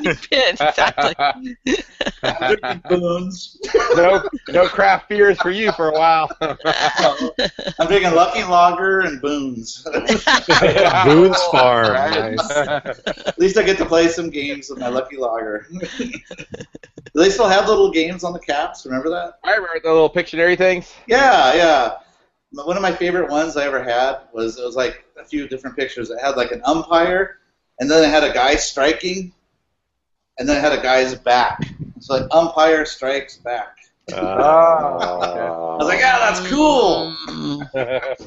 You just Right. bought a- exactly. Boons. no, no craft beers for you for a while. I'm drinking Lucky Lager and Boons. At Boone's Farm. Right. Nice. least I get to play some games with my Lucky Lager. Do they still have little games on the caps? Remember that? I remember the little Pictionary things. Yeah, yeah. One of my favorite ones I ever had was it was like a few different pictures. It had like an umpire, and then it had a guy striking, and then it had a guy's back. It's like umpire strikes back. I was like, ah, that's cool. Mm.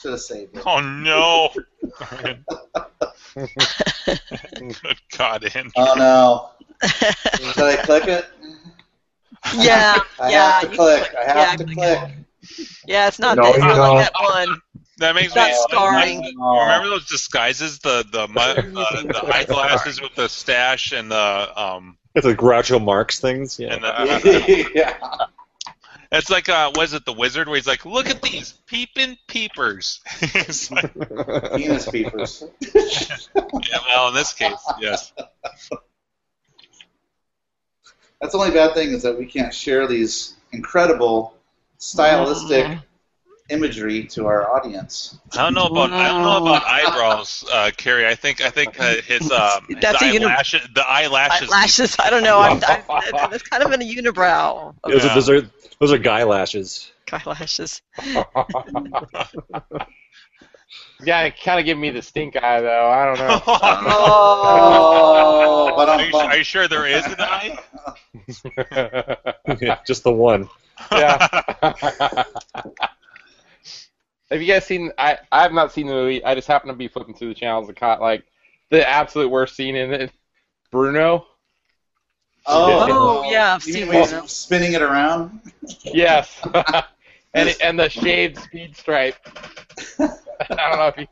Should have saved it. Oh no! Oh, Good God, Andrew. Oh no! Should I click it? yeah. I yeah. have to you click. I have yeah, to click. click. Yeah, it's not, No, that, it's you not don't. like that one. that makes me. That's scarring. You remember those disguises? The the mu- uh, the eyeglasses with the stash and the um It's a Groucho Marx things. Yeah. and uh, the. yeah. it's like uh, was it the wizard where he's like, look at these peeping peepers. It's like, Penis peepers. yeah, well, in this case, yes. That's the only bad thing is that we can't share these incredible stylistic Mm. imagery to our audience. I don't know about I don't know about eyebrows, uh, Carrie. I think I think uh, his um That's the, a uni- eyelashes, the eyelashes. Eyelashes. I don't know. I'm, I'm, that's, that's kind of an unibrow. It was a- Yeah. those are those are guy lashes. Eyelashes. Yeah, it kind of gave me the stink eye though. I don't know. Oh, but are, I'm you, are bummed. you sure there is an eye? Just the one. yeah. Have you guys seen? I I have not seen the movie. I just happened to be flipping through the channels and caught like the absolute worst scene in it. Bruno. Oh, Oh, yeah, I've You seen mean when one. he's spinning it around? Yes. and it- and the shaved speed stripe. I don't know if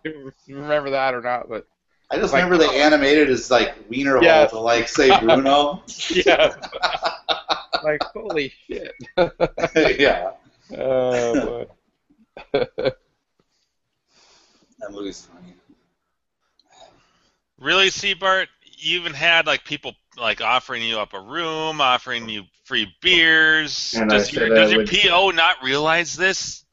you remember that or not, but I just Like- remember they animated his like wiener hole Yes. to like say Bruno. yeah. like holy shit. yeah, Oh boy. that movie's funny. Really, Seabart? You even had like people like offering you up a room, offering you free beers. And I does your, said does I your would- PO not realize this?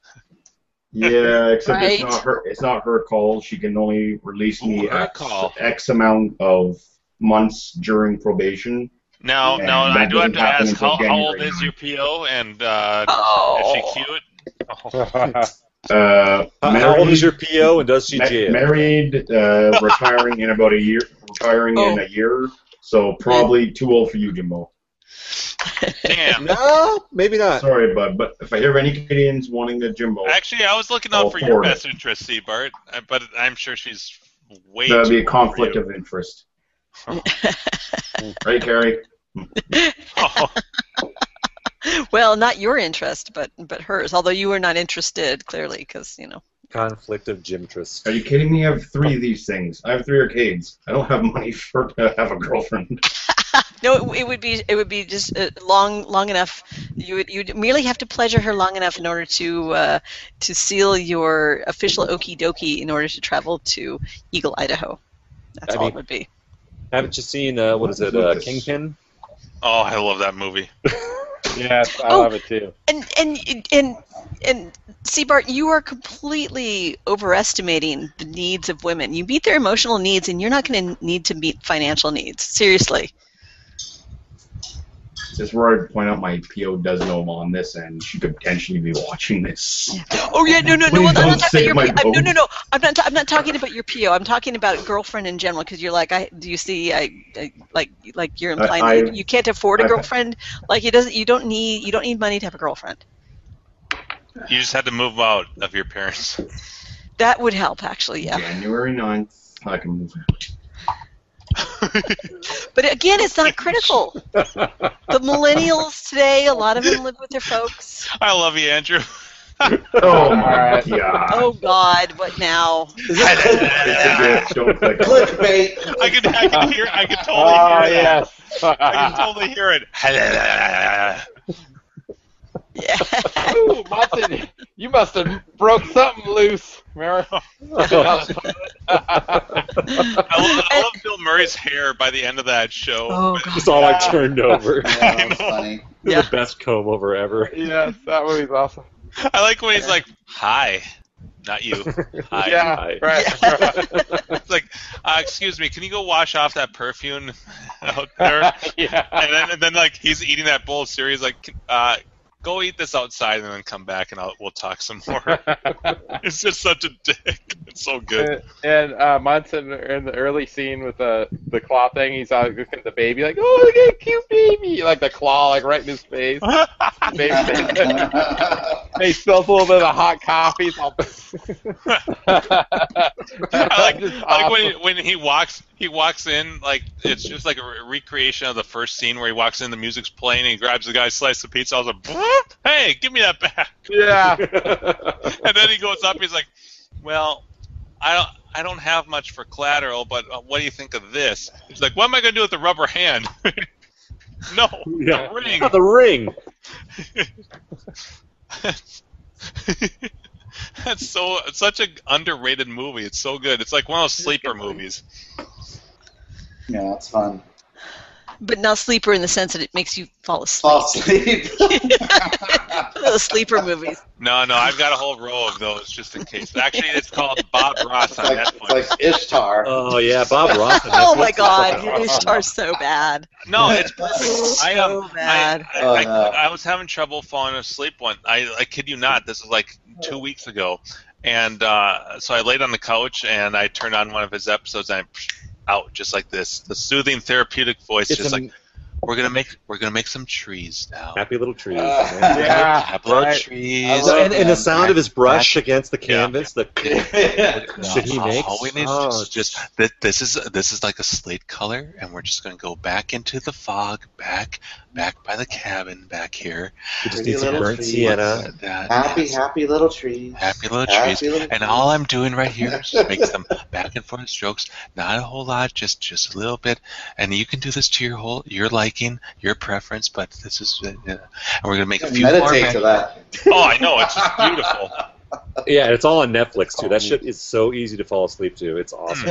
Yeah, except it's Right. not her. It's not her call. She can only release me Ooh, her X, call. X amount of months during probation. Now, Yeah, now that I do have doesn't to happen ask until how, how old January. is your PO and uh, Oh. is she cute? Oh, Uh, How- How old married- is your PO and does she Ma- jail? married, uh, retiring in about a year, retiring Oh. in a year, so probably too old for you, Jimbo. Damn. no, maybe not. Sorry, bud, but if I hear any Canadians wanting the Jimbo, Actually, I was looking out I'll for your forward it. best interest, see, Bart. I- But I'm sure she's way. that'd be a too old for conflict you. of interest. right, Carrie? Oh, Well, not your interest, but but hers. Although you were not interested, clearly, because you know. Conflict of gymtrist. Are you kidding me? I have three of these things. I have three arcades. I don't have money for to have a girlfriend. No, it, it would be it would be just uh, long long enough. You would you would merely have to pleasure her long enough in order to uh, to seal your official okie dokie in order to travel to Eagle, Idaho. That's I all mean- it would be. Haven't you seen uh, what is it? Uh, Kingpin. oh, I love that movie. Yes, I Oh. love it too. And and and and see, Bart, you are completely overestimating the needs of women. You meet their emotional needs, and you're not going to need to meet financial needs. Seriously. Just where I'd point out my PO does know I'm on this end. She could potentially be watching this. Oh yeah, no, no, no. Please well, I'm don't not talking save about my your, I'm, no, bones. no, no. I'm not. I'm not talking about your PO. I'm talking about girlfriend in general. Because you're like, I do you see? I, I like like you're implying I- that you, you can't afford a I- girlfriend. like it doesn't. You don't need. You don't need money to have a girlfriend. You just had to move out of your parents. That would help actually. Yeah. January 9th. I can move out. But again, it's not critical. the millennials today, a lot of them live with their folks. I love you, Andrew. Oh my Alright. god. Oh God, what now? I It's a joke. Don't click on it. Clickbait. can, I can hear. I can totally Ah, Oh hear that. yes. I can totally hear it. Yeah. Ooh, Munson, you must have broke something loose. Remember? I love, I love Bill Murray's hair by the end of that show. Oh God. That's all I turned over. Yeah, I that was know. funny. Yeah. The best comb over ever. yes, that movie's awesome. I like when he's like, "Hi, not you." Hi. yeah, I- right. It's like, uh, "Excuse me, can you go wash off that perfume out there?" yeah. And then, and then like he's eating that bowl of cereal. He's like, uh, "Go eat this outside, and then come back, and I'll, we'll talk some more." it's just such a dick. It's so good. And, and uh, Munson in the early scene with the the claw thing, he's out looking at the baby like, oh, look at that cute baby, like the claw like right in his face. Baby- He spills a little bit of hot coffee. It's all- I like, Just I like when awesome. he, when he walks he walks in like it's just like a re- recreation of the first scene where he walks in the music's playing and he grabs the guy's slice of pizza. I was like, "Boop, "Hey, give me that back!" yeah. And then he goes up. He's like, "Well, I don't I don't have much for collateral, but uh, what do you think of this?" He's like, "What am I going to do with the rubber hand?" no, Yeah. Ah, the ring. Oh, the ring. That's so it's such an underrated movie. It's so good. It's like one of those sleeper movies. Yeah, it's fun. But now sleeper in the sense that it makes you fall asleep. Fall asleep. Those sleeper movies. No, no, I've got a whole row of those just in case. Actually, it's called Bob Ross It's on like, it's Netflix. like Ishtar. Oh yeah, Bob Ross. Oh my God, Ishtar's so bad. No, it's I am. So I, bad. I, Oh, I- no. I was having trouble falling asleep one. I, I kid you not. This is like two weeks ago, and uh, so I laid on the couch and I turned on one of his episodes. and I'm out just like this. The soothing, therapeutic voice, It's just a like we're gonna make we're gonna make some trees now. happy little tree. Uh, Yeah, Happy little right. trees. So, and, and the sound of his brush against the canvas. The No, should he all- make? All we need Oh, is just that. This is this is like a slate color, and we're just gonna go back into the fog, back back by the cabin, back here. we just Pretty need some little burnt trees. sienna. That- that- happy, yes. happy little trees. Happy little Happy trees. little and all I'm doing right here is just make some back and forth strokes, not a whole lot, just just a little bit. And you can do this to your whole your liking, your preference, but this is uh, and we're gonna make a few more. Meditate to back- that. Oh, I know, it's just beautiful. Yeah, and it's all on Netflix Oh, too. That shit is so easy to fall asleep to. It's awesome.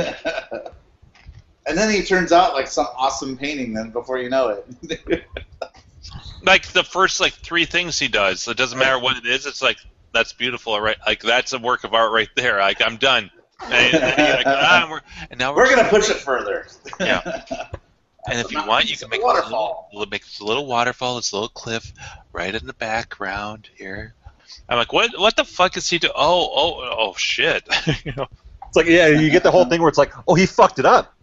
and then he turns out like some awesome painting. Then before you know it, like the first like three things he does. It doesn't matter what it is. It's like that's beautiful, right? Like that's a work of art right there. Like I'm done. And, then he's like, ah, and we're, and now we're gonna push it further. Yeah. And if you want, you can make this waterfall. Little, make this little waterfall, this little cliff, right in the background here. I'm like, what? What the fuck is he doing? Oh, oh, oh, shit! you know, It's like, yeah, you get the whole thing where it's like, oh, he fucked it up.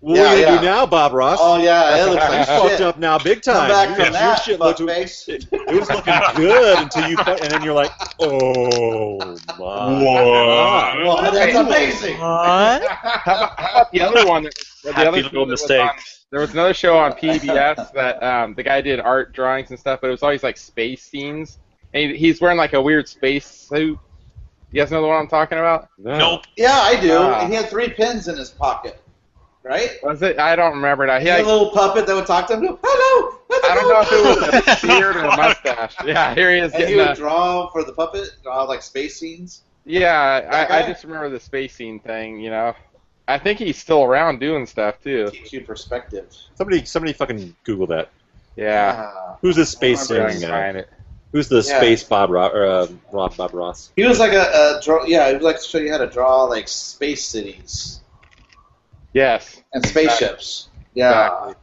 What Yeah, are we gonna yeah. do now, Bob Ross? Oh yeah, it looks you like fucked shit. up now, big Come time. back Your- from your that, shit looked- fuckface. it, it was looking good until you, fu- and then you're like, oh my. Whoa. Well, that's amazing. What? How about, how about the other one? That, the Happy other little show that was mistake. on- there was another show on PBS that um, the guy did art drawings and stuff, but it was always like space scenes. And he, he's wearing like a weird space suit. You guys know the one I'm talking about? No. Nope. Yeah, I do. Ah. and he had three pins in his pocket, right? Was it? I don't remember now. He, He had like, a little puppet that would talk to him. go, Hello. I don't know if it was a beard or a mustache. Yeah, here he is. And he Getting would a, draw for the puppet, draw like space scenes. yeah, That I, I guy? just remember the space scene thing. You know, I think he's still around doing stuff too. Keeps you in perspective. Somebody, somebody, fucking Google that. Yeah, Ah. Who's this space I remember singing I guy? find it. Who's the Yeah. space Bob Ross? Or, uh, Rob Bob Ross? He was like a, a draw. Yeah, he would like to show you how to draw like space cities Yes. and spaceships. Yeah. Exactly.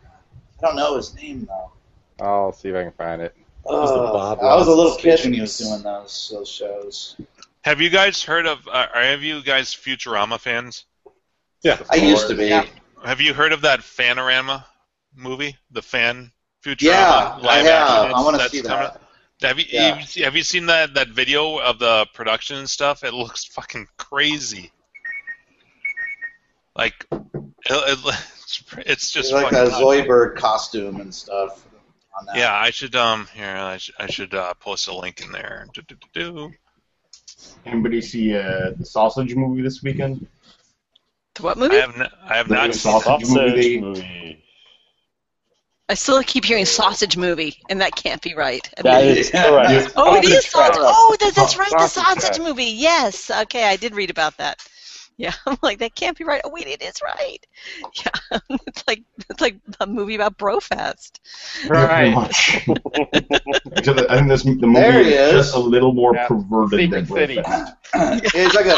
I don't know his name though. I'll see if I can find it. was the Ugh, Bob I was a Ross little kid when spaceships. he was doing those those shows. Have you guys heard of? Uh, are any of you guys Futurama fans? Yeah. I used to be. Yeah. Have you heard of that Fanorama movie? The fan Futurama Yeah, I live have. action I want to that's see coming that. up? Have you, Yeah. you see- have you seen that, that video of the production and stuff? It looks fucking crazy. Like, it, it, it's, it's just It's like fucking a nuts. Zoidberg costume and stuff. On that. Yeah, I should um here I should I should uh, post a link in there. Do, do, do, do. Anybody see uh, the sausage movie this weekend? To what I movie? I, have n- I have The not seen sausage movie. They, movie. still keep hearing sausage movie, and that can't be right. I That mean- is correct. oh, it is Sausage sausage. Oh, that, that's Sausage right, the Fest. sausage movie. Yes. Okay, I did read about that. Yeah, I'm like that can't be right. Oh wait, it is right. Yeah, it's like it's like a movie about Brofest. Right. Much. So the- I think this, the movie There is he is. just a little more Yeah. perverted Secret than City. Brofist. He's like a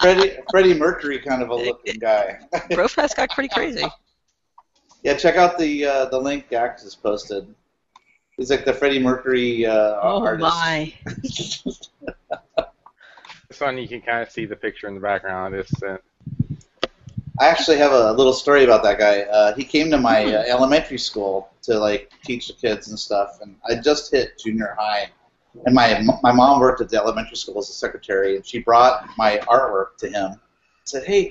Freddie, Freddie Mercury kind of a looking guy. Brofest got pretty crazy. Yeah, check out the uh, the link Gax has posted. He's like the Freddie Mercury uh, Oh artist. my. This one you can kind of see the picture in the background. It's uh, I actually have a little story about that guy. Uh, he came to my uh, elementary school to like teach the kids and stuff, and I just hit junior high, and my my mom worked at the elementary school as a secretary, and she brought my artwork to him. Said, "Hey,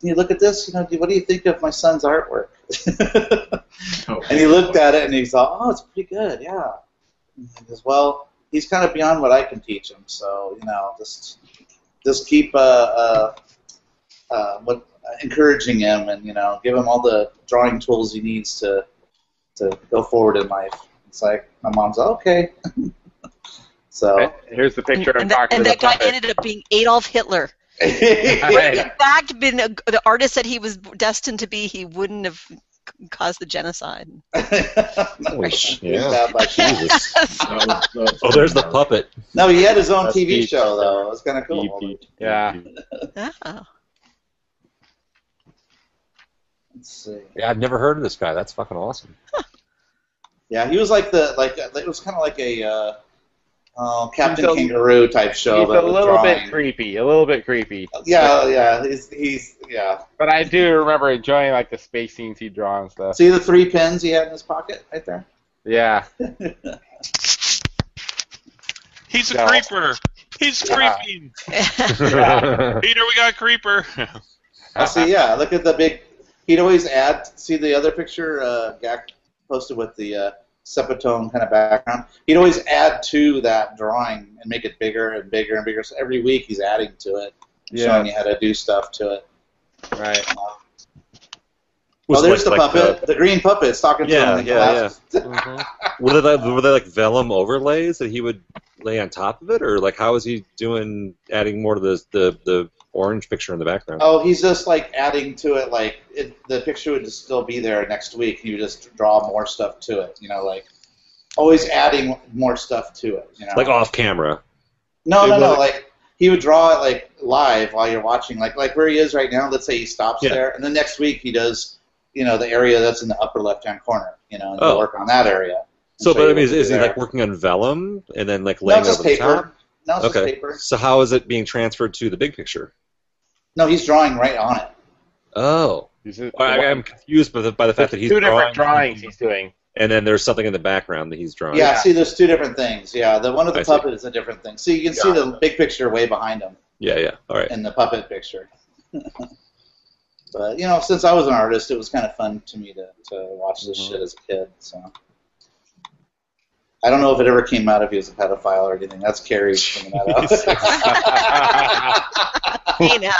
can you look at this? You know, do- what do you think of my son's artwork?" Oh. and he looked at it and he thought, "Oh, it's pretty good, yeah." And he goes, "Well, he's kind of beyond what I can teach him, so you know, just just keep uh, uh, uh, what encouraging him and you know give him all the drawing tools he needs to to go forward in life. It's like my mom's like, okay. so here's the picture I'm And, that, talking and that about. guy ended up being Adolf Hitler. Right. In fact, been a, the artist that he was destined to be, he wouldn't have c- caused the genocide. Holy shit, yeah. Bad luck. Jesus. That was- that was- Oh, there's the puppet. no, he had his own That's TV deep. show though. It was kind of cool. Yeah. Oh. Let's see. Yeah, I've never heard of this guy. That's fucking awesome. Yeah, he was like the like it was kind of like a uh, oh, Captain He's a- Kangaroo type show. He's a but with little drawing. bit creepy, a little bit creepy, Yeah, yeah, he's, he's yeah. but I do remember enjoying like the space scenes he draw and stuff. See the three pins he had in his pocket right there. Yeah, He's a Yeah. creeper. He's Yeah. creeping. Yeah. Peter, we got a creeper. I see, yeah, look at the big. He'd always add. See the other picture uh, Gak posted with the uh, sepatone kind of background. He'd always add to that drawing and make it bigger and bigger and bigger. So every week he's adding to it, and Yeah. showing you how to do stuff to it. right. Oh, Was there's like- the like puppet, the, green puppet's talking Yeah, to him. yeah, yeah. were, they like, were they like vellum overlays that he would lay on top of it, or like how is he doing adding more to the the, the orange picture in the background? Oh, he's just like adding to it. Like it, the picture would just still be there next week. and You just draw more stuff to it. You know, like always adding more stuff to it. You know, Like off camera. No, It no, no. was- Like he would draw it like live while you're watching, like like where he is right now. Let's say he stops Yeah. there, and then next week he does, you know, the area that's in the upper left hand corner, you know, and he'll Oh. work on that area. So, So but you I mean, would is, do is he that. like working on vellum and then like Not laying it just over the top? paper, No, it's just okay. paper. So how is it being transferred to the big picture? No, he's drawing right on it. Oh, He's just- I, I'm confused by the, by the fact that he's two drawing, different drawings he's doing. and then there's something in the background that he's drawing. Yeah, see, there's two different things. Yeah, the one with the I see. puppet is a different thing. So you can see the big picture way behind him yeah, yeah. All right. in the puppet picture. but you know, since I was an artist, it was kind of fun to me to, to watch this Mm-hmm. shit as a kid. So I don't know if it ever came out if he was a pedophile or anything. That's Carrie bringing that Hey now. up,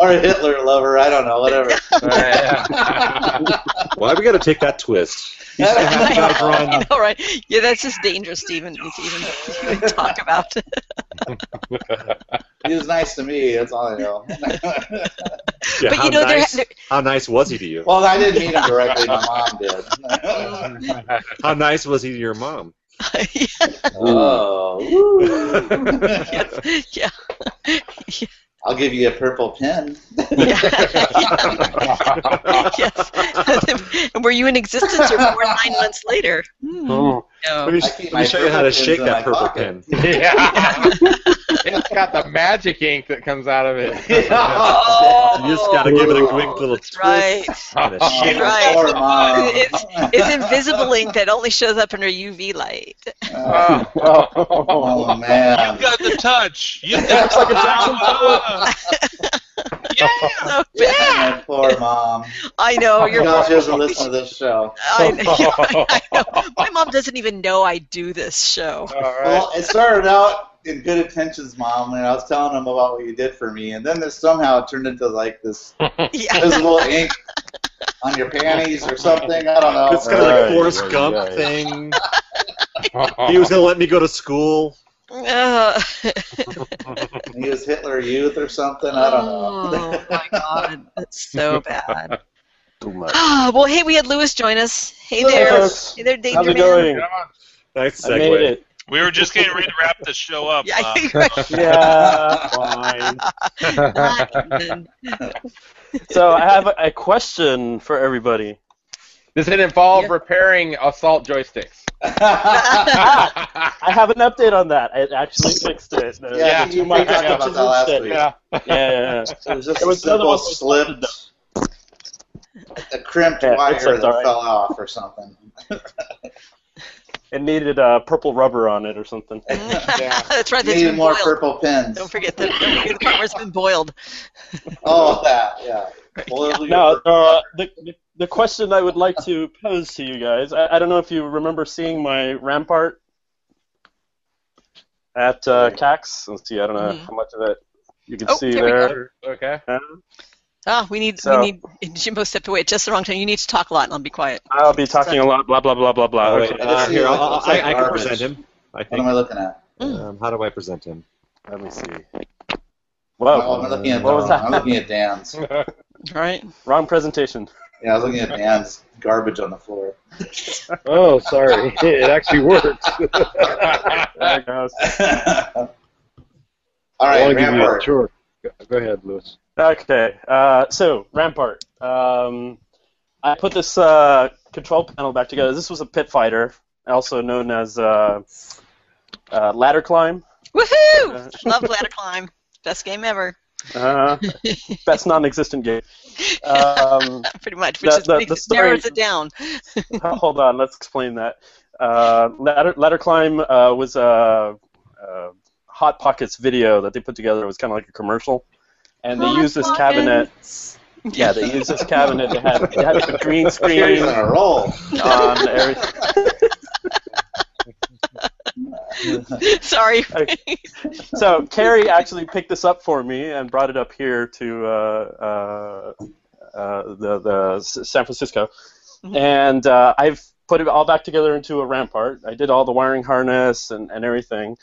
or a Hitler lover. I don't know, whatever. Why we got to take that twist? I know, I know, right? Yeah, that's just dangerous to even, to even, to even talk about. he was nice to me. That's all I know. Yeah, But how you know, there- nice, there- how nice was he to you? well, I didn't meet him directly. My mom did. How nice was he to your mom? oh. woo. yeah, yeah, I'll give you a purple pen. yes. Were you in existence or born nine months later? Hmm, no. Let me, I let keep me my show you how purple to pins shake in that my purple pocket. pen. it's got the magic ink that comes out of it. Oh, You just gotta give it a quick little that's right. and a shake. Oh, Right. Poor mom. It's- It's invisible ink that only shows up under UV light. Oh, oh, man. You got the touch. You got the power. So bad. My poor mom. I know Your you're. mom doesn't listen to this show. I know, I know. My mom doesn't even know I do this show. Well, it started out in good intentions, mom, and I was telling him about what you did for me, and then this somehow it turned into like this Yeah. visible ink on your panties or something. I don't know. It's kind of like Right, Forrest right, Gump right. thing. He was gonna let me go to school. Uh, he was Hitler Youth or something. I don't know. Oh my god, that's so bad. Too much. Ah, well, hey, we had Lewis join us. Hey there, Yes. hey there, Danger How's it Man. going? Nice I made segue. it. We were just getting ready to wrap this show up. Yeah, I Uh, think you're Yeah, fine. not even- So I have a, a question for everybody. Does it involve Yeah. repairing assault joysticks? I have an update on that. I actually fixed it. Uh, yeah, you too much talked about patches that and last shit. week. Yeah, yeah, yeah. It was just There was a another simple one we slip, posted, a crimped Yeah, it wire slipped, that all right. fell off or something. It needed uh, purple rubber on it or something. yeah. That's right. That's Need been more boiled. purple pins. Don't forget that. Don't forget the part where it's been boiled. All that, yeah. Well, it'll be Now, purple uh, the, the- the question I would like to pose to you guys I, I don't know if you remember seeing my Rampart at uh, CAX. Let's see, I don't know Mhm. how much of it you can Oh, see there we there. Okay. Uh, Ah, we need So- we need Jimbo stepped away at just the wrong time. You need to talk a lot, and I'll be quiet. I'll be talking a lot, blah, blah, blah, blah, blah. Oh, wait, okay. uh, here, I'll- I'll- It's I, like I can garbage. present him. I What am think. I looking at? Hmm. Um, how do I present him? Let me see. Oh, Whoa, I'm looking at What was that? I'm looking at Dan's. Right? wrong presentation. Yeah, I was looking at Dan's garbage on the floor. Oh, sorry. It actually works. There it goes. All I right, wanna give you a Rampart. tour. Go ahead, Lewis. Okay, uh, so Rampart. Um, I put this uh, control panel back together. This was a pit fighter, also known as uh, uh, ladder climb. Woohoo! Love ladder climb. Best game ever. Uh, best non-existent game. Um, Pretty much, which The- is the- makes it- the narrows story- it down. hold on, let's explain that. Uh, ladder, ladder climb uh, was a, a Hot Pockets video that they put together. It was kind of like a commercial, and they used this cabinet. Yeah, they used this cabinet. They had, they had a green Carrie's screen on a roll. on everything. Sorry. Okay. so Carrie actually picked this up for me and brought it up here to uh, uh, uh, the the S- San Francisco, Mhm. and uh, I've put it all back together into a rampart. I did all the wiring harness and, and everything.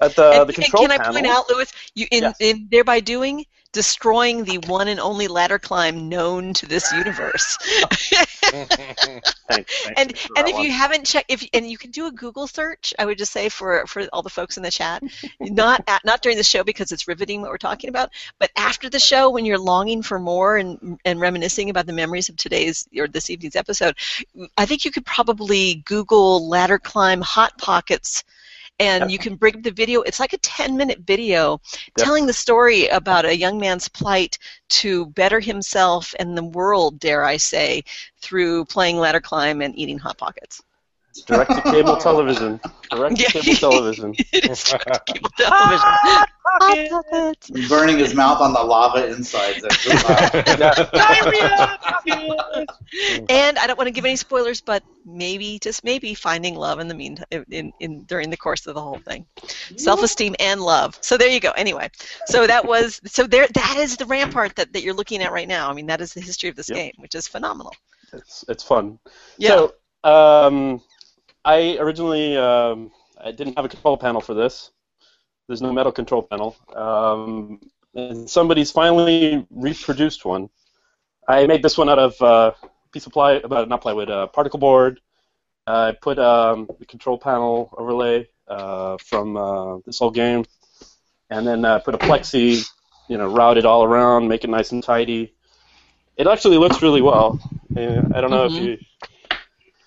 At uh, the, and, the and control can I panel, point out, Lewis, you in, Yes. in thereby doing destroying the one and only ladder climb known to this universe. Thanks, thanks and for and that if one. you haven't checked, if and you can do a Google search, I would just say for for all the folks in the chat, not at, not during the show because it's riveting what we're talking about, but after the show when you're longing for more and and reminiscing about the memories of today's or this evening's episode, I think you could probably Google ladder climb hot pockets and you can bring the video. It's like a 10 minute video telling the story about a young man's plight to better himself and the world, dare I say, through playing ladder climb and eating hot pockets. Direct to cable television. Direct to cable television. Hot pockets. Burning his mouth on the lava insides. That's just wild. and I don't want to give any spoilers, but maybe just maybe finding love in the meantime, in, in during the course of the whole thing, self-esteem and love. So there you go. Anyway, so that was so there. That is the rampart that, that you're looking at right now. I mean, that is the history of this Yep. game, which is phenomenal. It's, it's fun. Yeah. So, um, I originally um, I didn't have a control panel for this. There's no metal control panel, um, and somebody's finally reproduced one. I made this one out of uh, piece of ply, about not plywood, uh, particle board. I put um, the control panel overlay uh, from uh, this whole game, and then uh, put a plexi, you know, route it all around, make it nice and tidy. It actually looks really well. Uh, I don't know Mhm. Mm-hmm. if you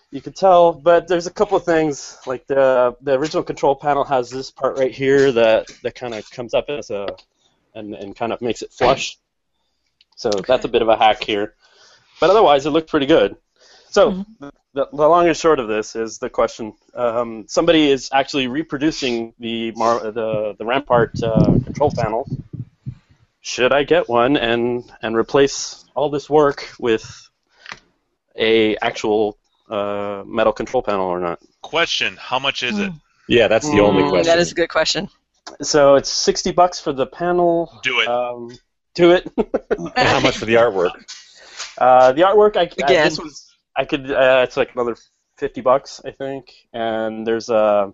you could tell, but there's a couple of things like the the original control panel has this part right here that that kind of comes up as a and and kind of makes it flush. So that's a bit of a hack here, but otherwise it looked pretty good. So the, the long and short of this is the question. Um, somebody is actually reproducing the mar- the the Rampart uh, control panel. Should I get one and and replace all this work with a actual uh, metal control panel or not? Question: How much is it? Hmm. Yeah, that's the only Mm, question. That is a good question. So it's sixty bucks for the panel. Do it. Um, do it. And how much for the artwork? uh, the artwork I, I Again. this was I could uh, it's like another fifty bucks I think, and there's a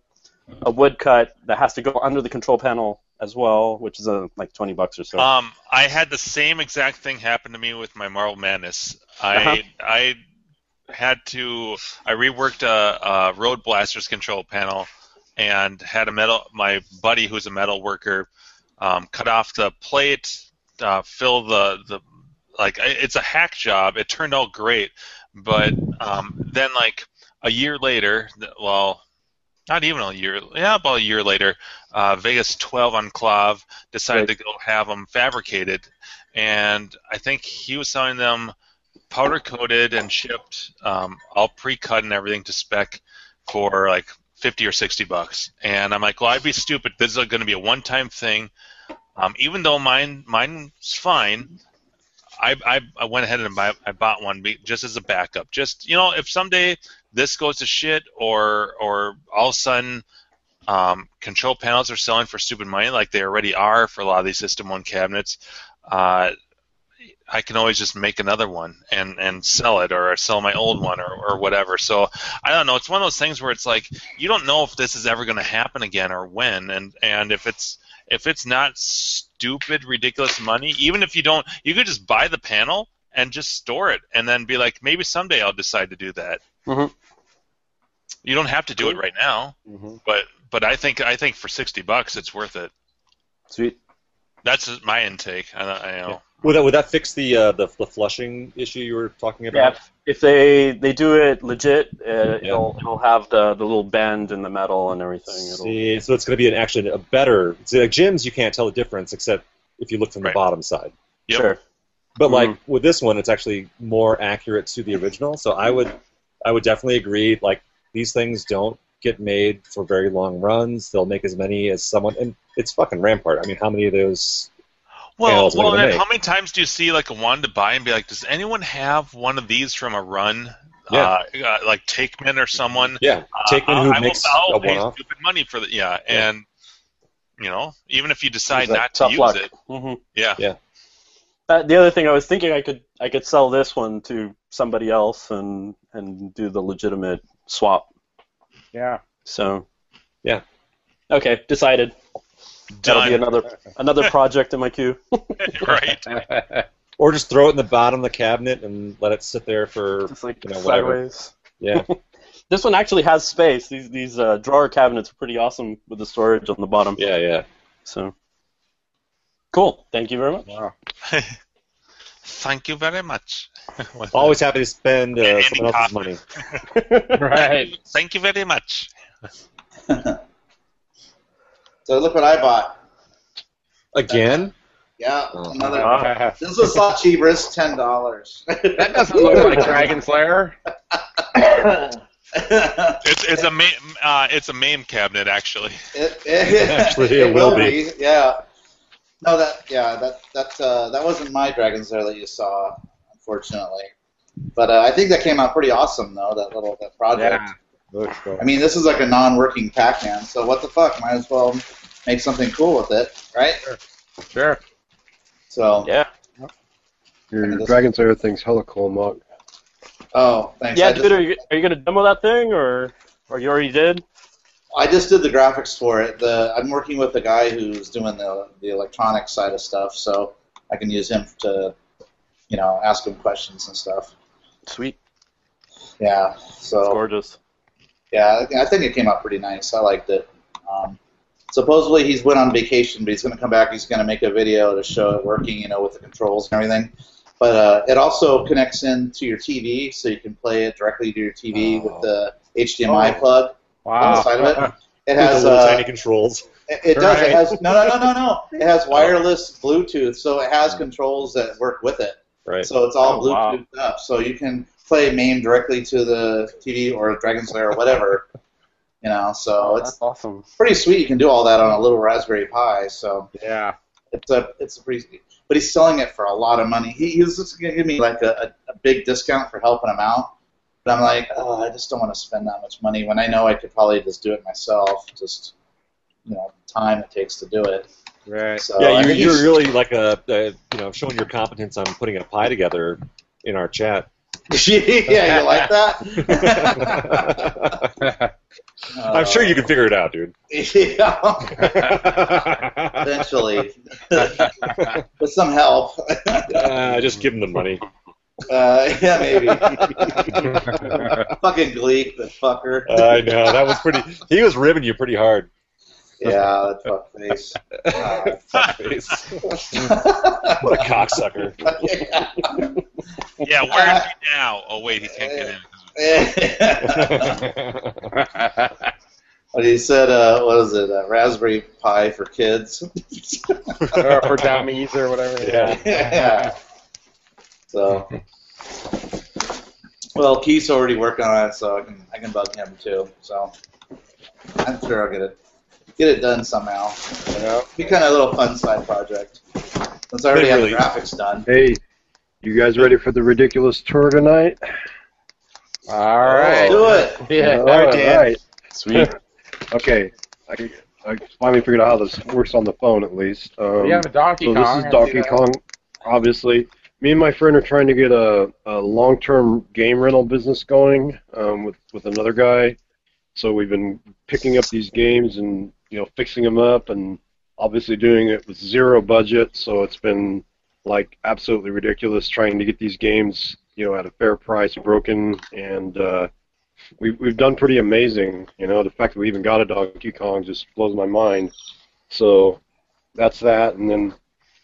a woodcut that has to go under the control panel as well, which is uh like twenty bucks or so. Ah, Um, I had the same exact thing happen to me with my Marvel Madness. I Uh-huh. I had to I reworked a, a Road Blaster's control panel and had a metal. My buddy who's a metal worker um, cut off the plate, uh, fill the the like I- it's a hack job. It turned out great, but um, then like a year later, th- well. Not even a year, yeah, about a year later, uh, Vegas 12 on Clav decided Right. to go have them fabricated, and I think he was selling them powder coated and shipped, um, all pre-cut and everything to spec for like 50 or 60 bucks. And I'm like, well, I'd be stupid. This is going to be a one-time thing. Um, even though mine mine's fine, I, I, I went ahead and buy, I bought one be- just as a backup. Just you know, if someday this goes to shit or or all of a sudden um, control panels are selling for stupid money, like they already are for a lot of these System One cabinets. Uh, I can always just make another one and, and sell it, or sell my old one, or, or whatever. So I don't know. It's one of those things where it's like you don't know if this is ever going to happen again or when, and, and if it's if it's not stupid ridiculous money, even if you don't, you could just buy the panel and just store it, and then be like, maybe someday I'll decide to do that. Mhm. You don't have to do it right now but but I think I think for sixty bucks it's worth it. Sweet. That's my intake. I, don't- I know. Would that would that fix the uh, the, the flushing issue you were talking Yeah, about? if, if they they do it legit, uh, it'll it'll have the, the little bend in the metal and everything. It'll, See, so it's going to be an actually a better. See, like gyms, you can't tell the difference except if you look from Right. the bottom side. Yep. Sure. But like Mhm. with this one, it's actually more accurate to the original. So I would, I would definitely agree. Like these things don't get made for very long runs. They'll make as many as someone, and it's fucking Rampart. I mean, how many of those? Well, Panels are well gonna then make. how many times do you see like a one to buy and be like, does anyone have one of these from a run? Yeah. Uh, uh, like Takeman or someone. Yeah, Uh, take one I'll- who I will, makes I'll a pay one-off. stupid money for the yeah, and you know even if you decide It's like not to tough use luck. it, Mhm. yeah. Uh, the other thing I was thinking I could I could sell this one to somebody else and and do the legitimate swap. Yeah. So Yeah. Okay, decided. That'll be Done. another another project in my queue. right. Or just throw it in the bottom of the cabinet and let it sit there for Just like you know whatever. sideways. Yeah, This one actually has space. These these uh, drawer cabinets are pretty awesome with the storage on the bottom. yeah, yeah. So cool. Thank you very much. Wow. Thank you very much. What's Always happy to spend Yeah, uh, any someone else's cop. money. Right. that? Thank you very much. So look what I bought. Again? Yeah, Oh. another. Ah. This was a lot cheaper. It's ten dollars. That doesn't look like Dragon Slayer. it, It's it's a ma- uh, it's a MAME cabinet actually. it, Actually, it will be. Yeah. No, that yeah that that uh, that wasn't my dragons there that you saw, unfortunately. But uh, I think that came out pretty awesome though. That little that project. Yeah. Looks cool. I mean, this is like a non-working Pac-Man, so what the fuck? Might as well make something cool with it, right? Sure. So, Yeah. Look at Your this. Dragon Slayer thing's hella cool, Mark. oh, thanks. I Yeah, just, dude, are you, are you gonna demo that thing, or or you already did? I just did the graphics for it. The I'm working with the guy who's doing the the electronic side of stuff, so I can use him to, you know, ask him questions and stuff. Sweet, Yeah. it's So gorgeous. yeah, I I think it came out pretty nice. I liked it. Um, supposedly he's went on vacation, but he's gonna come back. He's gonna make a video to show it working, you know, with the controls and everything. But uh, it also connects in to your TV, so you can play it directly to your TV with the HDMI Oh. plug on the Wow. side of it. It With the has little uh, tiny controls. It, it does. Right. It has no, no, no, no, no. It has wireless Bluetooth, so it has controls that work with it. Right. So it's all Oh, wow. Bluetooth up. So you can play MAME directly to the TV or Dragon Slayer or whatever. you know, so it's that's awesome. pretty sweet. You can do all that on a little Raspberry Pi. So Yeah. it's a it's a pretty. But he's selling it for a lot of money. He, he was just gonna give me like a, a, a big discount for helping him out. But I'm like, oh, I just don't want to spend that much money when I know I could probably just do it myself. Just you know, time it takes to do it. Right. So I yeah, you, think you're he's- really like a, a you know showing your competence on putting a pie together in our chat. yeah, you like that? I'm sure you can figure it out, dude. Yeah, eventually, with some help. Uh, just give him the money. Uh, yeah, maybe. Fucking Gleek, the fucker. I know that was pretty. He was ribbing you pretty hard. yeah, that fuckface. Uh, What a cocksucker! Yeah, where is he now? Oh wait, he can't get in. But he said, uh, what is it, uh, Raspberry Pi for kids? or for dummies or whatever. Yeah. yeah. So, well, Keith's already working on it, so I can I can bug him too. So, I'm sure I'll get it get it done somehow. Be kind of a little fun side project since I already really- have the graphics done. Hey, you guys ready for the ridiculous tour tonight? All right. do it. Yeah. All All right, Dan. right. Sweet. Okay. I, I finally figured out how this works on the phone, at least. Um, We have a Donkey so Kong. this I is see Donkey that. Kong, obviously. Me and my friend are trying to get a, a long-term game rental business going um, with with another guy. So we've been picking up these games and you know fixing them up and obviously doing it with zero budget. So it's been like absolutely ridiculous trying to get these games you know at a fair price broken and uh, we've we've done pretty amazing. You know the fact that we even got a Donkey Kong just blows my mind. So that's that and then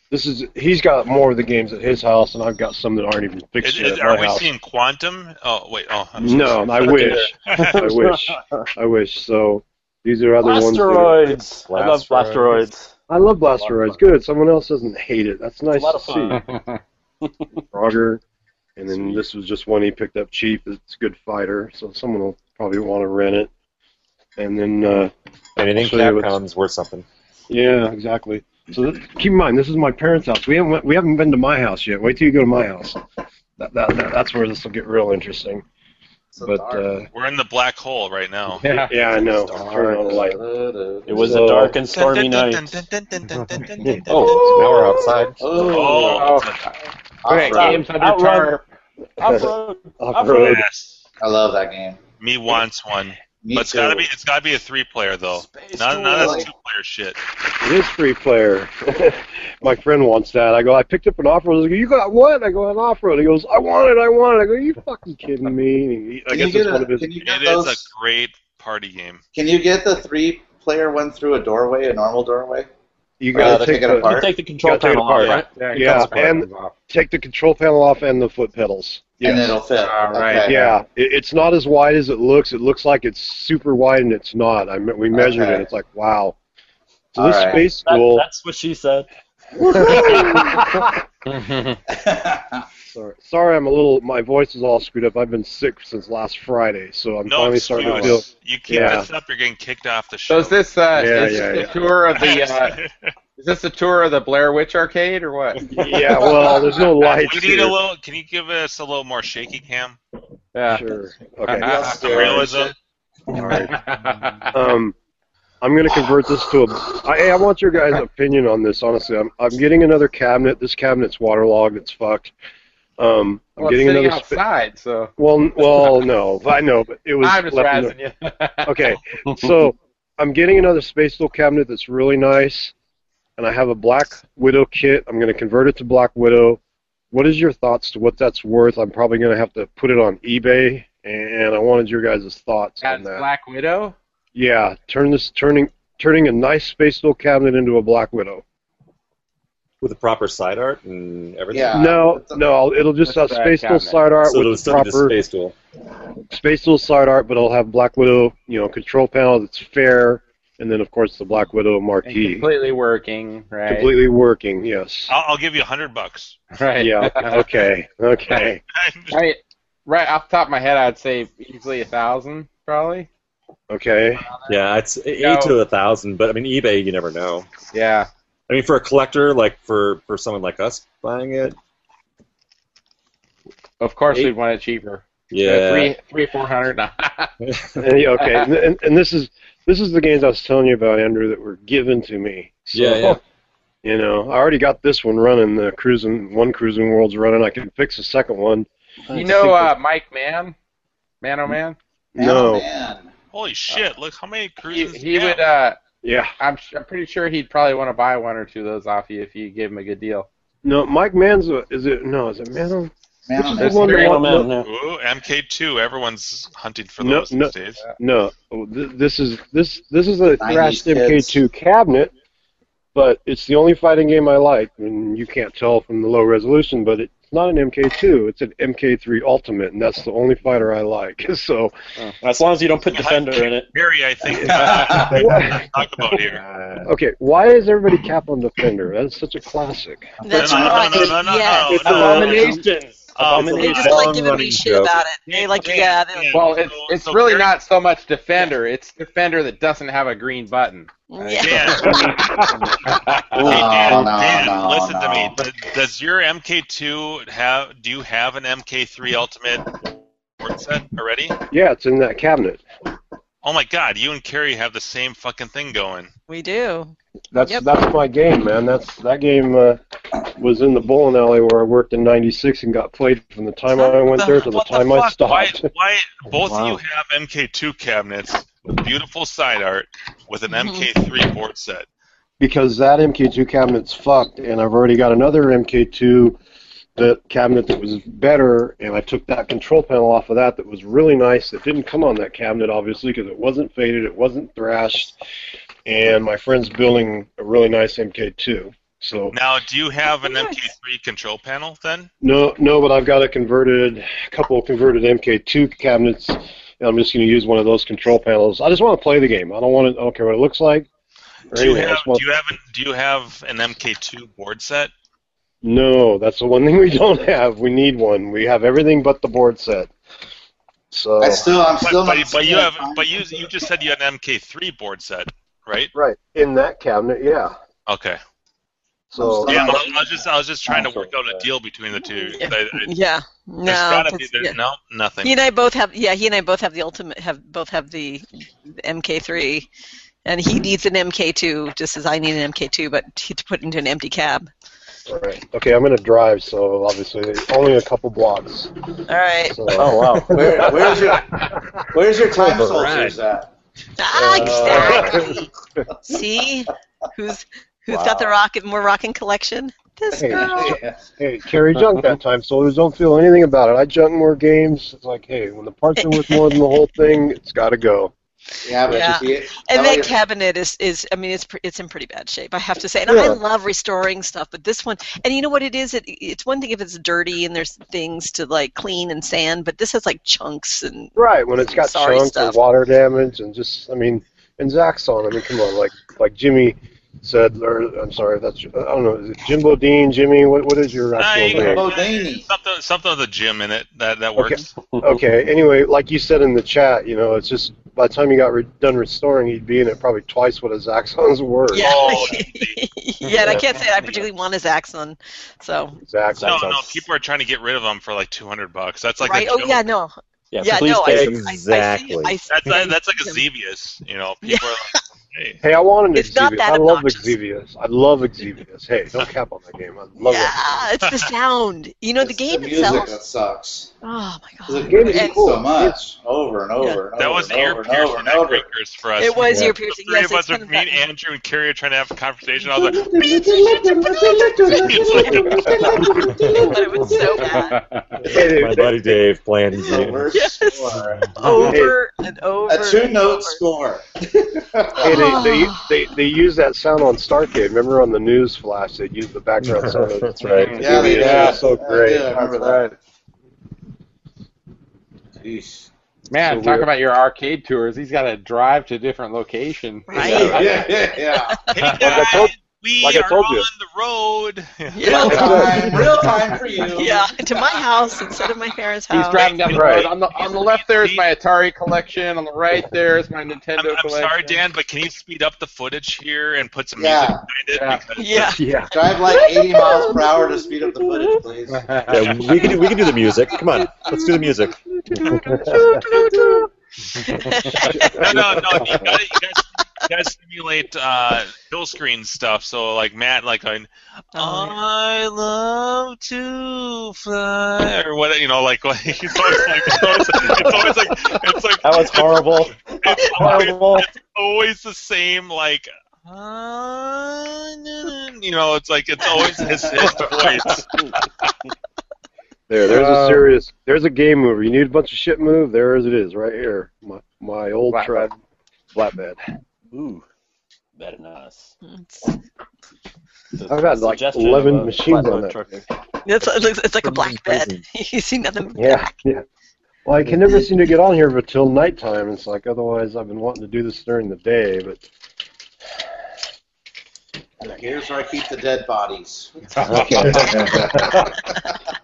this is he's got more of the games at his house, and I've got some that aren't even fixed Is, yet is, at are my we house. seeing quantum? Oh wait, oh. I'm sorry. no, I wish, I wish, I wish. So these are other ones. that are- Blasteroids. I love blasteroids. I love Blasteroids. Good. Someone else doesn't hate it. That's nice lot to of fun. see. Frogger, and then this was just one he picked up cheap. It's a good fighter, so someone will probably want to rent it. And then uh, Anything Show you what's- Capcom's worth something. Yeah, exactly. So th- keep in mind, this is my parents' house. We haven't went- we haven't been to my house yet. Wait till you go to my house. That, that, that- that's where this will get real interesting. So but dark. uh, We're in the black hole right now. Yeah. yeah, I know. Turn on the light. It was So- a dark and stormy night. Oh, now we're outside. Oh, Okay, Outrun. games under Outrun. tarp. Off-road. Off-road. yes. I love that game. Me wants one, Me but it's too. gotta be it's gotta be a three player though. None, none of this two player shit. It is free player. my friend wants that. I go. I picked up an off road. He goes, you got what? I go an off road. He goes, I want it. I want it. I go. You fucking kidding me? And he- I Can guess you get it's one a- of his. Can you get It is those? a great party game. Can you get the three-player one through a doorway, a normal doorway? You Yeah, gotta they take take it the, apart. You take the control Gotta take it panel off, apart. right? Yeah, Yeah, control and- panels off. take the control panel off and the foot pedals. Yes. And it'll fit. All right. Okay. Yeah, it, it's not as wide as it looks. It looks like it's super wide, and it's not. I me- we measured Okay. it. It's like wow. to the space That- school. that's what she said. sorry, sorry, I'm a little. My voice is all screwed up. I've been sick since last Friday, so I'm No finally starting to feel. excuse. You keep yeah. this up, you're getting kicked off the show. So is this uh, Yeah, is yeah, this the yeah. tour of the uh, is this the tour of the Blair Witch Arcade or what? Yeah, well, there's no lights we need here. a little. Can you give us a little more shaky cam? Yeah. Sure. Some realism. Uh, um, I'm going to convert this to a. I, hey, I want your guys' opinion on this. Honestly, I'm I'm getting another cabinet. This cabinet's waterlogged. It's fucked. Um, I'm Well, it's getting sitting another. spa- outside, so well, n- well, no, I know, but it was. I'm just left in the- razzing you. okay, so I'm getting another Space Duel cabinet that's really nice, and I have a Black Widow kit. I'm going to convert it to Black Widow. What is your thoughts to what that's worth? I'm probably going to have to put it on eBay, and I wanted your guys' thoughts That's on that. Black Widow. Yeah, turn this turning turning a nice Space Duel cabinet into a Black Widow. with the proper side art and everything. Yeah. no, no, it'll just have that's a Space Duel cabinet. side art So it'll with the still be proper the space duel. Space Duel side art, but it'll have Black Widow, you know, control panel that's fair, and then of course the Black Widow And marquee. completely working, right? Completely working, yes. I'll, I'll give you a hundred bucks. Right. Yeah, okay, okay. right. Right off the top of my head, I'd say easily a thousand, probably. Okay. Yeah, it's e- eight No. to a thousand, but I mean eBay, you never know. Yeah. I mean, for a collector, like for for someone like us buying it, Of course, Eight- we'd want it cheaper. Uh, yeah, Three, three, four hundred. And, yeah, okay. And, and, and this is this is the games I was telling you about, Andrew, that were given to me. So, yeah, yeah. You know, I already got this one running, the cruising one cruising world's running. I can fix the second one. you know, uh, Mike Mann, man, oh man, No. Oh, man. Holy shit! Look how many he, cruises. he yeah. would. Uh, Yeah. I'm, su- I'm pretty sure he'd probably want to buy one or two of those off you if you gave him a good deal. No, Mike Manzo is it no, is it Mano? Man, Which oh, is man. the one that Very want- well, no, man, yeah. Ooh, MK2. Everyone's hunting for No, those no. these days. Uh, no. Oh, th- this is this this is a Nineties thrashed MK2 cabinet, but it's the only fighting game I like, and you can't tell from the low resolution, but it's not an MK2, it's an MK3 Ultimate, and that's the only fighter I like. So As long as you don't put Defender in it. Barry, I think uh, talk about here. okay, why is everybody cap on Defender? That's such a classic. That's no, no, right. no, no, no, yes. no, no. Oh, They it's just a like giving me long-running shit joke. about it. They like, yeah, they like, Well, it's, So- it's so really Barry- not so much Defender. It's Defender that doesn't have a green button. yeah. Dan, No, hey, Dan, Oh, no, Dan, no, listen to no. me. Th- Does your MK2 have? Do you have an MK3 Ultimate board set already? Yeah, it's in that cabinet. Oh my God! You and Carrie have the same fucking thing going. We do. That's Yep. that's my game, man. That's that game uh, was in the bowling alley where I worked in '96 and got played from the time I went there to the What time I fuck? Why, stopped. why Oh, both Wow. of you have MK2 cabinets with beautiful side art with an Mm-hmm. MK3 board set? because that MK2 cabinet's fucked, and I've already got another MK2 that cabinet that was better, and I took that control panel off of that that was really nice. That didn't come on that cabinet, obviously, because it wasn't faded, it wasn't thrashed, and my friend's building a really nice MK2. So Now, do you have an Yes. MK3 control panel then? No, no, but I've got a converted, a couple of converted MK2 cabinets, and I'm just going to use one of those control panels. I just want to play the game. I don't want to. I don't care what it looks like. or Do you anything. I have, just want- do you have, an, do you have an MK2 board set? no, that's the one thing we don't have. We need one. We have everything but the board set. So I still, I'm But, still but, not but you seeing have, it. but you, you just said you had an MK3 board set, right? right in that cabinet, yeah. Okay. So Yeah, Um, I was just, I was just trying to work out a deal between the two. I, I, there's Yeah. No. gotta be that's- there. yeah. No, nothing. He and I both have yeah, he and I both have the ultimate have both have the, the MK3 and he needs an MK2 just as I need an MK2 but he to put into an empty cab. right. Okay, I'm going to drive. So obviously, only a couple blocks. All right. So Oh wow. Where, where's your Where's your time soldiers at? Ah, exactly. See who's who's got the rocket more rockin' collection? This Hey. girl. hey, Carrie junked Uh-huh. that time, soldiers. Don't feel anything about it. I junk more games. It's like, hey, when the parts are worth more than the whole thing, it's got to go. Yeah, but Yeah. you see it. And Oh, that you're- cabinet is, is I mean it's pre- it's in pretty bad shape I have to say and I Yeah. love restoring stuff but this one and you know what it is it it's one thing if it's dirty and there's things to like clean and sand but this has like chunks and Right, when it's got Sorry chunks or stuff. water damage and just I mean and Zaxxon, I mean come on, like like Jimmy said, or I'm sorry, that's I don't know, is it Jimbo Dean, Jimmy? What what is your Ah, you actual can name? put something, something with a gym in it that that Okay. works. okay. Anyway, like you said in the chat, you know, it's just by the time you got re- done restoring, he'd be in it probably twice what his axons were. Yeah. Oh, yeah, and I can't say that I particularly want his axon. So Exactly. no, no, people are trying to get rid of them for like two hundred bucks. That's like right? a Oh joke. yeah, no. Yeah, yeah, please no. I, take- I- I see- Exactly. I That's see- that's like a Xevious, you know. People are like, hey, Hey, I want an It's not Exevious. that I love Exevius. I love Exevius. Hey, don't cap on that game. I love Ah, it's the sound. You know, the game music itself. that sucks. Oh my god. The game is And- cool. so much Oh. over and over Yeah. and over. that was and ear over and over piercing and that over. Grinkers for us. It was Yeah. ear piercing, The three yes, of us, it's kind of me, that- Andrew, and Carrie, are trying to have a conversation. I was like, but it was so bad. My buddy Dave playing. Yes. Over and over. A two and note over. score. Hey, they, Oh. they, they, they use that sound on Starcade. Remember on the news flash, they used the background sound. of- That's right. Yeah, they It was did. so great. I, do, I remember that. Jeez. Man, So talk weird. about your arcade tours. He's got to drive to a different location. Right? Yeah, yeah, yeah. "Hey I guys, told- we like I are told on you. the road." Real time, real time for you. Yeah. To my house instead of my parents' house. He's driving down the Right. road. On the on the left there is my Atari collection. On the right there is my I'm, Nintendo I'm collection. sorry, Dan, but can you speed up the footage here and put some Yeah. music behind it? Yeah. Because Yeah. Yeah. Drive like 80 miles per hour to speed up the footage, please. yeah. We can do. We can do the music. Come on. Let's do the music. no, no, no. You gotta, you gotta, you gotta simulate uh, kill screen stuff. So, like Matt, like I, Oh, I love to fly, or what you know, like what- he's always like, it's always, it's always like, it's like That was horrible. It's always, Horrible. always the same, like. "Ah, na, na," You know, it's like it's always his, his voice. There, there's Uh, a serious, there's a game mover. You need a bunch of shit move. There as it is, right here. My, my old Flatbed. tread, flatbed. Ooh, very nice. I've had like 11 machines on that. Truck. It's, it's like a black bed. Prison. you see nothing. Yeah, yeah. Well, I can never seem to get on here until nighttime. It's like otherwise I've been wanting to do this during the day, but Here's where I keep the dead bodies.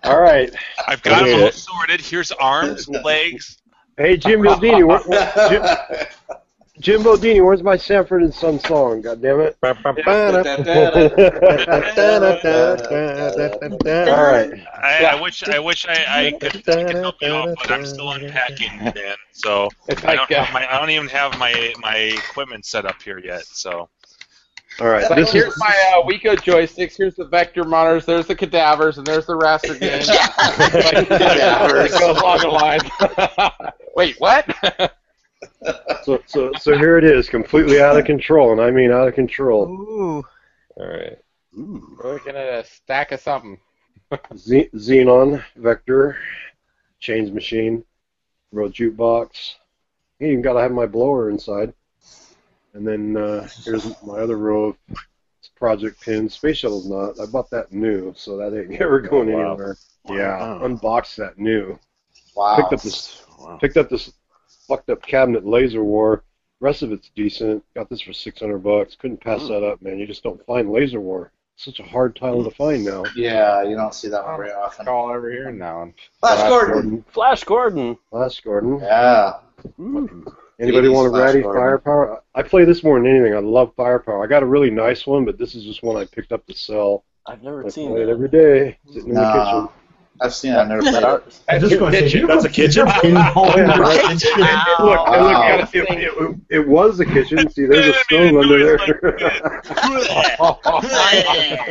all right. I've got I him hate all it. sorted. Here's arms, legs. Hey, Jim Bodini, where, Jim, Jim Bodini, where's my Sanford and Son song? God damn it! All right. I, I wish I wish I, I could, I could help you out, but I'm still unpacking, man. So It's I don't like uh, have my I don't even have my my equipment set up here yet. So All right. like, This is here's my uh, Wico joysticks. Here's the vector monitors. There's the cadavers, and there's the raster game. Like, Cadavers. It goes along the line. Wait, what? so, so so here it is, completely out of control, and I mean out of control. Ooh. All right. We're looking at a stack of something. Ze- Xenon vector, chains machine, road jukebox. You even gotta have my blower inside. And then uh, here's my other row of project pins. Space shuttle's not. I bought that new, so that ain't ever going Oh, wow. anywhere. Yeah, unboxed that new. Wow. Picked up this picked up this fucked up cabinet laser war. Rest of it's decent. Got this for six hundred bucks. Couldn't pass Hmm. that up, man. You just don't find laser war. such a hard title to find now. Yeah, you don't see that one very often. All over here now. Flash Gordon. Flash Gordon. Flash Gordon. Yeah. Anybody 80s want a Flash ratty Gordon. firepower? I I play this more than anything. I love firepower. I got a really nice one, but this is just one I picked up to sell. I've never I seen play it that. every day, sitting in the No. kitchen. I've seen it. I've never played it. I was just going to say, you That's a don't- kitchen? you're Oh, involved in Wow. Hey, look, I look Wow. at it, it, it, it was the kitchen. See, there's a stove under there. Nice.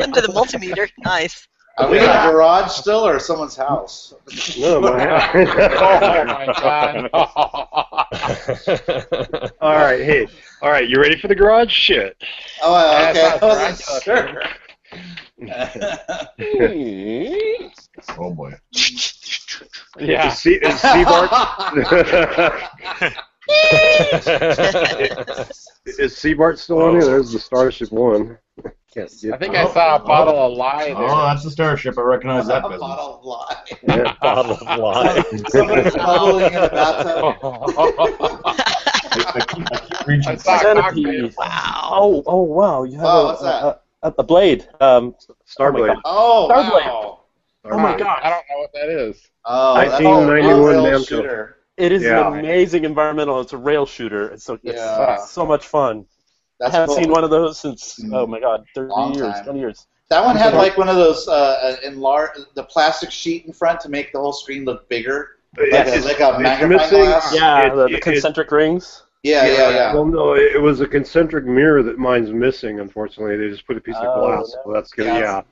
Under the multimeter. Nice. Are we in a garage still or someone's house? no, Oh my my god. All right, hey. All right, you ready for the garage? Shit. Oh, okay. I That's not wasn't sure. Oh boy. It's yeah. a sea, it's a sea bark. Is Seabart still on here? There's the Starship One. Can't see it. I think I saw a bottle of lye there. Oh, that's the starship. I recognize that a business. bottle of lie. Yeah. Bottle of wine. Somebody's bubbling in the bathtub. I, I keep, I keep Region Centipede. Wow. Oh, oh, wow. You have Oh, a, what's that? A, a, a blade. Um, Starblade. Oh, Starblade. wow. Oh my god. I don't know what that is. Oh, that's a 1991 real Namco. shooter. It is Yeah. an amazing environmental. It's a rail shooter. It's so, it's Yeah. so much fun. That's I haven't cool. Mm. seen one of those since, oh my god, 30 Long years, time. 20 years. That one had like one of those uh, enlarged the plastic sheet in front to make the whole screen look bigger. Like, a, It's- like a it's magnifying missing- glass. Yeah, It- the, it- the it- concentric rings. Yeah, yeah, yeah. Well, no, it it was a concentric mirror that mine's missing. Unfortunately, they just put a piece of Oh, glass. no. So that's gonna, Yeah. yeah,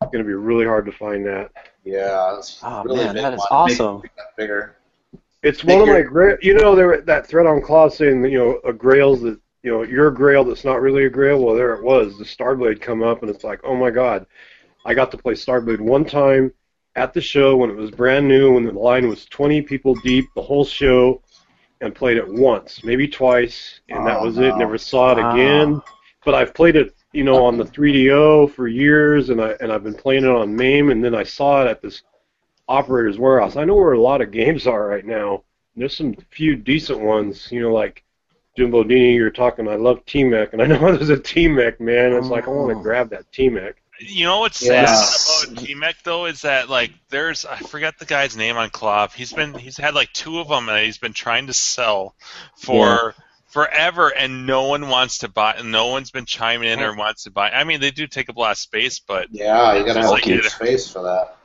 it's gonna be really hard to find that. Yeah, that's Oh, really man, big that is one. awesome. Make that bigger. It's Make one of your- my gra- you know there that thread on Claw saying that, you know a grail's that you know your grail that's not really a grail. Well, there it was. The Starblade come up and it's like oh my god, I got to play Starblade one time at the show when it was brand new when the line was 20 people deep the whole show and played it once maybe twice and that Oh, was no. it. Never saw it Ah. again. But I've played it you know on the 3DO for years and I and I've been playing it on MAME and then I saw it at this operator's warehouse. I know where a lot of games are right now. There's some few decent ones, you know, like Jimbo Dini, you're talking, I love T Mac, and I know there's a T Mac, man. It's like, I want Oh. to grab that T Mac. You know what's Yeah. sad about T-Mec, though, is that, like, there's... I forgot the guy's name on Klopp. He's been... He's had, like, two of them that he's been trying to sell for... Forever and no one wants to buy. No one's been chiming in or wants to buy. I mean, they do take up a lot of space, but Yeah, you gotta It's have like huge it- space for that.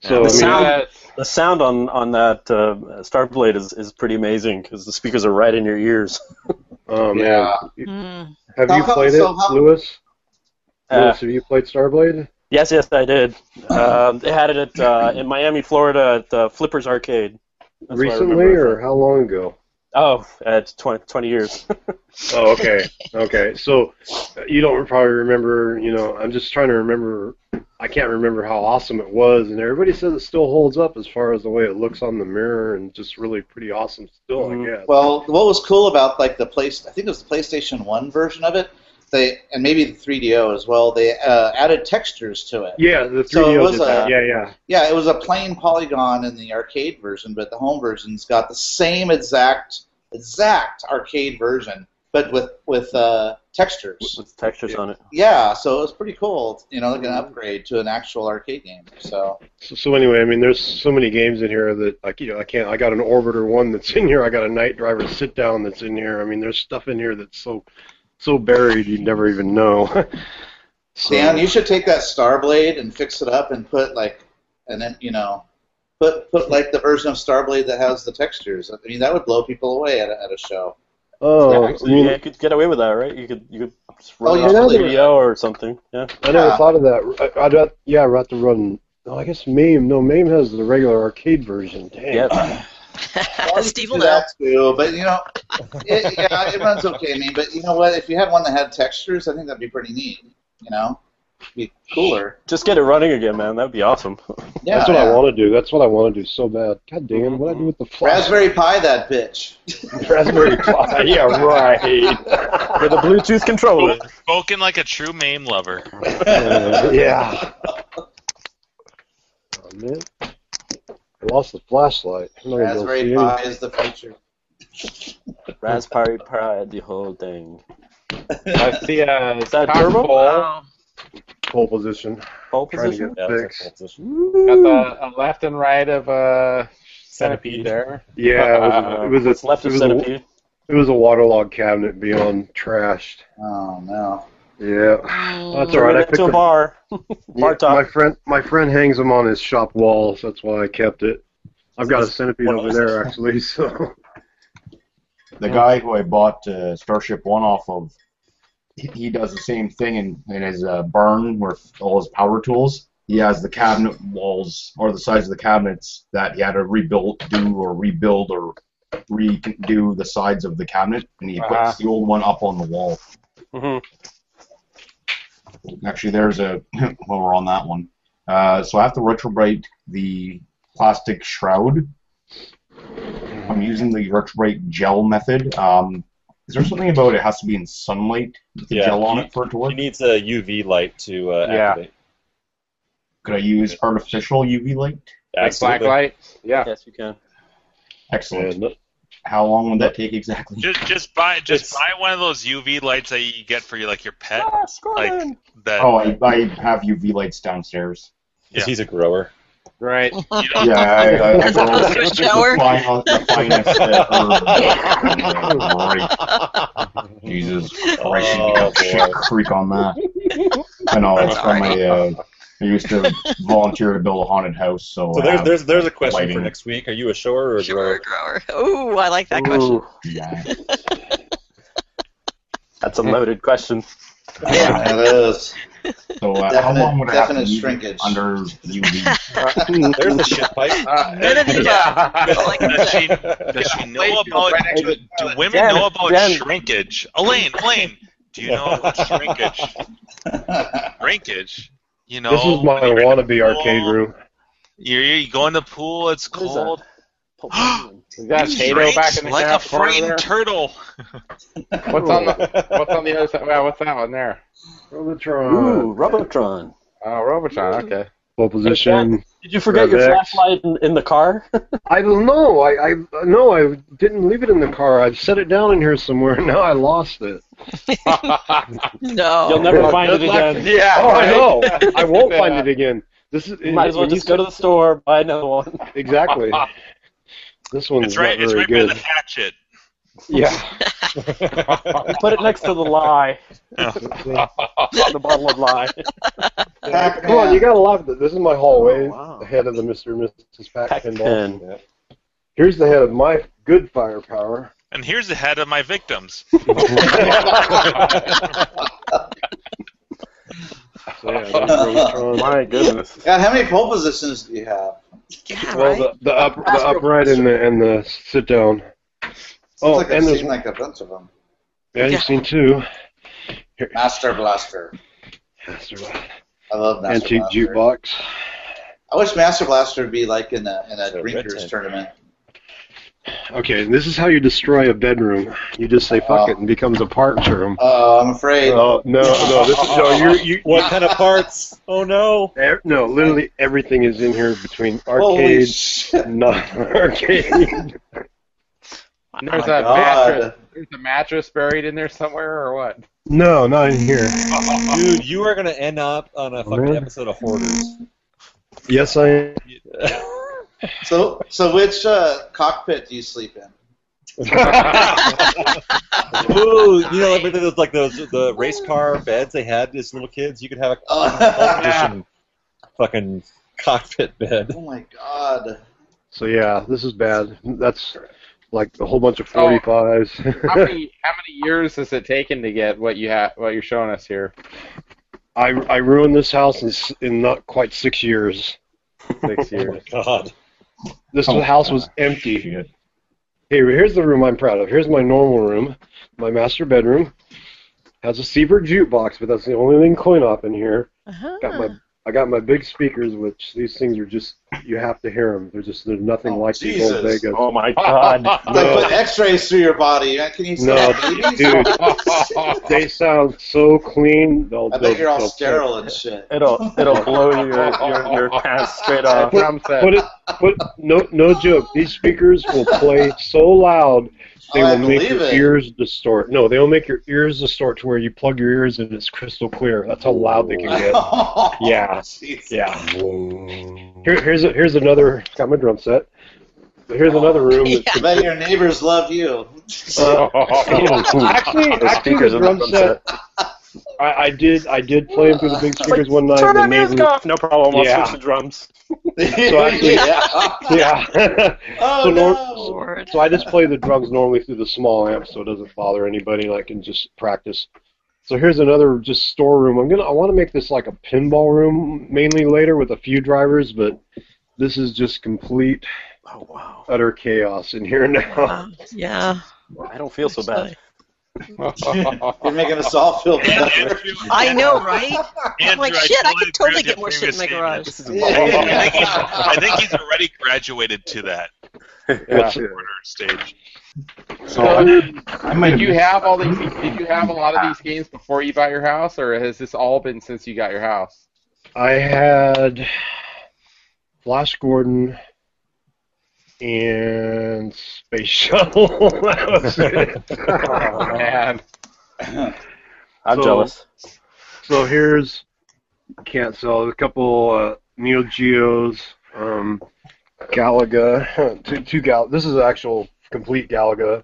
So, The I mean, sound- Yes. The sound on on that uh, Starblade is, is pretty amazing because the speakers are right in your ears. oh, man. Yeah. Mm. Have How you come- played so it, how- Lewis? Uh, Lewis, have you played Starblade? yes, yes, I did. Um, they had it at, uh, in Miami, Florida, at uh, Flippers Arcade. That's where I Recently remember it or how long ago? from. oh, at 20, 20 years. Oh, okay, okay. So uh, you don't probably remember. You know, I'm just trying to remember. I can't remember how awesome it was, and everybody says it still holds up as far as the way it looks on the mirror, and just really pretty awesome still. Mhm. I guess. Well, what was cool about like the place? I think it was the PlayStation One version of it. They and maybe the 3DO as well. They uh, added textures to it. yeah, the 3D So it was did that. a- Yeah, yeah. Yeah, it was a plain polygon in the arcade version, but the home version's got the same exact exact arcade version, but with with uh, textures. with textures on it. Mm-hmm. Yeah, so it was pretty cool. You know, like an upgrade to an actual arcade game. So So, so anyway, I mean, there's so many games in here that like you know I can't. I got an Orbiter one that's in here. I got a Night Driver sit down that's in here. I mean, there's stuff in here that's so so buried you never even know. so, Dan, you should take that Starblade and fix it up and put like, and then you know, put put like the version of Starblade that has the textures. I mean, that would blow people away at a, at a show. oh, yeah, I actually, mean, yeah, you could get away with that, right? You could you could just Oh, run yeah, it off that's the right. video or something. Yeah. I never Yeah. thought of that. I, I'd have, yeah, I'd have to run. Oh, I guess MAME. No, MAME has the regular arcade version. Dang. Yes. Well, you Steve will could do know. that too, but you know, it, yeah, it runs okay. I mean, but you know what? If you had one that had textures, I think that'd be pretty neat. You know, be cooler. Just get it running again, man. That would be awesome. Yeah, That's what yeah. Mm-hmm. I want to do. That's what I want to do so bad. God damn, what I do with the flash? Raspberry Pi, that bitch. Raspberry Pi. Yeah, right. With a Bluetooth controller. spoken like a true MAME lover. Uh, yeah. Oh, man. I lost the flashlight. I'm not gonna be able to see anything. Raspberry Pi is the future. Raspberry Pi, the whole thing. I see uh, Is that Cox turbo? Bowl Pole position. Pole Trying to position? get fixed. got the a left and right of uh, Centipede. centipede there. Yeah, it was, it was What's a it Uh, left of was a, centipede? it was a waterlogged cabinet beyond trashed. Oh no. Yeah, Oh. that's all right. I Turned it picked into a up bar. bar Yeah, my top. friend, my friend hangs them on his shop wall, so that's why I kept it. I've got a centipede Well, over there actually. So The guy who I bought uh, Starship One off of, he, he does the same thing in, in his uh, barn where all his power tools. He has the cabinet walls or the sides of the cabinets that he had to rebuild, do or rebuild or redo the sides of the cabinet, and he Uh-huh. puts the old one up on the wall. Mm-hmm. Mhm. Actually, there's a while we're on that one. Uh, so I have to retrograde the plastic shroud. I'm using the retrograde gel method. Um, is there something about it has to be in sunlight with the Yeah. gel on it for it to work? He needs a UV light to uh, Yeah. activate. Could I use artificial UV light? Like black Absolutely. light. Yeah. Yes, you can. Excellent. and How long would that take exactly? Just just buy just buy one of those UV lights that you get for your like your pet. Ah, like Uh, that. Oh, I, I have UV lights downstairs. Yeah. He's a grower. Right. Yeah, I, I, I As opposed to a shower? The final- the finest that herb. Great. Jesus Christ, you Oh, got shit creek on that. I know, it's from my, uh, I used to volunteer to build a haunted house, Oh, so. uh, So I there's have there's there's a question for lighting. next week. Are you a shower or a grower? grower. Ooh, I like that question. Yeah. That's a loaded question. Yeah, it is. So uh, how Definite- long would I have to definite leave shrinkage. it under UV? There's the shit pipe. None of the above. That's all I can Does say. she, does she know about do, do women Jen, know about Jen. shrinkage? Elaine, Elaine, do you know about shrinkage? Shrinkage. You know, This is my when you're in the wannabe arcade pool, room. You're, you go in the pool. It's What is cold. Is that He Tato back shrinks in the like a half corner frightened there? turtle. What's on the What's on the other side? Wow, what's that one there? Robotron. Ooh, Robotron. Oh, Robichon. Okay. Full position. Did you forget your Revex. flashlight in, in the car? I don't know. I, I no, I didn't leave it in the car. I set it down in here somewhere. Now I lost it. Oh. You'll No. never find it Good luck. again. Yeah. Oh, I right? know. I won't Yeah. find it again. This is Might as well just go to the store, buy another one. exactly. This one's It's right. not It's very right by good. the hatchet. Yeah. Put it next to the lie. the bottle of lie. Come on, you gotta love it. This is my hallway. Oh, wow. The head of the Mr. and Mrs. Pac-Man. Pac-Man. doll. Yeah. Here's the head of my good firepower. And here's the head of my victims. So, yeah, that's Robotron. My goodness. God, how many pole positions do you have? Yeah, Well, right? the, the up, the upright, and the and the sit down. Seems Oh, like I've and there's- seen like a bunch of them. Yeah, Yeah. you've seen two. Master Blaster. I love Master Antique Blaster. jukebox. I wish Master Blaster would be like in a in a So drinkers written. tournament. Okay, this is how you destroy a bedroom. You just say fuck it and it becomes a parts room. Oh, I'm afraid. Oh no, no, this is no. You're, you What kind of parts? Oh no. e- no, literally everything is in here between Holy arcade, shit. non-arcade. And there's Oh my a God. mattress. There's a mattress buried in there somewhere, or what? No, not in here. Dude, you are gonna end up on a fucking Really? episode of Hoarders. Yes, I. am. So so which uh, cockpit do you sleep in? Ooh, you know, like those like those the race car beds they had as little kids. You could have a Oh, competition fucking cockpit bed. oh my god. So yeah, this is bad. That's like a whole bunch of 45s. How many How many years has it taken to get what you have? What you're showing us here? I I ruined this house in, s- in not quite six years. Six Oh years. my god. This Oh, house was empty. Here, here's the room I'm proud of. Here's my normal room, my master bedroom. Has a Seaver jukebox, but that's the only thing coin op in here. Uh-huh. Got my I got my big speakers, which these things are just you have to hear them. They're just they're nothing Oh, like these old Jesus. Vegas. Oh my god. They put X-rays through your body. Can you see No, babies? dude, they sound so clean. They'll, I they'll- bet you're all they'll- sterile and shit. It'll it'll blow your, your, your pants straight That's off. what I'm saying. Put it, put no, no joke. These speakers will play so loud they Oh, I will make believe your it. ears distort. No, they'll make your ears distort to where you plug your ears and it's crystal clear. That's how loud they can get. Yeah, Jeez. yeah. Here, here's a, here's another. Got my drum set. But here's another room. That's I bet your neighbors love you. Uh, actually, The actually, the speakers in the drum drum set. I, I did I did play them through the big speakers one night. Turn The that music neighbor, off. No problem. I'll Yeah. switch the drums. actually- yeah. yeah. Oh, So nor- no. Lord. So I just play the drums normally through the small amp, so it doesn't bother anybody. And I can just practice. So here's another just storeroom. I'm gonna I want to make this like a pinball room mainly later with a few drivers, but this is just complete Oh wow. utter chaos in here now. Wow. Yeah. I don't feel so bad. You're making us all feel And better. Andrew, I know, right? I'm Andrew, like, shit, I could agree totally with get your more shit in previous my statement. garage. I think, he's, Yeah. I think he's already graduated to that Yeah. order stage. So I, I might Did have you missed- have all these? Did you have a lot of these games before you bought your house, or has this all been since you got your house? I had Flash Gordon, and Space Shuttle. that was it. Oh, man. I'm So- jealous. So here's can't sell a couple uh, Neo Geos, um, Galaga, two, two Gal. This is actual complete Galaga.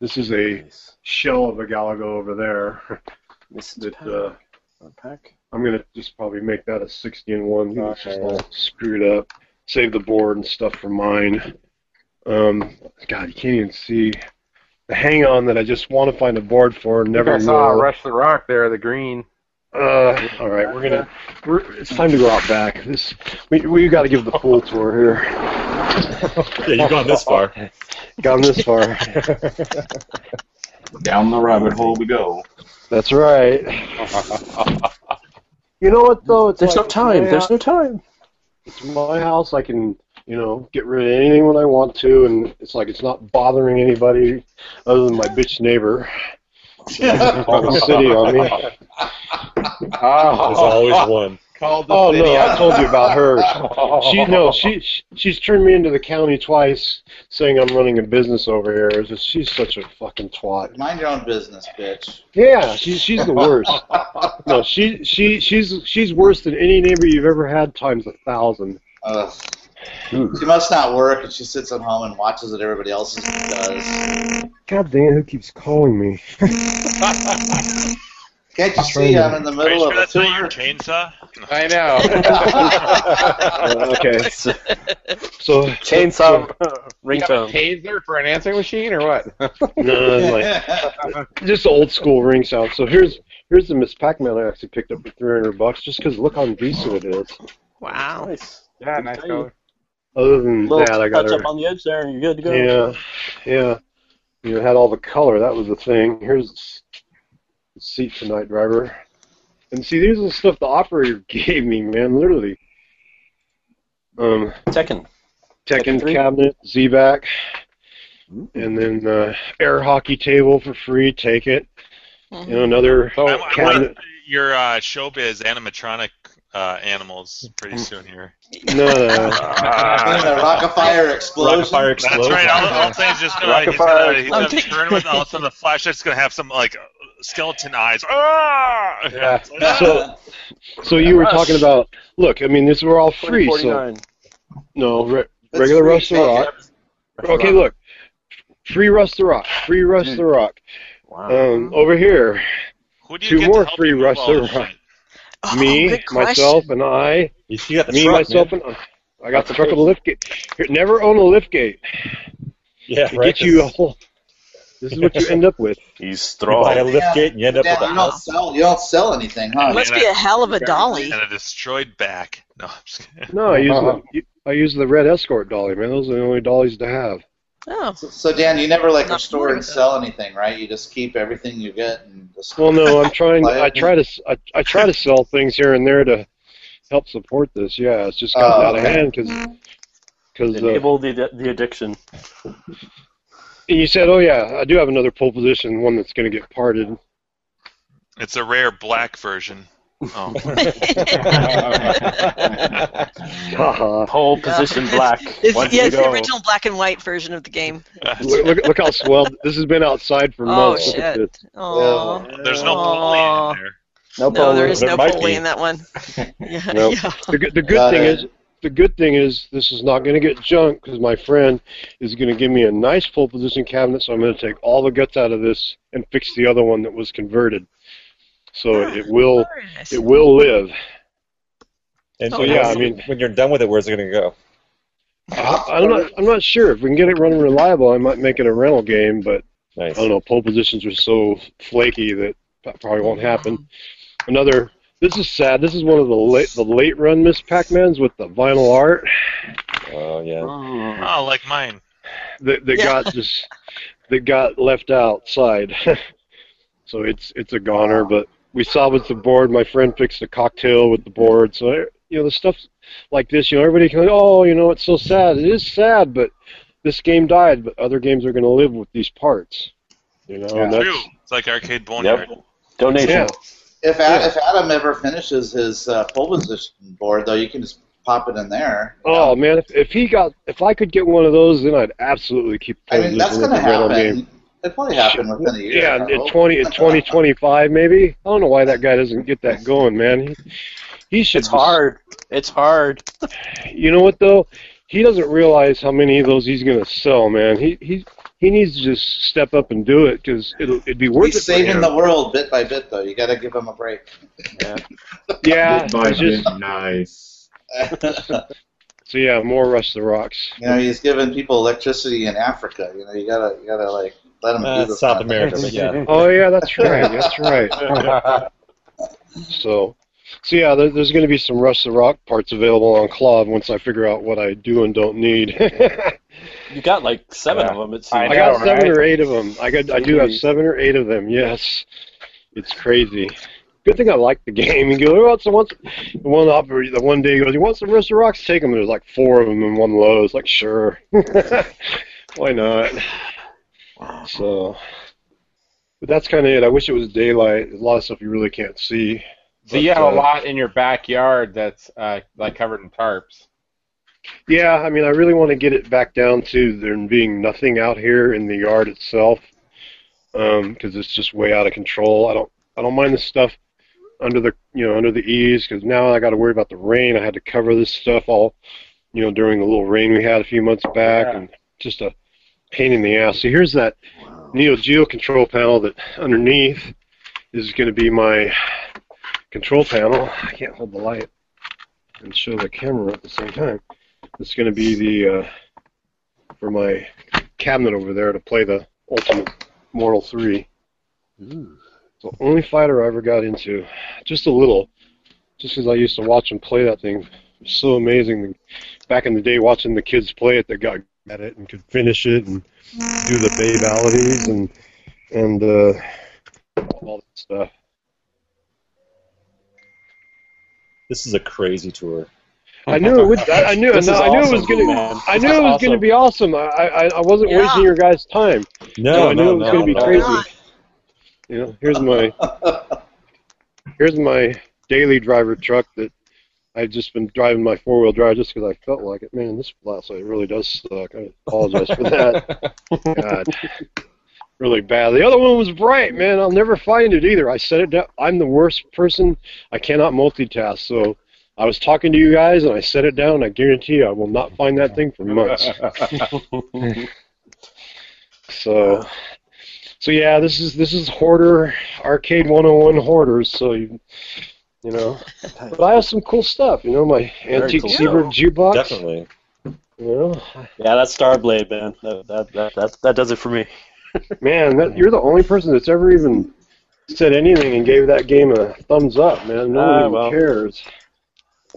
This is a shell of a Galaga over there. that uh, Unpack. I'm gonna just probably make that a 60 and one. It's just Okay. all screwed up. Save the board and stuff for mine. Um, God, you can't even see the hang on that I just want to find a board for. and Never I saw will. Rush the Rock there, the green. Uh, all right, we're gonna. We're, it's time to go out back. This we we got to give the pool tour here. Yeah, you've gone this far. Gone this far. Down the rabbit hole we go. That's right. You know what though? It's There's like, no time. yeah, There's no time. It's my house. I can you know get rid of anything when I want to, and it's like it's not bothering anybody other than my bitch neighbor. Call the city on me. There's always one. Called the Oh city no, I out. told you about her. She no, she she- she's turned me into the county twice, saying I'm running a business over here. It's just- she's such a fucking twat. Mind your own business, bitch. Yeah, she's she's the worst. No, she she she's she's worse than any neighbor you've ever had times a thousand. Ugh. She must not work, and she sits at home and watches what everybody else does. God damn, who keeps calling me? Can't you trying see to- I'm in the Are you middle of sure a that's not your tour? chainsaw? I know. Uh, okay, so, so Chainsaw You have a ringtone. taser for an answering machine or what? no, it's like just old school ring sound. So here's here's the Miss Pac-Man I actually picked up for 300 bucks, just 'cause look how decent it is. Wow. Nice. yeah, nice color. Other than Little that, I got touch her. up on the edge there, and you're good to go. Yeah, yeah. You know, had all the color. That was the thing. Here's the s- the seat for night driver. And see, these are the stuff the operator gave me, man. Literally. Um, Tekken. Tekken three? Mm-hmm. cabinet, Z-back, and then uh, air hockey table for free. Take it. Mm-hmm. You know, another I, I cabinet. want your uh, showbiz animatronic uh, animals pretty soon here. Mm. No, no, no. I'm in a rock of fire explosion. Rockafire That's explodes. right. All, all things just gonna he's gonna, he's gonna turn with all of a sudden the flashlight's gonna have some like skeleton eyes. Ah! Yeah. It's like, ah! So, so you were talking about. Look, I mean, these were all free. So 49. no, re- That's regular free, Rush the take Rock. it. Okay, look. Free Russ the Rock. Free Russ the Rock. Wow. Um, over here, Who do you Two get more to help free you move all wrestler. this shit? Oh, me, good question. myself, and I. You, you got the Me, truck, myself, man. and I. I got the truck with a lift gate. Here, never own a lift gate. Yeah, It right. gets you a whole. This is what you end up with. He's You buy a strong. lift gate and you end up Yeah, with a you don't house. sell. You don't sell anything, huh? Must be a hell of a dolly. Oh. and a destroyed back. No, I'm just kidding. No, I use Uh-huh. the I use the red escort dolly, man. Those are the only dollies to have. Oh. So, so Dan, you never like Not restore and sure. sell anything, right? You just keep everything you get and just. Well, no, I'm trying. Buy it. I try to s- I, I try to sell things here and there to help support this. Yeah, it's just gotten Oh, out of okay. hand because because uh, Enable the, the addiction. And you said, "Oh yeah, I do have another pole position, one that's going to get parted." It's a rare black version. Oh. Haha. Whole position black. It's, One yeah, to it's the go. original black and white version of the game. look, look, look how swelled. This has been outside for Oh, months. Look at shit. this. Oh, There's no Napoleon in there. No, no, there is There no might Foley be. in that one. Yeah, Nope. yeah. The, good- the good Got thing it. is, the good thing is, this is not going to get junk because my friend is going to give me a nice pole position cabinet. So I'm going to take all the guts out of this and fix the other one that was converted. So it will, Very nice. it will live. And Oh, so yeah, I mean, when you're done with it, where's it gonna go? I, I'm not, I'm not sure if we can get it running reliable. I might make it a rental game, but Nice. I don't know, pole positions are so flaky that that probably won't happen. Another, this is sad. This is one of the late, the late run Miss Pac-Mans with the vinyl art Oh yeah. Mm. Oh, like mine. that, that Yeah. got just that got left outside. so it's it's a goner. But we salvaged the board. My friend fixed the cocktail with the board. So you know, the stuff like this, you know, everybody can. Oh, you know, it's so sad. It is sad, but this game died. But other games are going to live with these parts. You know, and True. Oh, that's, It's like arcade boneyard. Donation. yeah. If Adam, Yeah. if Adam ever finishes his uh, pole position board, though, you can just pop it in there. Oh man, if, if he got, if I could get one of those, then I'd absolutely keep I playing mean, this that's little gonna Renault happen. game. It probably happened within a year. I Yeah, in hope. twenty, in twenty twenty five maybe. I don't know why that guy doesn't get that going, man. He, he should. It's hard. It's hard. You know what though? He doesn't realize how many of those he's gonna sell, man. He he he needs to just step up and do it because it'll it'd be worth He's it. for saving him. the world bit by bit, though. You got to give him a break. Yeah, Goodbye, it's just- Ben. nice. so yeah, more Rush the Rocks. You know, he's giving people electricity in Africa. You know, you gotta, you gotta like let them Uh, do this. South kind of America, thing. but yeah. Oh yeah, that's right. That's right. so, so yeah, there, there's going to be some Rush the Rock parts available on Clav once I figure out what I do and don't need. You got like seven Yeah. of them. It I seems. I got know, seven right? or eight of them. I got I do have Jeez. seven or eight of them. Yes, it's crazy. Good thing I like the game. You go, oh, so what's the one operator? The one day he goes, you want some Rush the Rocks? Take them. There's like four of them in one load. It's like sure, why not? So, but that's kind of it. I wish it was daylight. There's a lot of stuff you really can't see. So you have But, a uh, lot in your backyard that's uh, like covered in tarps. Yeah, I mean, I really want to get it back down to there being nothing out here in the yard itself, because it's just way out of control. I don't, I don't mind the stuff under the, you know, under the eaves, because now I got to worry about the rain. I had to cover this stuff all, you know, during the little rain we had a few months back, Yeah. and just a pain in the ass. So here's that Neo Geo control panel that underneath is going to be my control panel. I can't hold the light and show the camera at the same time. It's going to be the uh, for my cabinet over there to play the Ultimate Mortal 3. It's the only fighter I ever got into, just a little, just 'cause I used to watch them play that thing. It was so amazing back in the day, watching the kids play it that got at it and could finish it and do the babalities and and uh, all that stuff. This is a crazy tour. I knew it would. I I knew. This no, is I knew it was awesome, gonna. man. I This knew is it was awesome. gonna be awesome. I I, I wasn't Yeah. wasting your guys' time. No, I knew no, it was no, gonna be no. crazy. You know, here's my here's my daily driver truck that I've just been driving my four wheel drive just because I felt like it. Man, this flashlight really does suck. I apologize for that. God, really bad. The other one was bright, man. I'll never find it either. I set it down. I'm the worst person. I cannot multitask. So I was talking to you guys and I set it down. I guarantee you, I will not find that thing for months. So, so yeah, this is this is hoarder arcade 101 hoarders. So you, you know, but I have some cool stuff. You know, my antique cool Seabrook jukebox. Definitely. You know, Yeah, that's Starblade, man. That that, that that that does it for me. man, that, you're the only person that's ever even said anything and gave that game a thumbs up, man. No one Ah, even well. cares.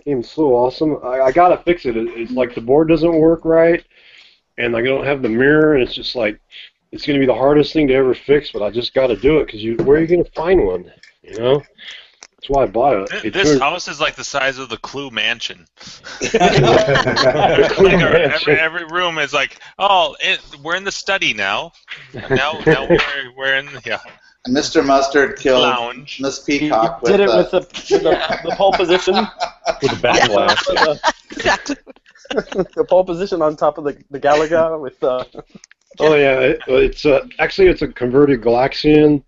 Game's so awesome. I, I gotta fix it. it. It's like the board doesn't work right, and like, I don't have the mirror, and it's just like it's gonna be the hardest thing to ever fix. But I just gotta do it because you, where are you gonna find one? You know, that's why I bought it. Th- It This turned- house is like the size of the Clue mansion. The like Clue our- Mansion. every, every room is like, oh, it, we're in the study now. Now, now we're, we're in the yeah, And Mr. Mustard killed lounge. Miss He Peacock did it with, uh, with the, the, with the, the pole position. With a backlash. the, Exactly. the pole position on top of the, the Galaga with uh, the. Oh yeah, it, it's uh, actually it's a converted Galaxian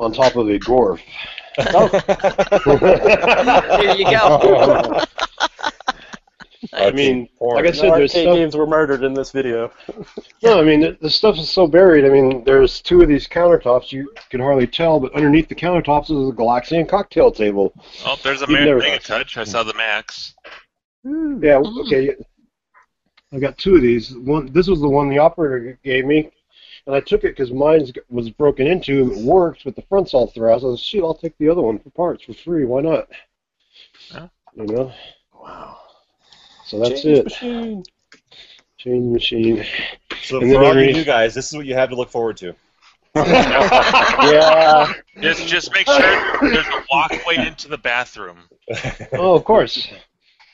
on top of a Gorf. Oh. There you go. I mean, Porn. like I No said, arcade there's stuff. games were murdered in this video. No, I mean the, the stuff is so buried. I mean, there's two of these countertops you can hardly tell, but underneath the countertops is a Galaxian cocktail table. Oh, there's a You've never- Mega Touch. I saw the Max. Yeah, okay. I got two of these. One, this was the one the operator gave me, and I took it because mine was broken into. It worked, but the front's all through. I was like, shoot, I'll take the other one for parts for free. Why not? Huh? You know. Wow. So that's Change it. machine. Change machine. So And then for all you underneath- new guys, this is what you have to look forward to. Yeah. Just just make sure there's a walkway into the bathroom. oh, of course.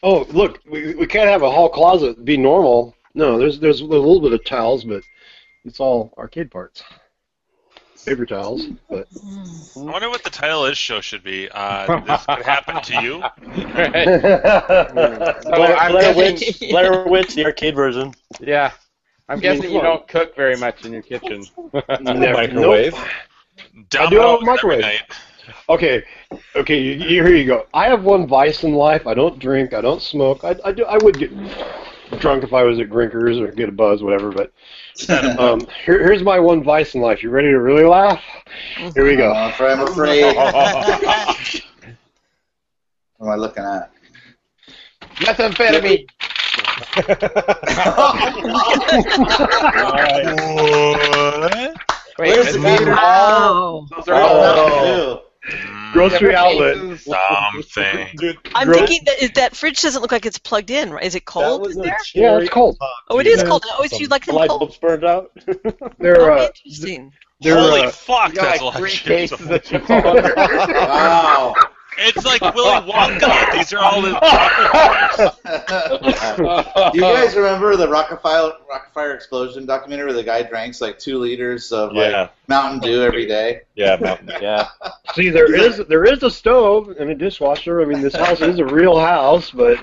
Oh, look, we, we can't have a hall closet be normal. No, there's there's a little bit of towels, but it's all arcade parts. paper towels, but I wonder what the title of this show should be. Uh, this could happen to you. Blair, I'm Blair guessing- Witch, Blair Witch, the arcade version. Yeah. I'm guessing you don't cook very much in your kitchen. Microwave. I do have a microwave. Okay, okay, you, you- here you go. I have one vice in life. I don't drink. I don't smoke. I, I do. I would get drunk if I was at Grinkers or get a buzz, whatever. But um, here, here's my one vice in life. You ready to really laugh? Here we go. Uh, forever free. what am I looking at? Methamphetamine. What? Where's the gator? Oh. Wow. Those are all Oh. Oh. Grocery outlet. Something. I'm Gross. thinking that is- that fridge doesn't look like it's plugged in. Right? Is it cold? Is there? Yeah, it's cold. Oh, it is cold. Oh, it's you like them Light cold. bulbs burned out. They're Oh, uh, interesting. they're Holy uh, fuck, that's a lot of chips. Wow. It's like Willy Wonka. These are all the chocolate bars. you guys remember the Rockefeller, Rockefeller explosion documentary where the guy drinks like two liters of like Yeah. Mountain Dew every day? Yeah, Mountain Dew. Yeah. see there is there is a stove and a dishwasher. I mean, this house is a real house, but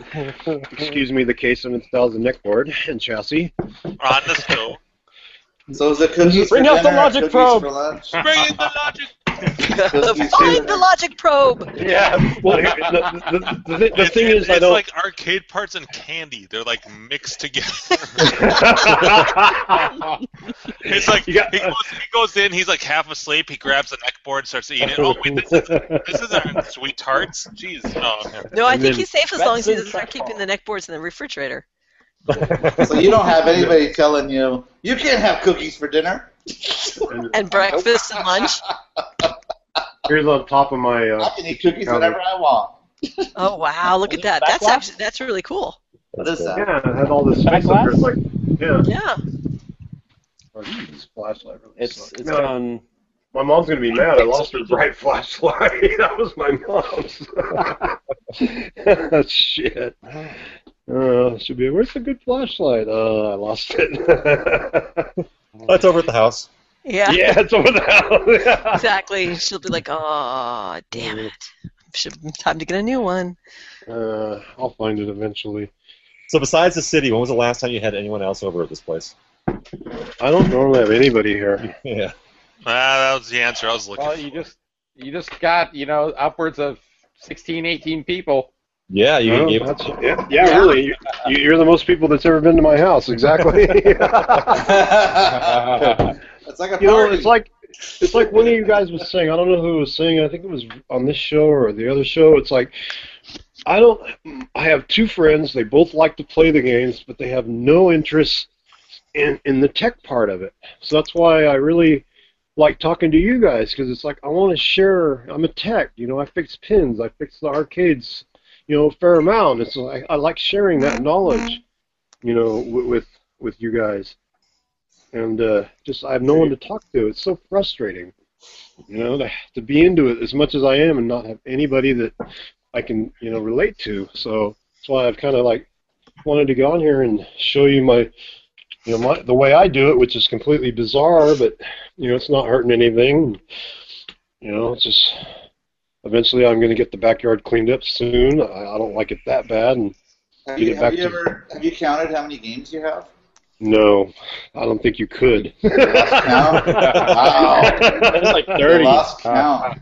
excuse me, the case of installs the neckboard and chassis. on the stove. So is it cookies Bring for out the dinner, logic cookies probe. for lunch? Bring in the logic. Cookies for Find the dinner? logic probe. Yeah. Well, here- the, the, the, the, the It's- thing it's, is, I it's don't. like arcade parts and candy. They're like mixed together. it's like You got- he, goes, he goes in, he's like half asleep. He grabs the neck board, starts eating it. Oh wait, this, is, this isn't sweet tarts. Jeez, no. No, I And think then- he's safe as long as he doesn't start That's keeping the neck boards in the refrigerator. So you don't have anybody telling you you can't have cookies for dinner. And Oh. breakfast and lunch. Here's on top of my. I Uh, can eat cookies whenever I want. Oh wow, look at that. That's actually that's really cool. What is that? yeah, I had all this space up here. It's like, yeah. Yeah. Oh, geez, this flashlight really It's sucks. it's No, on. my mom's gonna be mad. I lost her bright flashlight. that was my mom's. Shit. Uh, she'll be. Where's the good flashlight? Uh, I lost it. That's over at the house. Yeah. yeah, it's over the house. Exactly. She'll be like, "Oh, damn it. Should, time to get a new one." Uh, I'll find it eventually. So besides the city, when was the last time you had anyone else over at this place? I don't normally have anybody here. Yeah. Ah, that was the answer I was looking Well, you just you just got, you know, upwards of 16, 18 people. Yeah, you Oh, gave that's- yeah, yeah, really. You, you- you're the most people that's ever been to my house. Exactly. it's like a party. you know, it's like it's like one of you guys was saying. I don't know who was saying. I think it was on this show or the other show. It's like I don't. I have two friends. They both like to play the games, but they have no interest in in the tech part of it. So that's why I really like talking to you guys because it's like I want to share. I'm a tech. You know, I fix pins. I fix the arcades. You know, a fair amount. It's like I like sharing that knowledge. You know, wi- with with you guys and uh, just I have no one to talk to. It's so frustrating, you know, to, to be into it as much as I am and not have anybody that I can, you know, relate to. So that's why I've kind of like wanted to go on here and show you my, you know, my the way I do it, which is completely bizarre, but you know, it's not hurting anything. You know, it's just eventually I'm going to get the backyard cleaned up soon. I, I don't like it that bad, and have you you, get have back you to- ever have you counted how many games you have? no, I don't think you could. Count? wow. It's like You 30. lost count.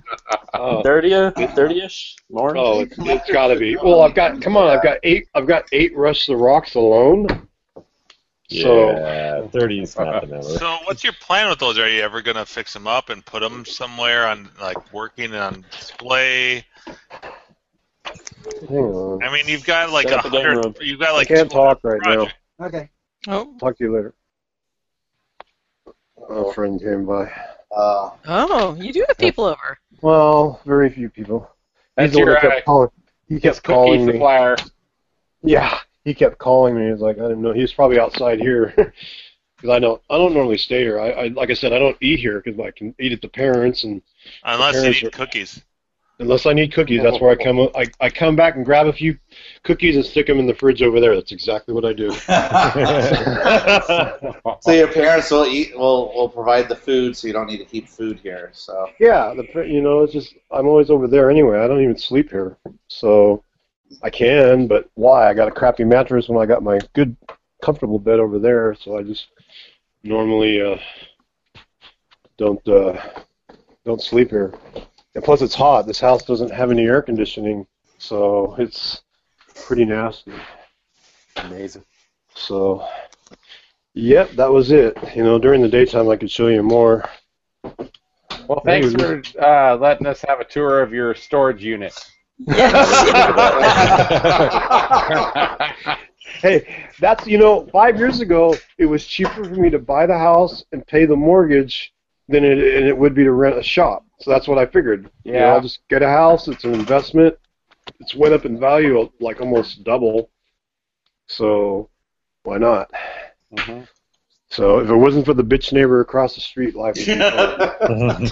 Oh. 30 30ish, Lauren. Oh, it's, it's got to be. Well, I've got. Come on, I've got eight. I've got eight Rush the Rocks alone. So yeah, 30 is not the for. number. So, what's your plan with those? Are you ever gonna fix them up and put them somewhere on like working on display? hang on. I mean, you've got like Set a up a game room. hundred. You've got like I can't 200 talk right now. projects. Okay. Oh. Talk to you later. A friend came by. Uh, Oh, you do have people over. Well, very few people. That's He's the one that your, kept uh, calling. He his kept cookie calling me. supplier. Yeah, he kept calling me. He was like, I didn't know. He was probably outside here because I don't. I don't normally stay here. I, I like I said, I don't eat here because I can eat at the parents and Unless you Parents need are- cookies. Unless I need cookies, that's where I come. I, I come back and grab a few cookies and stick them in the fridge over there. That's exactly what I do. uh, so your parents will eat will will provide the food, so you don't need to keep food here. So yeah, the fr- you know, it's just I'm always over there anyway. I don't even sleep here, so I can. But why? I got a crappy mattress when I got my good, comfortable bed over there. So I just normally uh, don't uh, don't sleep here. And plus, it's hot. This house doesn't have any air conditioning, so it's pretty nasty. Amazing. So, yep, that was it. You know, during the daytime, I could show you more. Well, thanks for uh, letting us have a tour of your storage unit. Uh-huh. hey, that's you know, five years ago, it was cheaper for me to buy the house and pay the mortgage than it, and it would be to rent a shop. So that's what I figured. You know, Yeah. I'll just get a house. It's an investment. It's went up in value like almost double. So why not? So if it wasn't for the bitch neighbor across the street, life would be Fucking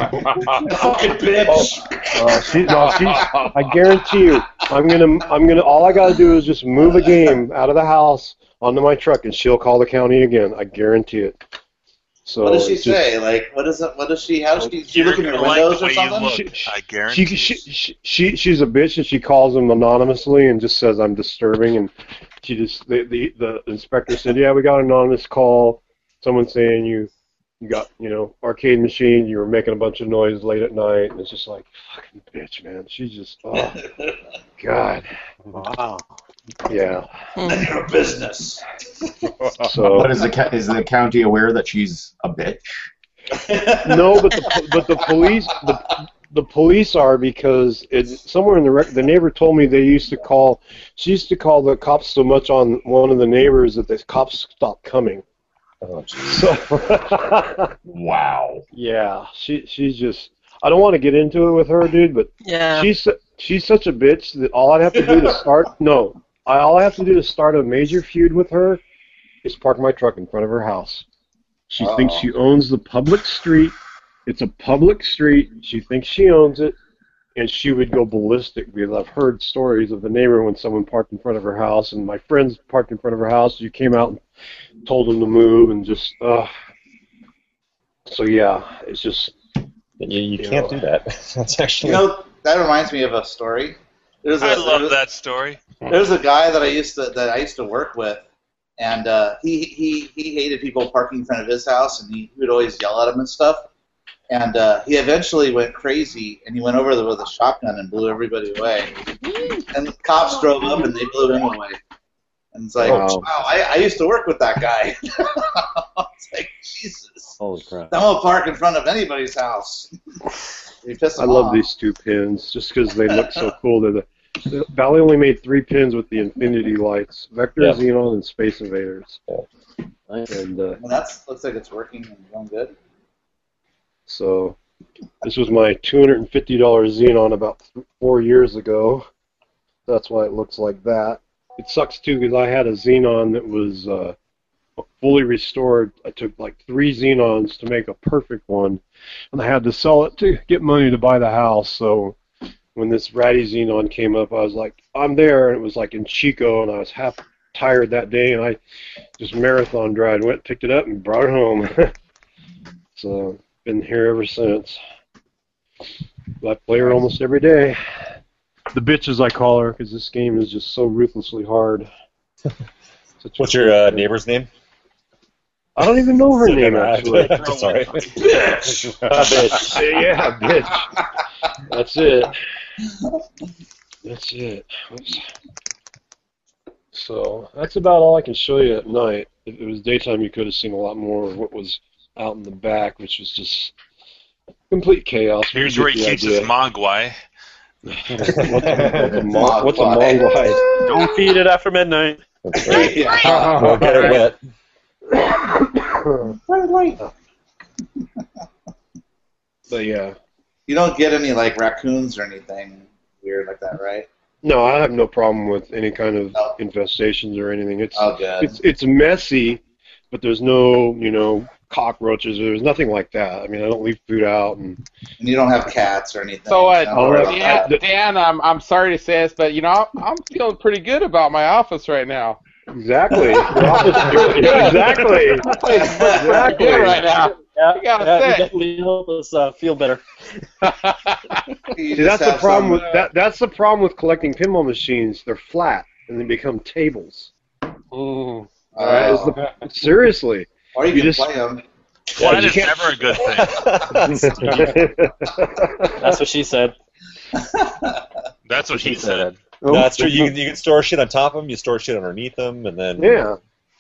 bitch. Uh, she, no, she's, I guarantee you, I'm gonna, I'm gonna. All I gotta do is just move a game out of the house onto my truck, and she'll call the county again. I guarantee it. So what does she it's just- say? Like, what is it? What does she? How she? She You're look in your gonna like windows the or way you something? look. I Um, She, guarantee. she, she, she, she's a bitch, and she calls them anonymously, and just says I'm disturbing, and she just the, the the inspector said, yeah, we got an anonymous call, someone saying you, you got you know arcade machine, you were making a bunch of noise late at night, and it's just like fucking bitch, man. She's just oh god, Wow. yeah. None of your business. So- but is the ca- is the county aware that she's a bitch? no, but the, but the police the, the police are because it's somewhere in the rec- the neighbor told me they used to call she used to call the cops so much on one of the neighbors that the cops stopped coming. so Wow. yeah, she she's just I don't want to get into it with her, dude, but Yeah. she's su- she's such a bitch that all I'd have to do to start no, I, all I have to do to start a major feud with her is park my truck in front of her house. She Uh-oh. thinks she owns the public street. It's a public street. She thinks she owns it, and she would go ballistic because I've heard stories of the neighbor when someone parked in front of her house, and my friends parked in front of her house. You came out and told them to move, and just uh. So yeah, it's just You, you You can't know. do that. That's actually You know, that reminds me of a story. There's a I love that story. There's a guy that I used to that I used to work with, and uh, he he he hated people parking in front of his house, and he, he would always yell at him and stuff. And uh, he eventually went crazy, and he went over there with a shotgun and blew everybody away. And the cops drove up, and they blew him away. And it's like, Wow. wow, I, I used to work with that guy. it's like Jesus, Holy crap. I won't park in front of anybody's house. you piss I them love off. these two pins just because they look so cool. They're the, the Valley only made three pins with the Infinity lights: Vector, Yeah. Xenon, and Space Invaders. And uh, Well, that looks like it's working and going good. so, this was my two hundred and fifty dollar Xenon about th- four years ago. That's why it looks like that. It sucks too because I had a Xenon that was uh, fully restored. I took like three Xenons to make a perfect one, and I had to sell it to get money to buy the house. So when this ratty Xenon came up, I was like, I'm there, and it was like in Chico, and I was half tired that day, and I just marathon drive went, picked it up, and brought it home. so been here ever since. I play her almost every day. The bitch, as I call her, because this game is just so ruthlessly hard. Such a- What's your uh, neighbor's name? I don't even know her name actually. That's all right. bitch. yeah, bitch. That's it. That's it. Oops. So that's about all I can show you at night. If it was daytime, you could have seen a lot more of what was out in the back, which was just complete chaos. but Here's you where get he the keeps idea. his mogwai. What's a, mo- what's a mongolite? Don't feed it after midnight. That's right. Yeah. Don't get it wet. Red light. But yeah, You don't get any like raccoons or anything weird like that, right? no, I have no problem with any kind of No. infestations or anything. It's Oh, good. it's it's messy, but there's no you know cockroaches. There's nothing like that. I mean, I don't leave food out, and, and you don't have cats or anything. So, uh, All right. Dan, Dan, I'm, I'm sorry to say this, but you know, I'm, I'm feeling pretty good about my office right now. Exactly. exactly. exactly. Good right now. Yeah, I gotta yeah, you say. definitely help us uh, feel better. See, that's the problem uh, with that. That's the problem with collecting pinball machines. They're flat and they become tables. Ooh. All right, it's the- seriously. Or you, You can just- play them. Flat is never a good thing. That's what she said. That's what he said. Oh, That's true. You can, you can store shit on top of them. You store shit underneath them, and then Yeah,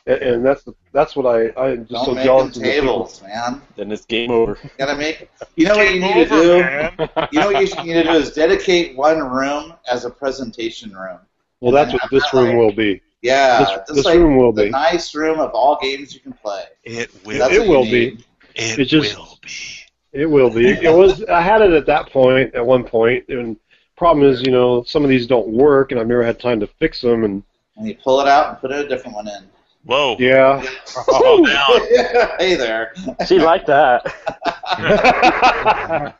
and, and that's the, that's what I I'm just Don't so make them jealous of the tables, man. Then it's game over. You gotta make. You know what you need to Over, do. man. You know what you should need to do is dedicate one room as a presentation room. Well, that's what this room will be. Yeah, This- just this like room will the be. nice room of all games you can play. It will. That's It what you will be. need. It, it just- will be. It will be. It was. I had it at that point. At one point, and problem is, you know, some of these don't work, and I've never had time to fix them. And And you pull it out and put a different one in. Whoa. yeah, Fall down. hey there. She liked that.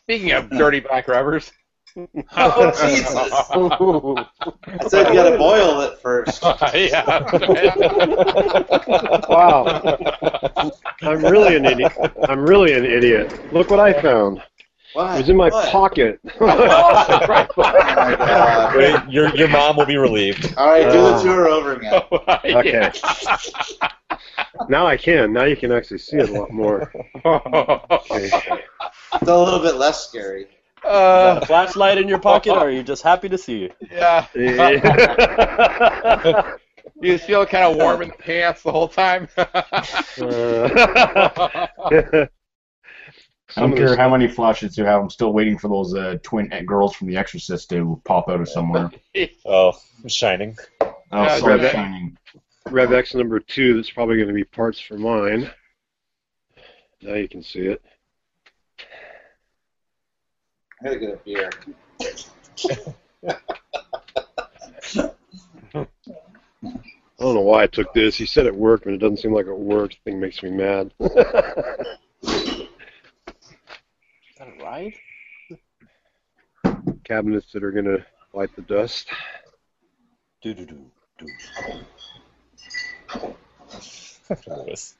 Speaking of dirty back rubbers, Oh, Jesus. Ooh. I said you gotta boil it first. wow. I'm really an idiot. I'm really an idiot. Look what I found. What? It was in my What? pocket. Oh my God. Wait, your your mom will be relieved. All right, do the Uh. tour over again. okay. Now I can. Now you can actually see it a lot more. Okay. It's a little bit less scary. Uh, Got a flashlight in your pocket, or are you just happy to see you? yeah. Yeah. You just feel kind of warm in the pants the whole time. Uh, I don't Some of care this- how many flashes you have. I'm still waiting for those uh, twin girls from The Exorcist to pop out of somewhere. Oh, shining. Oh, Yeah, sorry, grab that. shining. Uh, Rev X number two. That's probably going to be parts for mine. Now you can see it. I gotta get a beer. I don't know why I took this. He said it worked, but it doesn't seem like it worked. Thing makes me mad. Is that right? Cabinets that are going to light the dust. Do do do. Lewis.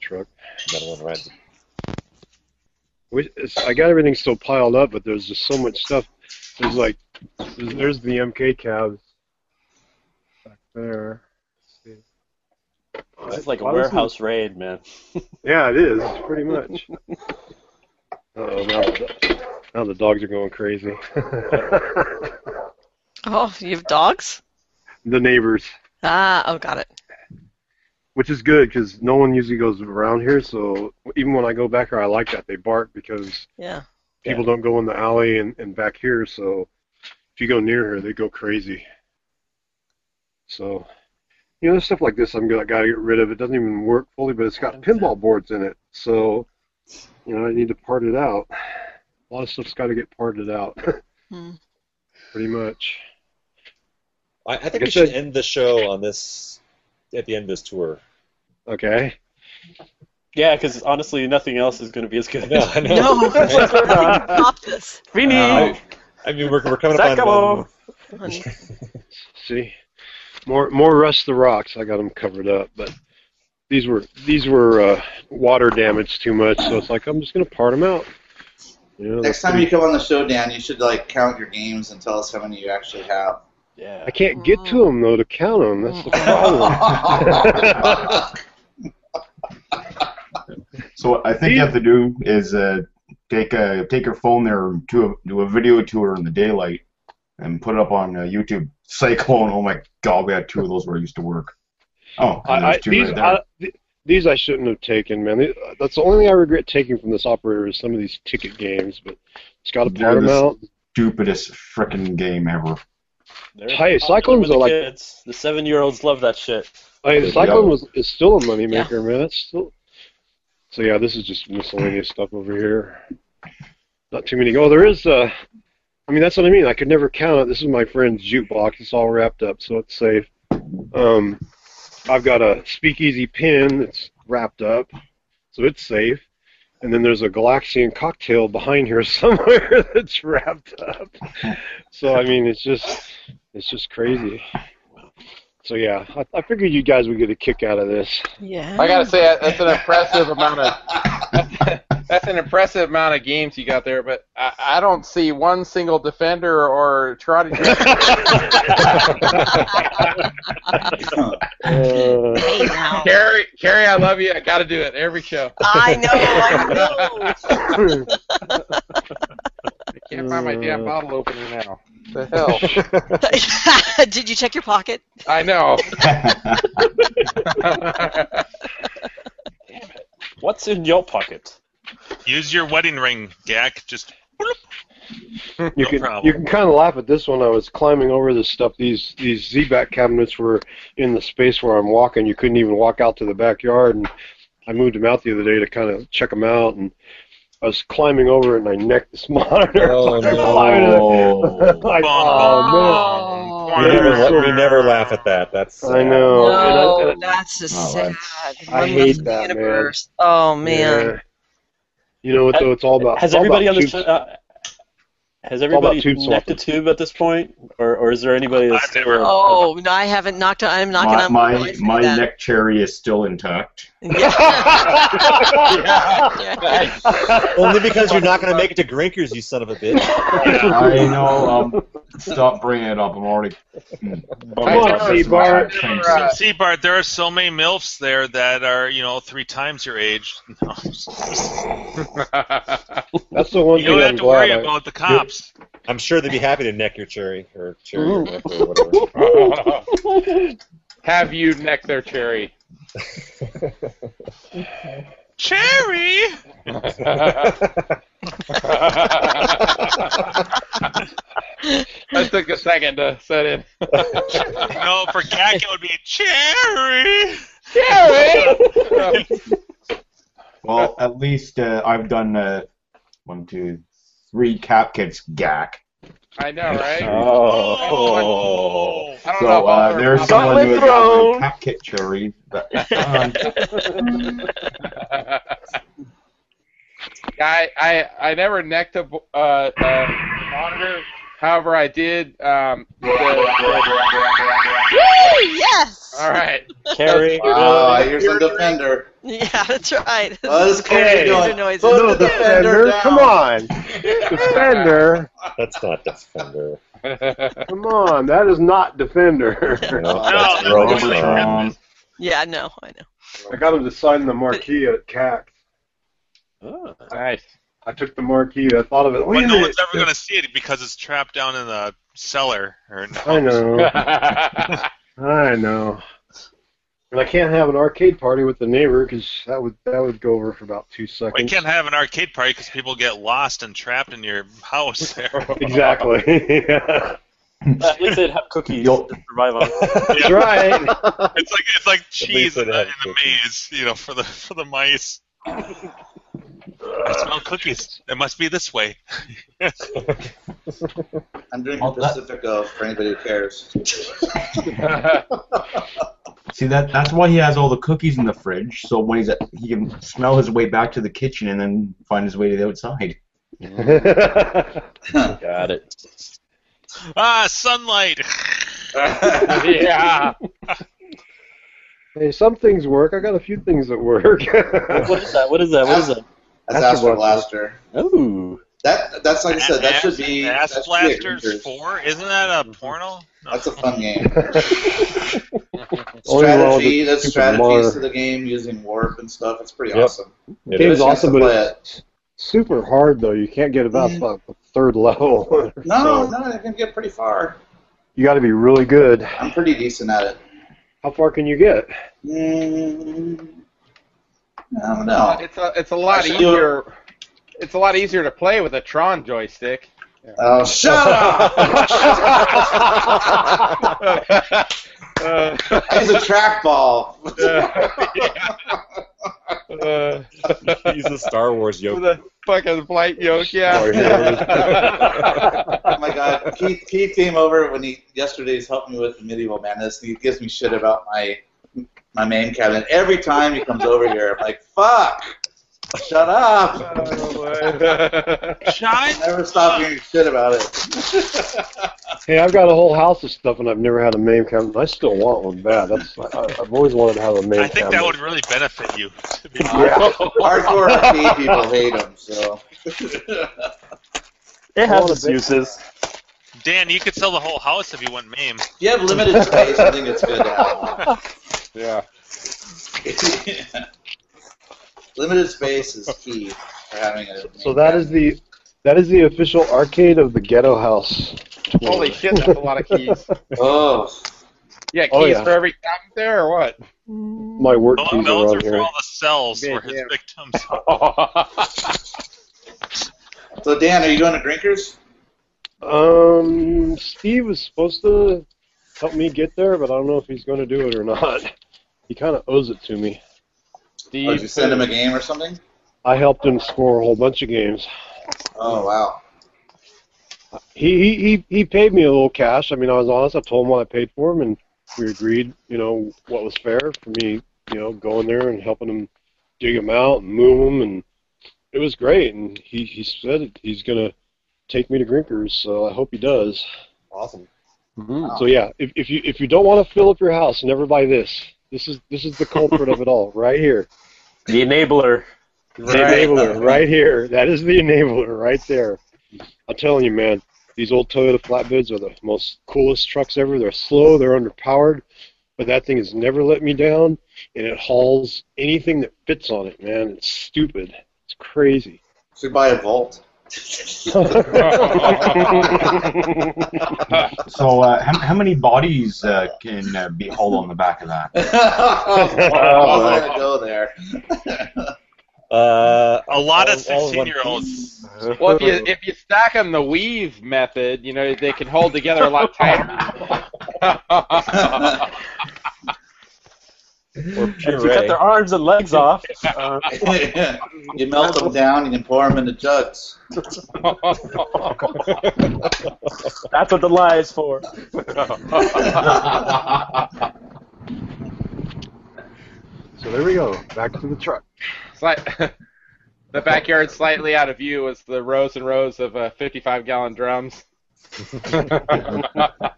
Truck. Another one rides. We, it's, I got everything still piled up, but there's just so much stuff. There's like, there's, there's the MK cabs back there. Let's see. This is like a Why wasn't- warehouse raid, man. Yeah, it is pretty much. Oh, now the, now the dogs are going crazy. Oh, you have dogs? the neighbors, Ah, oh, got it. which is good because no one usually goes around here. So even when I go back here, I like that they bark because Yeah. people don't go in the alley and, and back here. So if you go near her, they go crazy. So you know, there's stuff like this I'm gonna gotta get rid of. It doesn't even work fully, but it's got pinball boards in it. So you know, I need to part it out. A lot of stuff's got to get parted out. Hmm. Pretty much. I, I think Like I we should said- end the show on this at the end of this tour. Okay. Yeah, because honestly, nothing else is going to be as good. No, I know. No, stop this. We need. No. I mean, we're, we're coming up on. Sakamo. Um, See, more more rust the rocks. I got them covered up, but these were these were uh, water damaged too much. So it's like I'm just gonna part them out. You know, Next that's time pretty- you come on the show, Dan, you should like count your games and tell us how many you actually have. Yeah. I can't get to them though to count them. That's the problem. So what I think you have to do is uh, take a take your phone there and do a, do a video tour in the daylight and put it up on uh, YouTube. Cyclone. Oh my God, we had two of those where I used to work. Oh, and I, I, there's two these right there. I, th- these I shouldn't have taken, man. Th- That's the only thing I regret taking from this operator is some of these ticket games, but it's got to They're part them the out. stupidest frickin' game ever. They're Hey, popular cyclones with the are like- kids. the seven-year-olds love that shit. I Yeah. mean, Cyclone was is still a moneymaker, man. That's still. So yeah, this is just miscellaneous stuff over here. Not too many. go. there is. Uh, I mean, that's what I mean. I could never count it. This is my friend's jukebox. It's all wrapped up, so it's safe. Um, I've got a speakeasy pin. It's wrapped up, so it's safe. And then there's a Galaxian cocktail behind here somewhere that's wrapped up. So I mean, it's just it's just crazy. So yeah, I, I figured you guys would get a kick out of this. Yeah. I gotta say that- that's an impressive amount of that's an impressive amount of games you got there, but I, I don't see one single defender or trotty. Hey, now. Carrie, Carrie, I love you. I gotta do it every show. I know, I know. Oh. I can't find my damn bottle opener now. The hell. Did you check your pocket? I know. What's in your pocket? Use your wedding ring, Gak. Just You can problem. you can kind of laugh at this one. I was climbing over this stuff. These these Z-back cabinets were in the space where I'm walking. You couldn't even walk out to the backyard, and I moved them out the other day to kind of check them out. And I was climbing over it, and I necked this monitor. Oh, Like, no. like, oh We never, la- we never laugh at that. That's no! I know. and I- No, and that's just Oh, sad. I One left in hate the that, man. universe. Oh I- man. yeah. You know what though? It's all about. Has it's all everybody about on this? tubes. Uh, has all about everybody tube necked a tube at this point, or, or is there anybody that's? I've never- Oh, no, I haven't knocked on. I'm knocking my on my, doors like my that. neck cherry is still intact. Yeah. Only because you're not going to make it to Grinkers, you son of a bitch. I know. Um, stop bringing it up. I'm already. hmm. Oh, Come on, Seabart. Uh, see, Bart. There are so many milfs there that are you know three times your age. No, I'm just- That's the one you thing don't I'm have to worry glad. I, about the cops. I'm sure they'd be happy to neck your cherry or cherry Mm. or neck or whatever. Have you neck their cherry? Cherry. That took a second to set in. No, for Gak it would be cherry. Cherry! Well, at least uh, I've done uh, one, two, three cap kits gack. I know, right? Oh. Oh. I don't So know. if I'll uh, ever there's top someone who Gauntlet has thrown. cap kit cherry. But, um, I, I I never necked a bo- uh, uh, monitor. However, I did. Um, the- Woo, yes. all right. Carrie, Ah, here's a defender. Yeah, that's right. Oh, this Okay. kid doing. noises. Put no, the defender, down. come on, defender, that's not defender. come on. That is not You defender. know, No, that's Rogue that's Strong. Robotron. Yeah, no, I know. I got him to sign the marquee at CAC. Nice. I took the marquee. I thought of it. Wait But a no minute. one's ever gonna see it because it's trapped down in the cellar. Or I know. I know. And I can't have an arcade party with the neighbor because that would that would go over for about two seconds. We can't have an arcade party because people get lost and trapped in your house there. exactly. Yeah. At least they'd have cookies You'll- to survive on. That's right. It's like it's like cheese they'd in a, have in a cookies. maze, you know, for the for the mice. I smell cookies. It must be this way. I'm drinking Pacifico uh, for anybody who cares. see that that's why he has all the cookies in the fridge. So when he's at, he can smell his way back to the kitchen and then find his way to the outside. Got it. Ah, sunlight. yeah. hey, some things work. I got a few things that work. What is that? What is that? What is that? That's Astro Astro Blaster. Oh, That that's like I said. That should be. Ass that should be a Blasters Rangers. Four. Isn't that a porno? No. That's a fun game. Only one with strategy. the There's stupid strategies to monitor. the game using warp and stuff. It's pretty Yep. awesome. It game's is. Just awesome, to but play it's super hard though. You can't get about Mhm. the third level. No, So, no, I can get pretty far. you got to be really good. I'm pretty decent at it. How far can you get? Mm, I don't Uh, know. It's a it's a lot Let's do easier. It's a lot easier to play with a Tron joystick. Oh, shut up! Uh, It's a trackball. uh, He's the Star Wars yoke. with a fucking flight yoke, yeah. oh my god, Keith, Keith came over when he yesterday he's helping me with the medieval madness. and He gives me shit about my my main cabinet. Every time he comes over here, I'm like, fuck! Shut up! I never stop hearing shit about it. Hey, I've got a whole house of stuff, and I've never had a main cabinet. I still want one bad. That's I, I've always wanted to have a main I think cabinet. that would really benefit you. To be Yeah. Hardcore arcade people hate him, so. It I has want a its big- uses. Dan, you could sell the whole house if you want MAME. If you have limited space, I think it's good to have one. Yeah. Limited space is key for having a. So that is the that is the official arcade of the ghetto house. Holy shit, that's a lot of keys. Oh, Yeah, keys Oh, yeah. for every cop there or what? My work Those, keys are those are on for here. all the cells Yeah, where his yeah. victims so Dan, are you going to drinkers? Um, Steve was supposed to help me get there, but I don't know if he's going to do it or not. He kind of owes it to me. Or did you Steve, send him a game or something? I helped him score a whole bunch of games. Oh wow. He he he, he paid me a little cash. I mean, I was honest. I told him what I paid for him, and we agreed, you know, what was fair for me, you know, going there and helping him dig him out and move him, and it was great. And he he said he's gonna take me to Grinkers, so I hope he does. Awesome. Mm. So yeah, if, if you if you don't want to fill up your house, never buy this. This is this is the culprit of it all, right here. The enabler. The enabler, right here. That is the enabler, right there. I'm telling you, man. These old Toyota flatbeds are the most coolest trucks ever. They're slow, they're underpowered, but that thing has never let me down, and it hauls anything that fits on it, man. It's stupid. It's crazy. Should buy a Volt. So uh, how, how many bodies uh, can uh, be hauled on the back of that? I was gonna Oh, go there. Uh, A lot of all- all in one 16 year olds. well, if you if you stack them the weave method, you know they can hold together a lot tighter. or If you cut puree. their arms and legs off, uh, you melt them down, you can pour them into jugs. uh. that's what the lie is for. So there we go. Back to the truck. Slight, the backyard slightly out of view was the rows and rows of uh, 55 gallon drums. That's,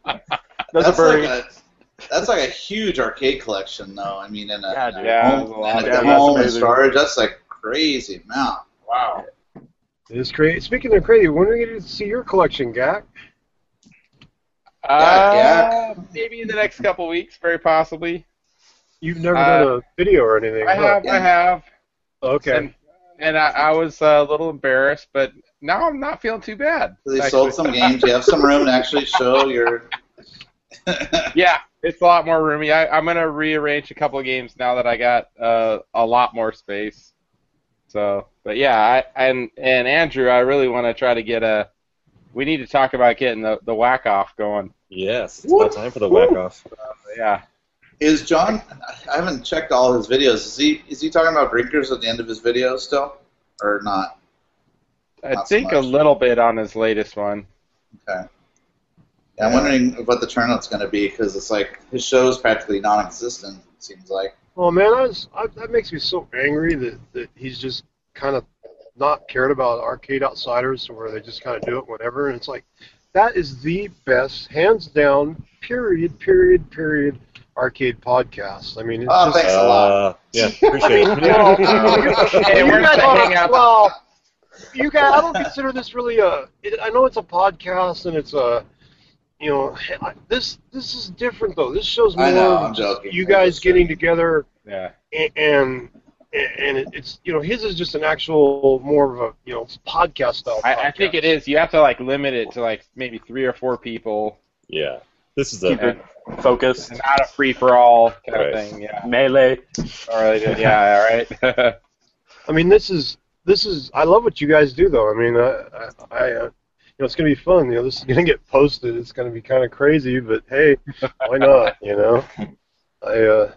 a birdie. like a that's like a huge arcade collection, though. I mean, in a, Yeah, in a dude. Yeah, home, that's a lot. in a Yeah, that's home and amazing. storage, that's like crazy amount. Wow. It is crazy. Speaking of crazy, when are we going to see your collection, Gak? Uh, maybe in the next couple weeks, very possibly. You've never Uh, done a video or anything. I huh? have, I have. Okay. And, and I, I was uh, a little embarrassed, but now I'm not feeling too bad. So they actually. sold some games. You have some room to actually show your. yeah, it's a lot more roomy. I, I'm gonna rearrange a couple of games now that I got uh, a lot more space. So, but yeah, I and and Andrew, I really want to try to get a. We need to talk about getting the the whack off going. Yes, it's about time for the whack off. Yeah, Uh, Is John? I haven't checked all his videos. Is he is he talking about drinkers at the end of his videos still, or not? I Not so think a much. little bit on his latest one. Okay. Yeah, I'm wondering what the turnout's going to be because it's like his show's practically non-existent. It seems like. Oh man, I was, I, that makes me so angry that, that he's just kind of not cared about arcade outsiders, to where they just kind of do it whenever. And it's like, that is the best, hands down, period, period, period, arcade podcast. I mean, it's Oh, just. thanks a lot. Uh, yeah, appreciate it. Well, you- Hey, you we're not guys- hanging out. well, you guys, I don't consider this really a. It, I know it's a podcast and it's a, you know, I- this this is different though. This shows more I know. of I'm joking. you I'm guys just getting joking. together Yeah, and and it- it's you know his is just an actual more of a you know podcast style. I, I think it is. You have to like limit it to like maybe three or four people, Yeah, this is Keep a it focused. and not a free for all kind Right. of thing. Yeah, Melee. all right, yeah, all right. I mean, this is this is. I love what you guys do, though. I mean, I, I, I uh, you know, it's gonna be fun. You know, this is gonna get posted. It's gonna be kind of crazy, but hey, why not? You know, I. Uh,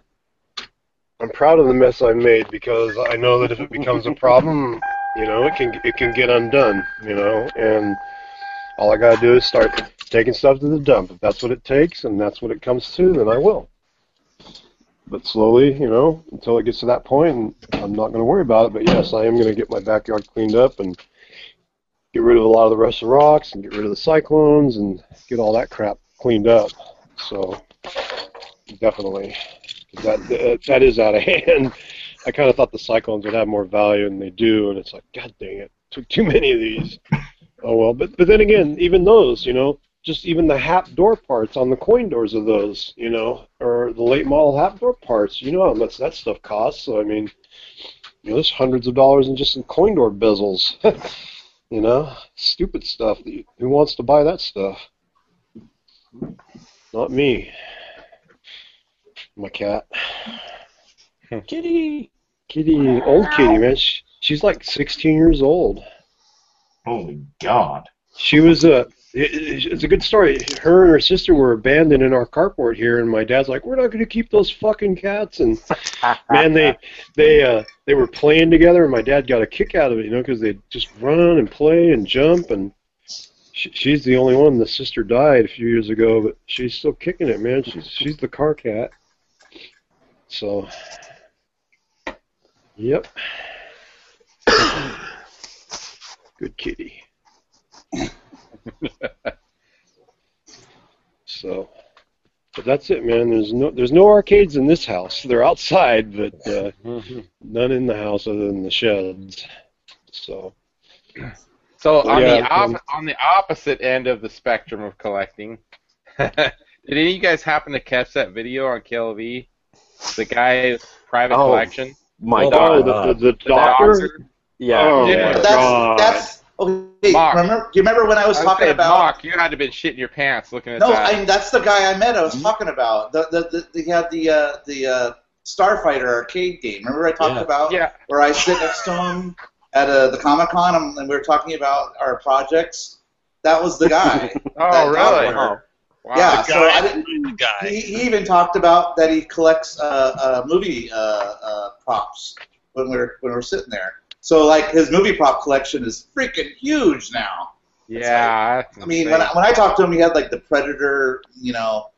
I'm proud of the mess I made because I know that if it becomes a problem, you know, it can it can get undone. You know, and all I gotta do is start taking stuff to the dump. If that's what it takes, and that's what it comes to, then I will. but slowly, you know, until it gets to that point, and I'm not going to worry about it. But yes, I am going to get my backyard cleaned up and get rid of a lot of the rest of the rocks and get rid of the cyclones and get all that crap cleaned up. So definitely, that that, that is out of hand. I kind of thought the cyclones would have more value, and they do. And it's like, God dang it, took too many of these. Oh well, but but then again, even those, you know, just even the hap door parts on the coin doors of those, you know, or the late model hap door parts, you know how much that stuff costs. So I mean, you know, there's hundreds of dollars in just some coin door bezels. you know, stupid stuff. that you- Who wants to buy that stuff? Not me. My cat. Hmm. Kitty. Kitty, old kitty, man. She, she's like 16 years old. Holy God. She was a. it- It's a good story. Her and her sister were abandoned in our carport here, and my dad's like, "We're not going to keep those fucking cats." And man, they they uh, they were playing together, and my dad got a kick out of it, you know, because they'd just run and play and jump, and she, she's the only one. The sister died a few years ago, but she's still kicking it, man. She's she's the car cat. So, yep, good kitty. so, but that's it, man. There's no there's no arcades in this house. They're outside, but uh, none in the house other than the sheds. So. So But on yeah, the um, op- on the opposite end of the spectrum of collecting, did any of you guys happen to catch that video on KLV? The guy's private Oh, collection. my Oh, God. the- the- The the doctor? Yeah. Oh, yeah. my yeah. God. That's okay. Mark. Oh, Remember? Do you remember when I was I talking say, about? Mark, you had to been shitting your pants looking at No, that. I mean, that's the guy I met. I was talking about. The the, the, he had the uh, the uh, Starfighter arcade game. Remember I talked Yeah. about? Yeah. Where I sit next to him at uh, the Comic Con and and we were talking about our projects. That was the guy. oh, That got really? Uh-huh. her. Wow. Yeah. The So guy- I didn't. The guy. He, he even talked about that he collects uh, uh, movie uh, uh, props when we are when we are sitting there. So like his movie prop collection is freaking huge now. Yeah. I mean, when I, when I talked to him, he had like the Predator, you know,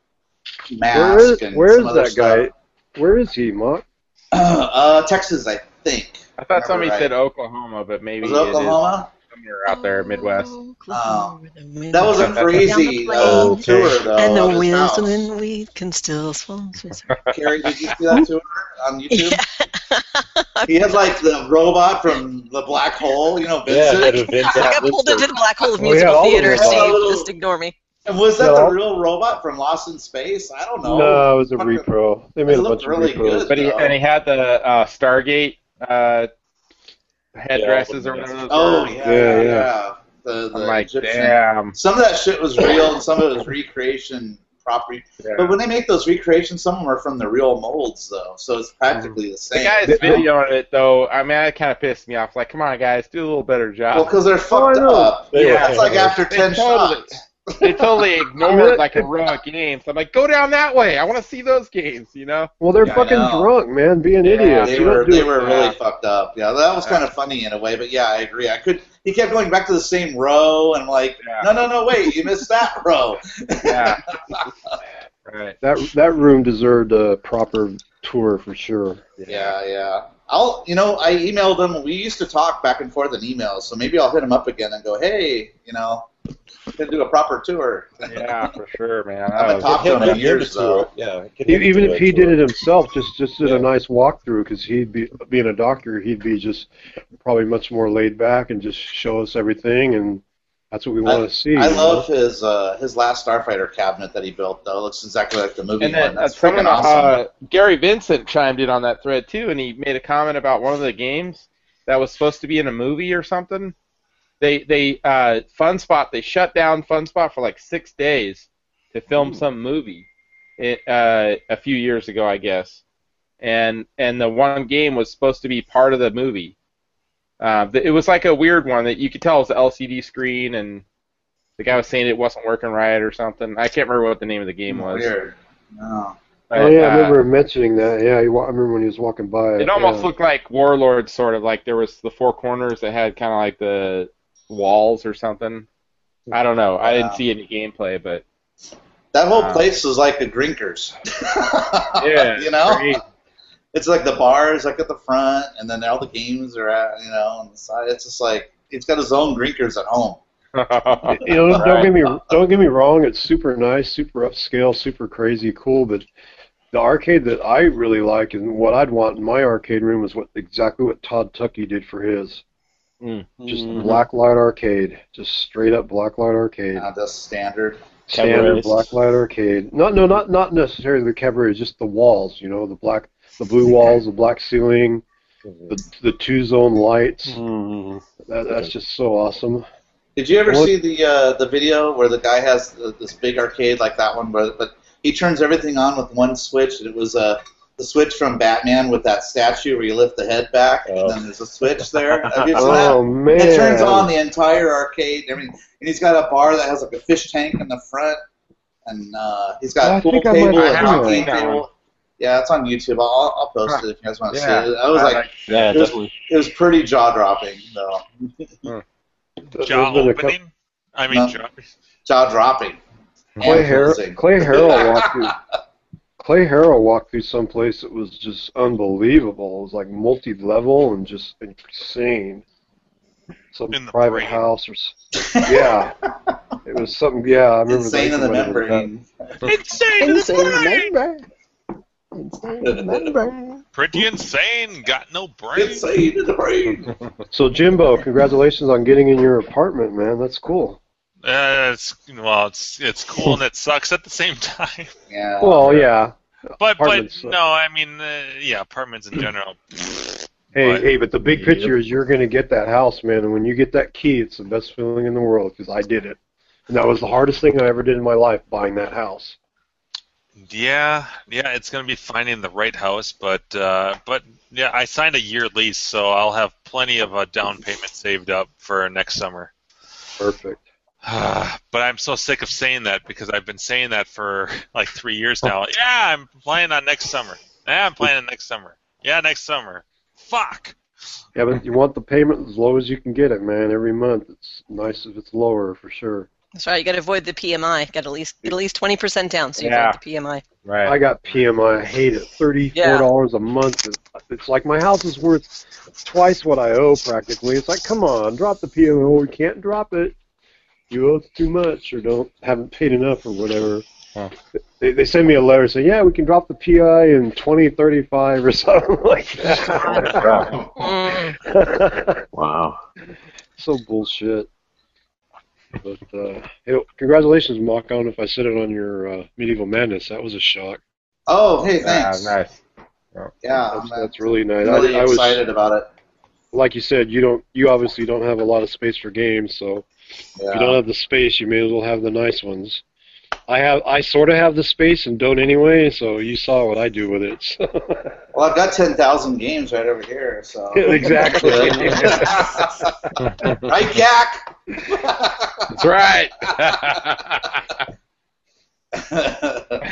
mask. Where is and where is some other that guy? stuff. Where is he, Mark? uh, Texas, I think. I thought somebody Remember, said right? Oklahoma, but maybe Was it Oklahoma? it is somewhere out there, Midwest. Oh, Um, that was a crazy Down uh, the tour, plane, though. and the of his wheels, house. and then we can still swallow. Carrie, did you see that tour on YouTube? He had like the robot from the black hole, you know, Yeah, Vincent. that Vincent I got pulled into the black hole of Oh, yeah, musical all the theater, robots. Steve. Just ignore me. And was that No. the real robot from Lost in Space? I don't know. No, it was a Fucking- repro. They made It a looked bunch really of repros. good. But he though. and he had the uh, Stargate uh, headdresses or whatever. those Oh were. yeah, Yeah, yeah. yeah. The, the I'm like, Egyptian- damn. Some of that shit was real, and some of it was recreation property. Yeah. But when they make those recreations, some of them are from the real molds, though, so it's practically the The same. guy's videoing it though. I mean, that kind of pissed me off. Like, come on, guys, do a little better job. well, because they're fucked know. up. Oh, They were yeah, it's like terrible. after They ten totally- shots. they totally ignored really- like heroic games. I'm like, go down that way. I want to see those games. You know? Well, they're Yeah, I fucking know. drunk, man. Being Yeah, idiots. They You don't were do they it. were Yeah. really fucked up. Yeah, that was kind of funny in a way, but yeah, I agree. I could. He kept going back to the same row, and I'm like, Yeah. no, no, no, wait, you missed that row. Yeah. right. That that room deserved a proper tour for sure. Yeah, yeah. I'll, you know, I emailed him. We used to talk back and forth in emails, so maybe I'll hit him up again and go, hey, you know, to do a proper tour. Yeah, for sure, man. I haven't That was- talked to him in years though. Yeah. get him E- to Even do if a he did tour. it himself, just just did Yeah. a nice walkthrough, because he'd be being a doctor, he'd be just probably much more laid back and just show us everything, and that's what we want to see. I you love know? his uh, his last Starfighter cabinet that he built though. It looks exactly like the movie And one. then That's uh, someone, freaking awesome. uh, Gary Vincent chimed in on that thread too, and he made a comment about one of the games that was supposed to be in a movie or something. They they uh, Fun Spot they shut down Fun Spot for like six days to film some movie it, uh, a few years ago, I guess. And and the one game was supposed to be part of the movie. Uh, th- it was like a weird one that you could tell it was an LCD screen, and the guy was saying it wasn't working right or something. I can't remember what the name of the game was. Weird. No. But, oh yeah, I uh, remember him mentioning that. Yeah, he, wa- I remember when he was walking by. It almost yeah. looked like Warlord, sort of like there was the four corners that had kind of like the walls or something. I don't know. Wow. I didn't see any gameplay, but That whole Uh, place was like a drinkers. Yeah, you know, great. it's like the bars like at the front, and then all the games are at you know on the side. It's just like he's got his own drinkers at home. you know, don't get me don't get me wrong. It's super nice, super upscale, super crazy, cool. But the arcade that I really like and what I'd want in my arcade room is what exactly what Todd Tuckey did for his. Mm. Just Mhm. black light arcade, just straight up black light arcade. Not just standard. Standard Cabarets. black light arcade. Not no, not not necessarily the cabaret, just the walls. You know, the black, the blue walls, the black ceiling, the the two zone lights. That, that's just so awesome. Did you ever Well- see the uh, the video where the guy has th- this big arcade like that one, where but he turns everything on with one switch? And it was uh, the switch from Batman with that statue where you lift the head back, and then there's a switch there. Have you seen that? Oh man! It turns on the entire arcade. I mean, and he's got a bar that has like a fish tank in the front, and uh, he's got I a pool think I might table, have seen a hockey that one. table. Yeah, it's on YouTube. I'll, I'll post it if you guys want to see it. I was like, Yeah, it was, definitely. it was pretty jaw dropping though. There's Jaw been a couple- opening? I mean, No. jaw. Jaw dropping. Clay, Har- Clay Harrell walked through. Clay Harrell walked through some place that was just unbelievable. It was like multi-level and just insane. Some In the private brain. house or s- yeah, it was something. Yeah, I remember. Insane in the thinking about it. membrane. Insane! Insane member. Insane member. Pretty insane. Got no brain. Insane in the brain. So Jimbo, congratulations on getting in your apartment, man. That's cool. Uh, it's, well, it's it's cool and it sucks at the same time. Yeah. Well, yeah. But but Apartments suck. no, I mean, uh, yeah, apartments in general. Hey, But- hey, but the big picture is you're going to get that house, man. And when you get that key, it's the best feeling in the world because I did it, and that was the hardest thing I ever did in my life, buying that house. Yeah, yeah, it's gonna be finding the right house, but uh, but yeah, I signed a year lease, so I'll have plenty of a down payment saved up for next summer. Perfect. but I'm so sick of saying that because I've been saying that for like three years now. Yeah, I'm planning on next summer. Yeah, I'm planning on next summer. Yeah, next summer. Fuck. Yeah, but you want the payment as low as you can get it, man. Every month, it's nice if it's lower for sure. That's right. You got to avoid the PMI. Got at least get at least twenty percent down, so you Yeah. avoid the PMI. I got PMI. I hate it. Thirty-four dollars a month. It's- It's like my house is worth twice what I owe practically. It's like, come on, drop the PMI. Oh, We can't drop it. You owe too much, or don't haven't paid enough, or whatever. Huh. They, they send me a letter saying, yeah, we can drop the PI in 2035 or something like that. Mm. Wow. so bullshit. But uh, hey, congratulations, Mock. I don't know if I said it on your uh, Medieval Madness. That was a shock. Oh, hey, Ah, thanks. nice. Yeah, that's, I'm uh, that's really nice. I- really I, was, excited about it. like you said, you don't, you obviously don't have a lot of space for games, so if you don't Yeah. have the space, you may as well have the nice ones. I have, I sort of have the space and don't anyway, so you saw what I do with it. so. Well, I've got 10,000 games right over here, so. exactly. right, Jack? That's right.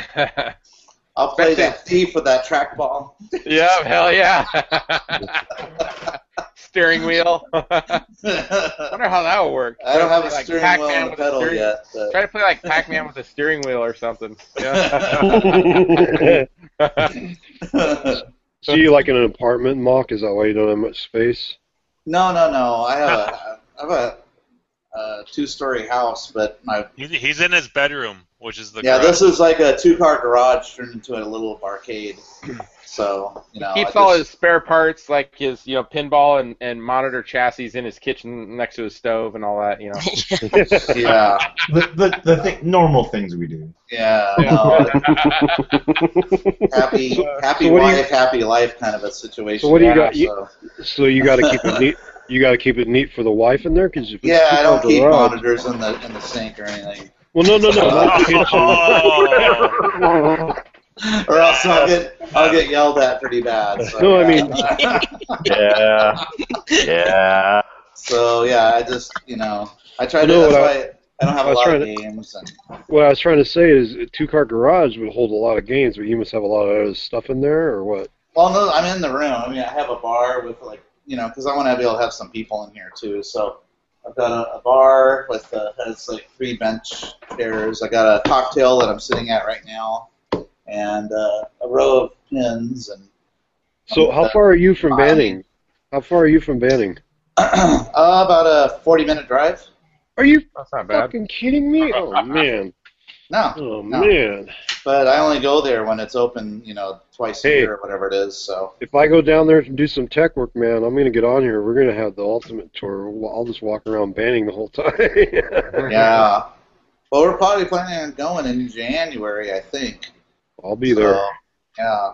I'll play that thief with that trackball. yeah, hell yeah. steering wheel. Wonder I how that would work. don't have a Like steering wheel Pac-Man and a with a pedal steering- yet. But Try to play like Pac-Man with a steering wheel or something. Yeah. so you like in an apartment, Mock? Is that why you don't have much space? no, no, no. I have a, I have a, uh two-story house, but my He, he's in his bedroom, which is the yeah, garage. this is like a two-car garage turned into a little arcade. So you know, Keeps I all just- his spare parts, like his you know pinball and, and monitor chassis, in his kitchen next to his stove and all that. You know. yeah, The, the, the thing, normal things we do. yeah. No, uh, happy, happy So what do you- wife, happy life, kind of a situation. So what do you Yeah, got- you- so- So you got to keep it neat. You got to keep it neat for the wife in there, because if it's Yeah, I don't two-car keep garage- monitors in the in the sink or anything, Well, no, no, no. not the Oh. kitchen. or else I'll get I'll get yelled at pretty bad. So, No, I yeah. Yeah. Yeah. so yeah, I just you know I try to. No, that's what I- why I don't have I a was lot of trying to- games. And, what I was trying to say is, a two-car garage would hold a lot of games, but you must have a lot of other stuff in there, or what? well, no, I'm in the room. I mean, I have a bar with like you know because I want to be able to have some people in here too. So I've got a, a bar with uh, has like three bench chairs. I got a cocktail that I'm sitting at right now, and uh, a row of pins. And So how far are you from Banning? How far are you from Banning? uh, about a 40 minute drive. Are you That's not bad. fucking kidding me? Oh man. No. Oh No. man. But I only go there when it's open, you know, twice Hey. a year or whatever it is. So If I go down there and do some tech work, man, I'm gonna get on here. We're gonna have the ultimate tour. Well, I'll just walk around Banning the whole time. yeah. Well, we're probably planning on going in January, I think. I'll be there. So, yeah.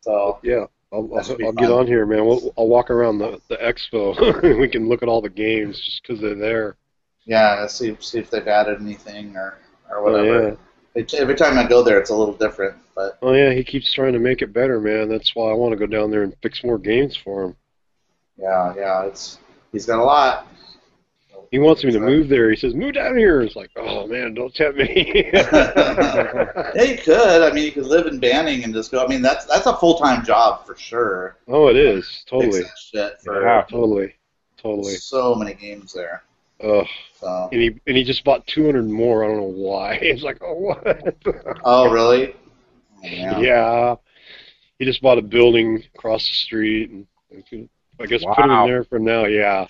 So Yeah, I'll, That should I'll, be I'll get fun. on here, man. We'll, I'll walk around the, the expo. we can look at all the games just 'cause they're there. yeah, let's see see if they've added anything or or Oh whatever. yeah. It- Every time I go there, it's a little different, but oh, yeah, he keeps trying to make it better, man. That's why I want to go down there and fix more games for him. yeah, yeah, it's he's got a lot. He wants me to move there. He says, move down here. It's like, oh, man, don't tempt me. Yeah, you could. I mean, you could live in Banning and just go. I mean, that's that's a full time job for sure. oh, it is. Fix Totally. that shit for Yeah. Totally. Totally. so many games there. Ugh. So. And he and he just bought 200 more. I don't know why. It's like, oh, what? Oh, really? Yeah. He just bought a building across the street and I guess put it Wow. in there for now, yeah.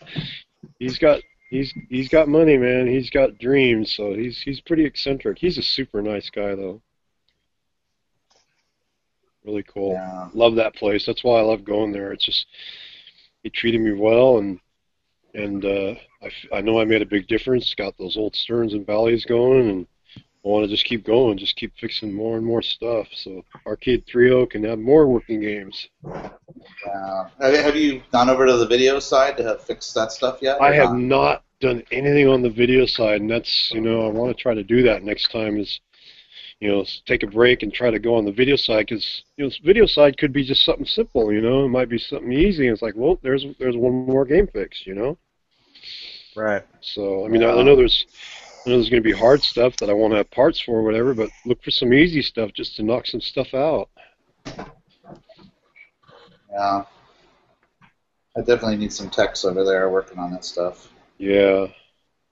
He's got he's he's got money, man. He's got dreams, so he's he's pretty eccentric. He's a super nice guy though. Really cool. Yeah. Love that place. That's why I love going there. It's just he treated me well and and uh, I, f- I know I made a big difference. Got those old Stearns and Valleys going, and I want to just keep going, just keep fixing more and more stuff. So Arcade 3.0 can have more working games. Yeah. Have have you gone over to the video side to have fixed that stuff yet? I Or have not? not done anything on the video side, and that's you know I want to try to do that next time. Is you know s- take a break and try to go on the video side because you know s- video side could be just something simple. You know, it might be something easy. And it's like, well, there's there's one more game fix. You know. Right. So I mean, I I know there's, I know there's going to be hard stuff that I want to have parts for, or whatever. But look for some easy stuff just to knock some stuff out. Yeah. I definitely need some techs over there working on that stuff. Yeah,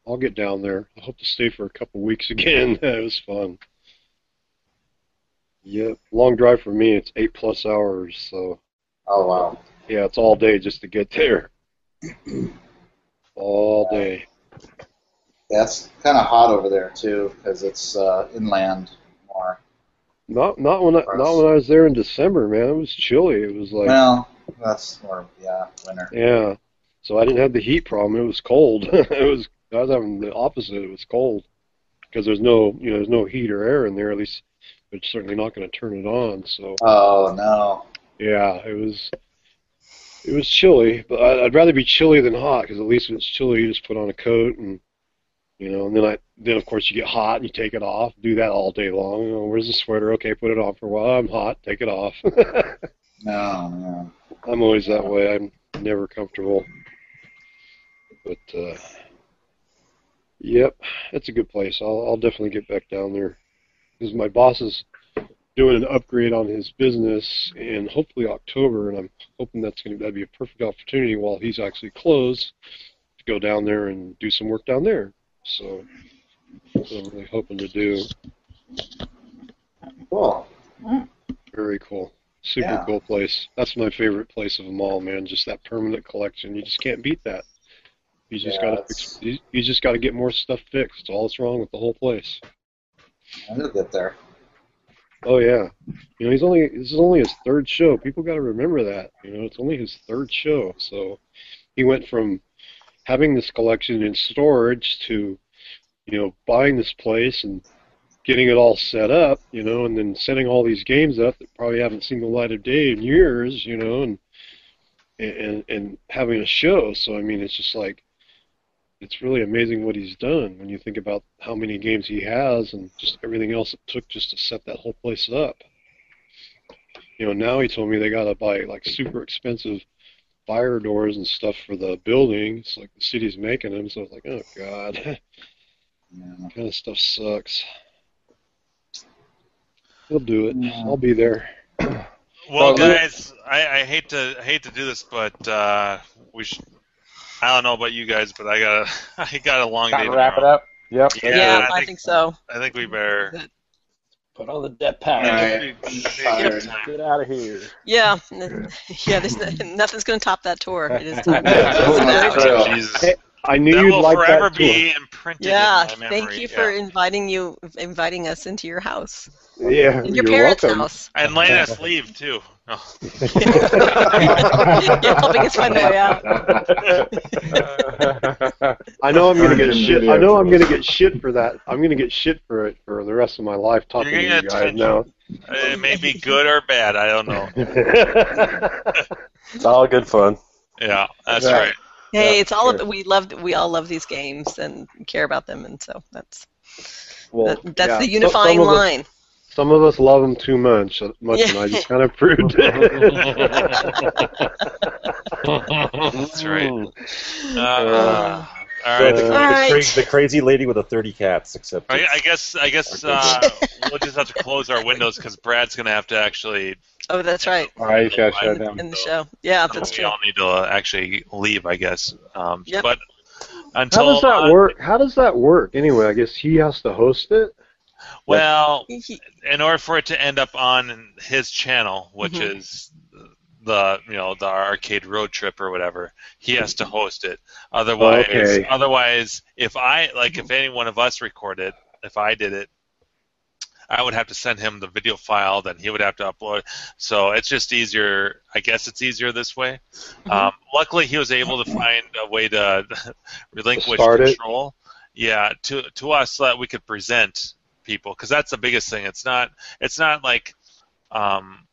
I'll get down there. I hope to stay for a couple weeks again. it was fun. Yeah, long drive for me. It's eight plus hours, so Oh wow. yeah, it's all day just to get there. All day. Yeah, it's kind of hot over there too because it's uh, inland more. Not not when I, not when I was there in December, man. It was chilly. It was like Well, that's more yeah winter. Yeah. So I didn't have the heat problem. It was cold. it was I was having the opposite. It was cold because there's no you know there's no heat or air in there at least. But it's certainly not going to turn it on. So Oh no. yeah, it was it was chilly. But I- I'd rather be chilly than hot because at least when it's chilly, you just put on a coat and you know. And then I then of course you get hot and you take it off. Do that all day long. You know, where's the sweater? Okay, put it on for a while. I'm hot. Take it off. No. no. I'm always that way. I'm never comfortable. But uh, yep, it's a good place. I'll, I'll definitely get back down there because my boss is doing an upgrade on his business in hopefully October, and I'm hoping that's going to that'd be a perfect opportunity while he's actually closed to go down there and do some work down there. So that's what I'm really hoping to do. Cool. Very cool. Super Yeah. cool place. That's my favorite place of them all, man. Just that permanent collection. You just can't beat that. You just Yeah, gotta it's- fix, you, you just gotta get more stuff fixed. It's all that's wrong with the whole place. I'll get there. Oh yeah. You know, he's only this is only his third show. People gotta remember that. You know, it's only his third show. So he went from having this collection in storage to, you know, buying this place and getting it all set up, you know, and then setting all these games up that probably haven't seen the light of day in years, you know, and and and having a show. So I mean, it's just like it's really amazing what he's done when you think about how many games he has and just everything else it took just to set that whole place up. You know, now he told me they got to buy like super expensive fire doors and stuff for the building. It's like the city's making them, so I was like, oh god, Yeah. kind of stuff sucks. He'll do it. Yeah. I'll be there. Well, Well, let- guys, I, I hate to hate to do this, but uh, we should I don't know about you guys, but I got a I got a long day. Gotta wrap it tomorrow. up. Yep. Yeah, Yeah, I I think think so. I think we better. Put on the dead power. Alright. Get out of here. Yeah, n- yeah. There's n- nothing's going to top that tour. It is time. Jesus. Hey, I knew That you'd will like forever that tour. be imprinted yeah, in my memory. thank you for inviting you, inviting us into your house, Yeah, your you're parents' welcome. house. and letting us leave too. Oh. Uh, No. You're helping us find our way out. I know I'm gonna Turned get into shit. the I know I'm Emperor. gonna get shit for that. I'm gonna get shit for it for the rest of my life talking You're to gonna you get guys now. It may be good or bad. I don't know. It's all good fun. Yeah, that's Yeah. right. Hey, it's all sure. ab- we love. We all love these games and care about them, and so that's well, that, that's yeah. the So- unifying some of us- line. some of us love them too much, uh, much, and I just kind of proved it. That's right. Uh, Uh, all right. Mm. the, All right. crazy, the crazy lady with the 30 cats, except I, it's- I guess I guess Okay. uh, we'll just have to close our windows because Brad's gonna have to actually. Oh, that's right. All right, you gotta shut down. In the show, yeah, that's we true. all need to uh, actually leave, I guess. Um, Yep. But How until does that uh, work? How does that work anyway? I guess he has to host it. Well, He- he- in order for it to end up on his channel, which Mhm. is the you know the arcade road trip or whatever, he has to host it. Otherwise, Okay. otherwise, if I like, Mm-hmm. if any one of us recorded, if I did it, I would have to send him the video file, then he would have to upload. So it's just easier. I guess it's easier this way. Um, luckily, he was able to find a way to relinquish Start it. control. Yeah, to to us so that we could present people because that's the biggest thing. It's not it's not like um,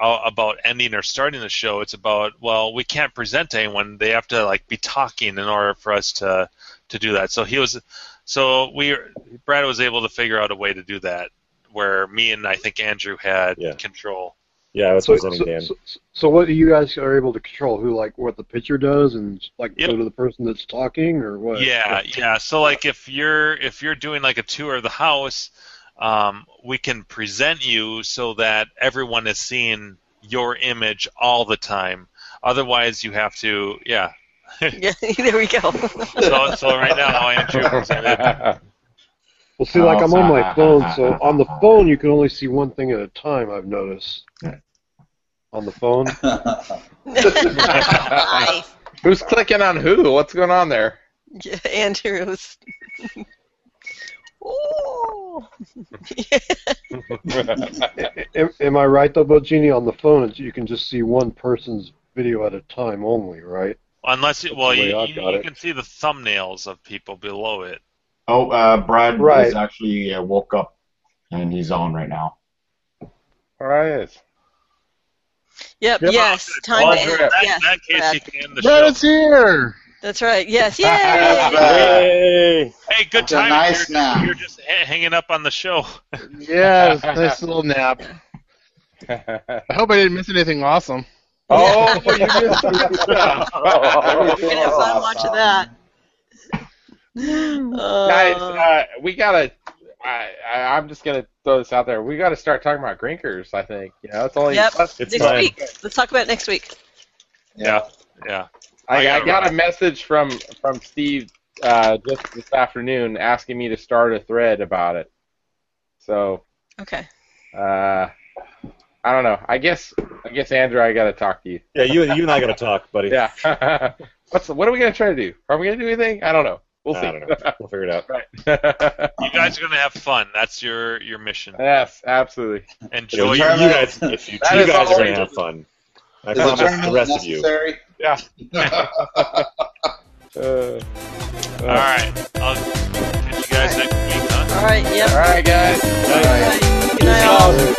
a- about ending or starting the show. It's about well, we can't present to anyone. They have to like be talking in order for us to to do that. So he was so we Brad was able to figure out a way to do that where me and I think Andrew had Yeah. control. yeah, I was So, presenting Dan. so, so- so what do you guys are able to control? Who like what the picture does, and like Yep. go to the person that's talking, or what? Yeah, yeah. So like if you're if you're doing like a tour of the house, um, we can present you so that everyone is seeing your image all the time. Otherwise, you have to yeah. yeah, there we go. So so right now Andrew presented. Well, see, like I'm on my phone, so on the phone you can only see one thing at a time. I've noticed. On the phone. Hi, Who's clicking on who? What's going on there? yeah, Andrews. Ooh. Am, am I right though, about Genie? On the phone, you can just see one person's video at a time only, right? Unless you, well the way you, I've you, got you it. can see the thumbnails of people below it. Oh, uh, Brad Right. is actually uh, woke up and he's on right now. Where is? Yep. Yep. Yes. Time Well, to in end. that, yes, in that case, Brad. you can end the show. Brad, here. That's right. Yes. Yay! Yay! Hey, good It's a time. nice you're, nap. you're just ha- hanging up on the show. Yeah, it's a nice little nap. I hope I didn't miss anything awesome. Oh, you missed some good stuff. We're gonna have fun watching that. Uh, Guys, uh, we gotta. I, I, I'm just gonna throw this out there. We gotta start talking about grinkers. I think you know it's only. Yep. plus- It's next fine. week. Let's talk about it next week. Yeah. Yeah. I, I I got got a message from from Steve uh, just this afternoon asking me to start a thread about it. So Okay. uh, I don't know. I guess I guess Andrew, I gotta talk to you. Yeah, you, you and I got to talk, buddy. Yeah. What's what are we gonna try to do? Are we gonna do anything? I don't know. We'll I see. don't know. We'll figure it out. right. You guys are gonna have fun. That's your your mission. yes, absolutely. Enjoy. you, Your, Charlie- you guys, if you, That you is guys are all going we- to have fun. I Is promise adjournment the rest of you. necessary? Yeah. Yeah. Uh, all right. I'll catch you guys next week. Huh? All right. Yep. all right, guys. Good night. Good night all. Bye.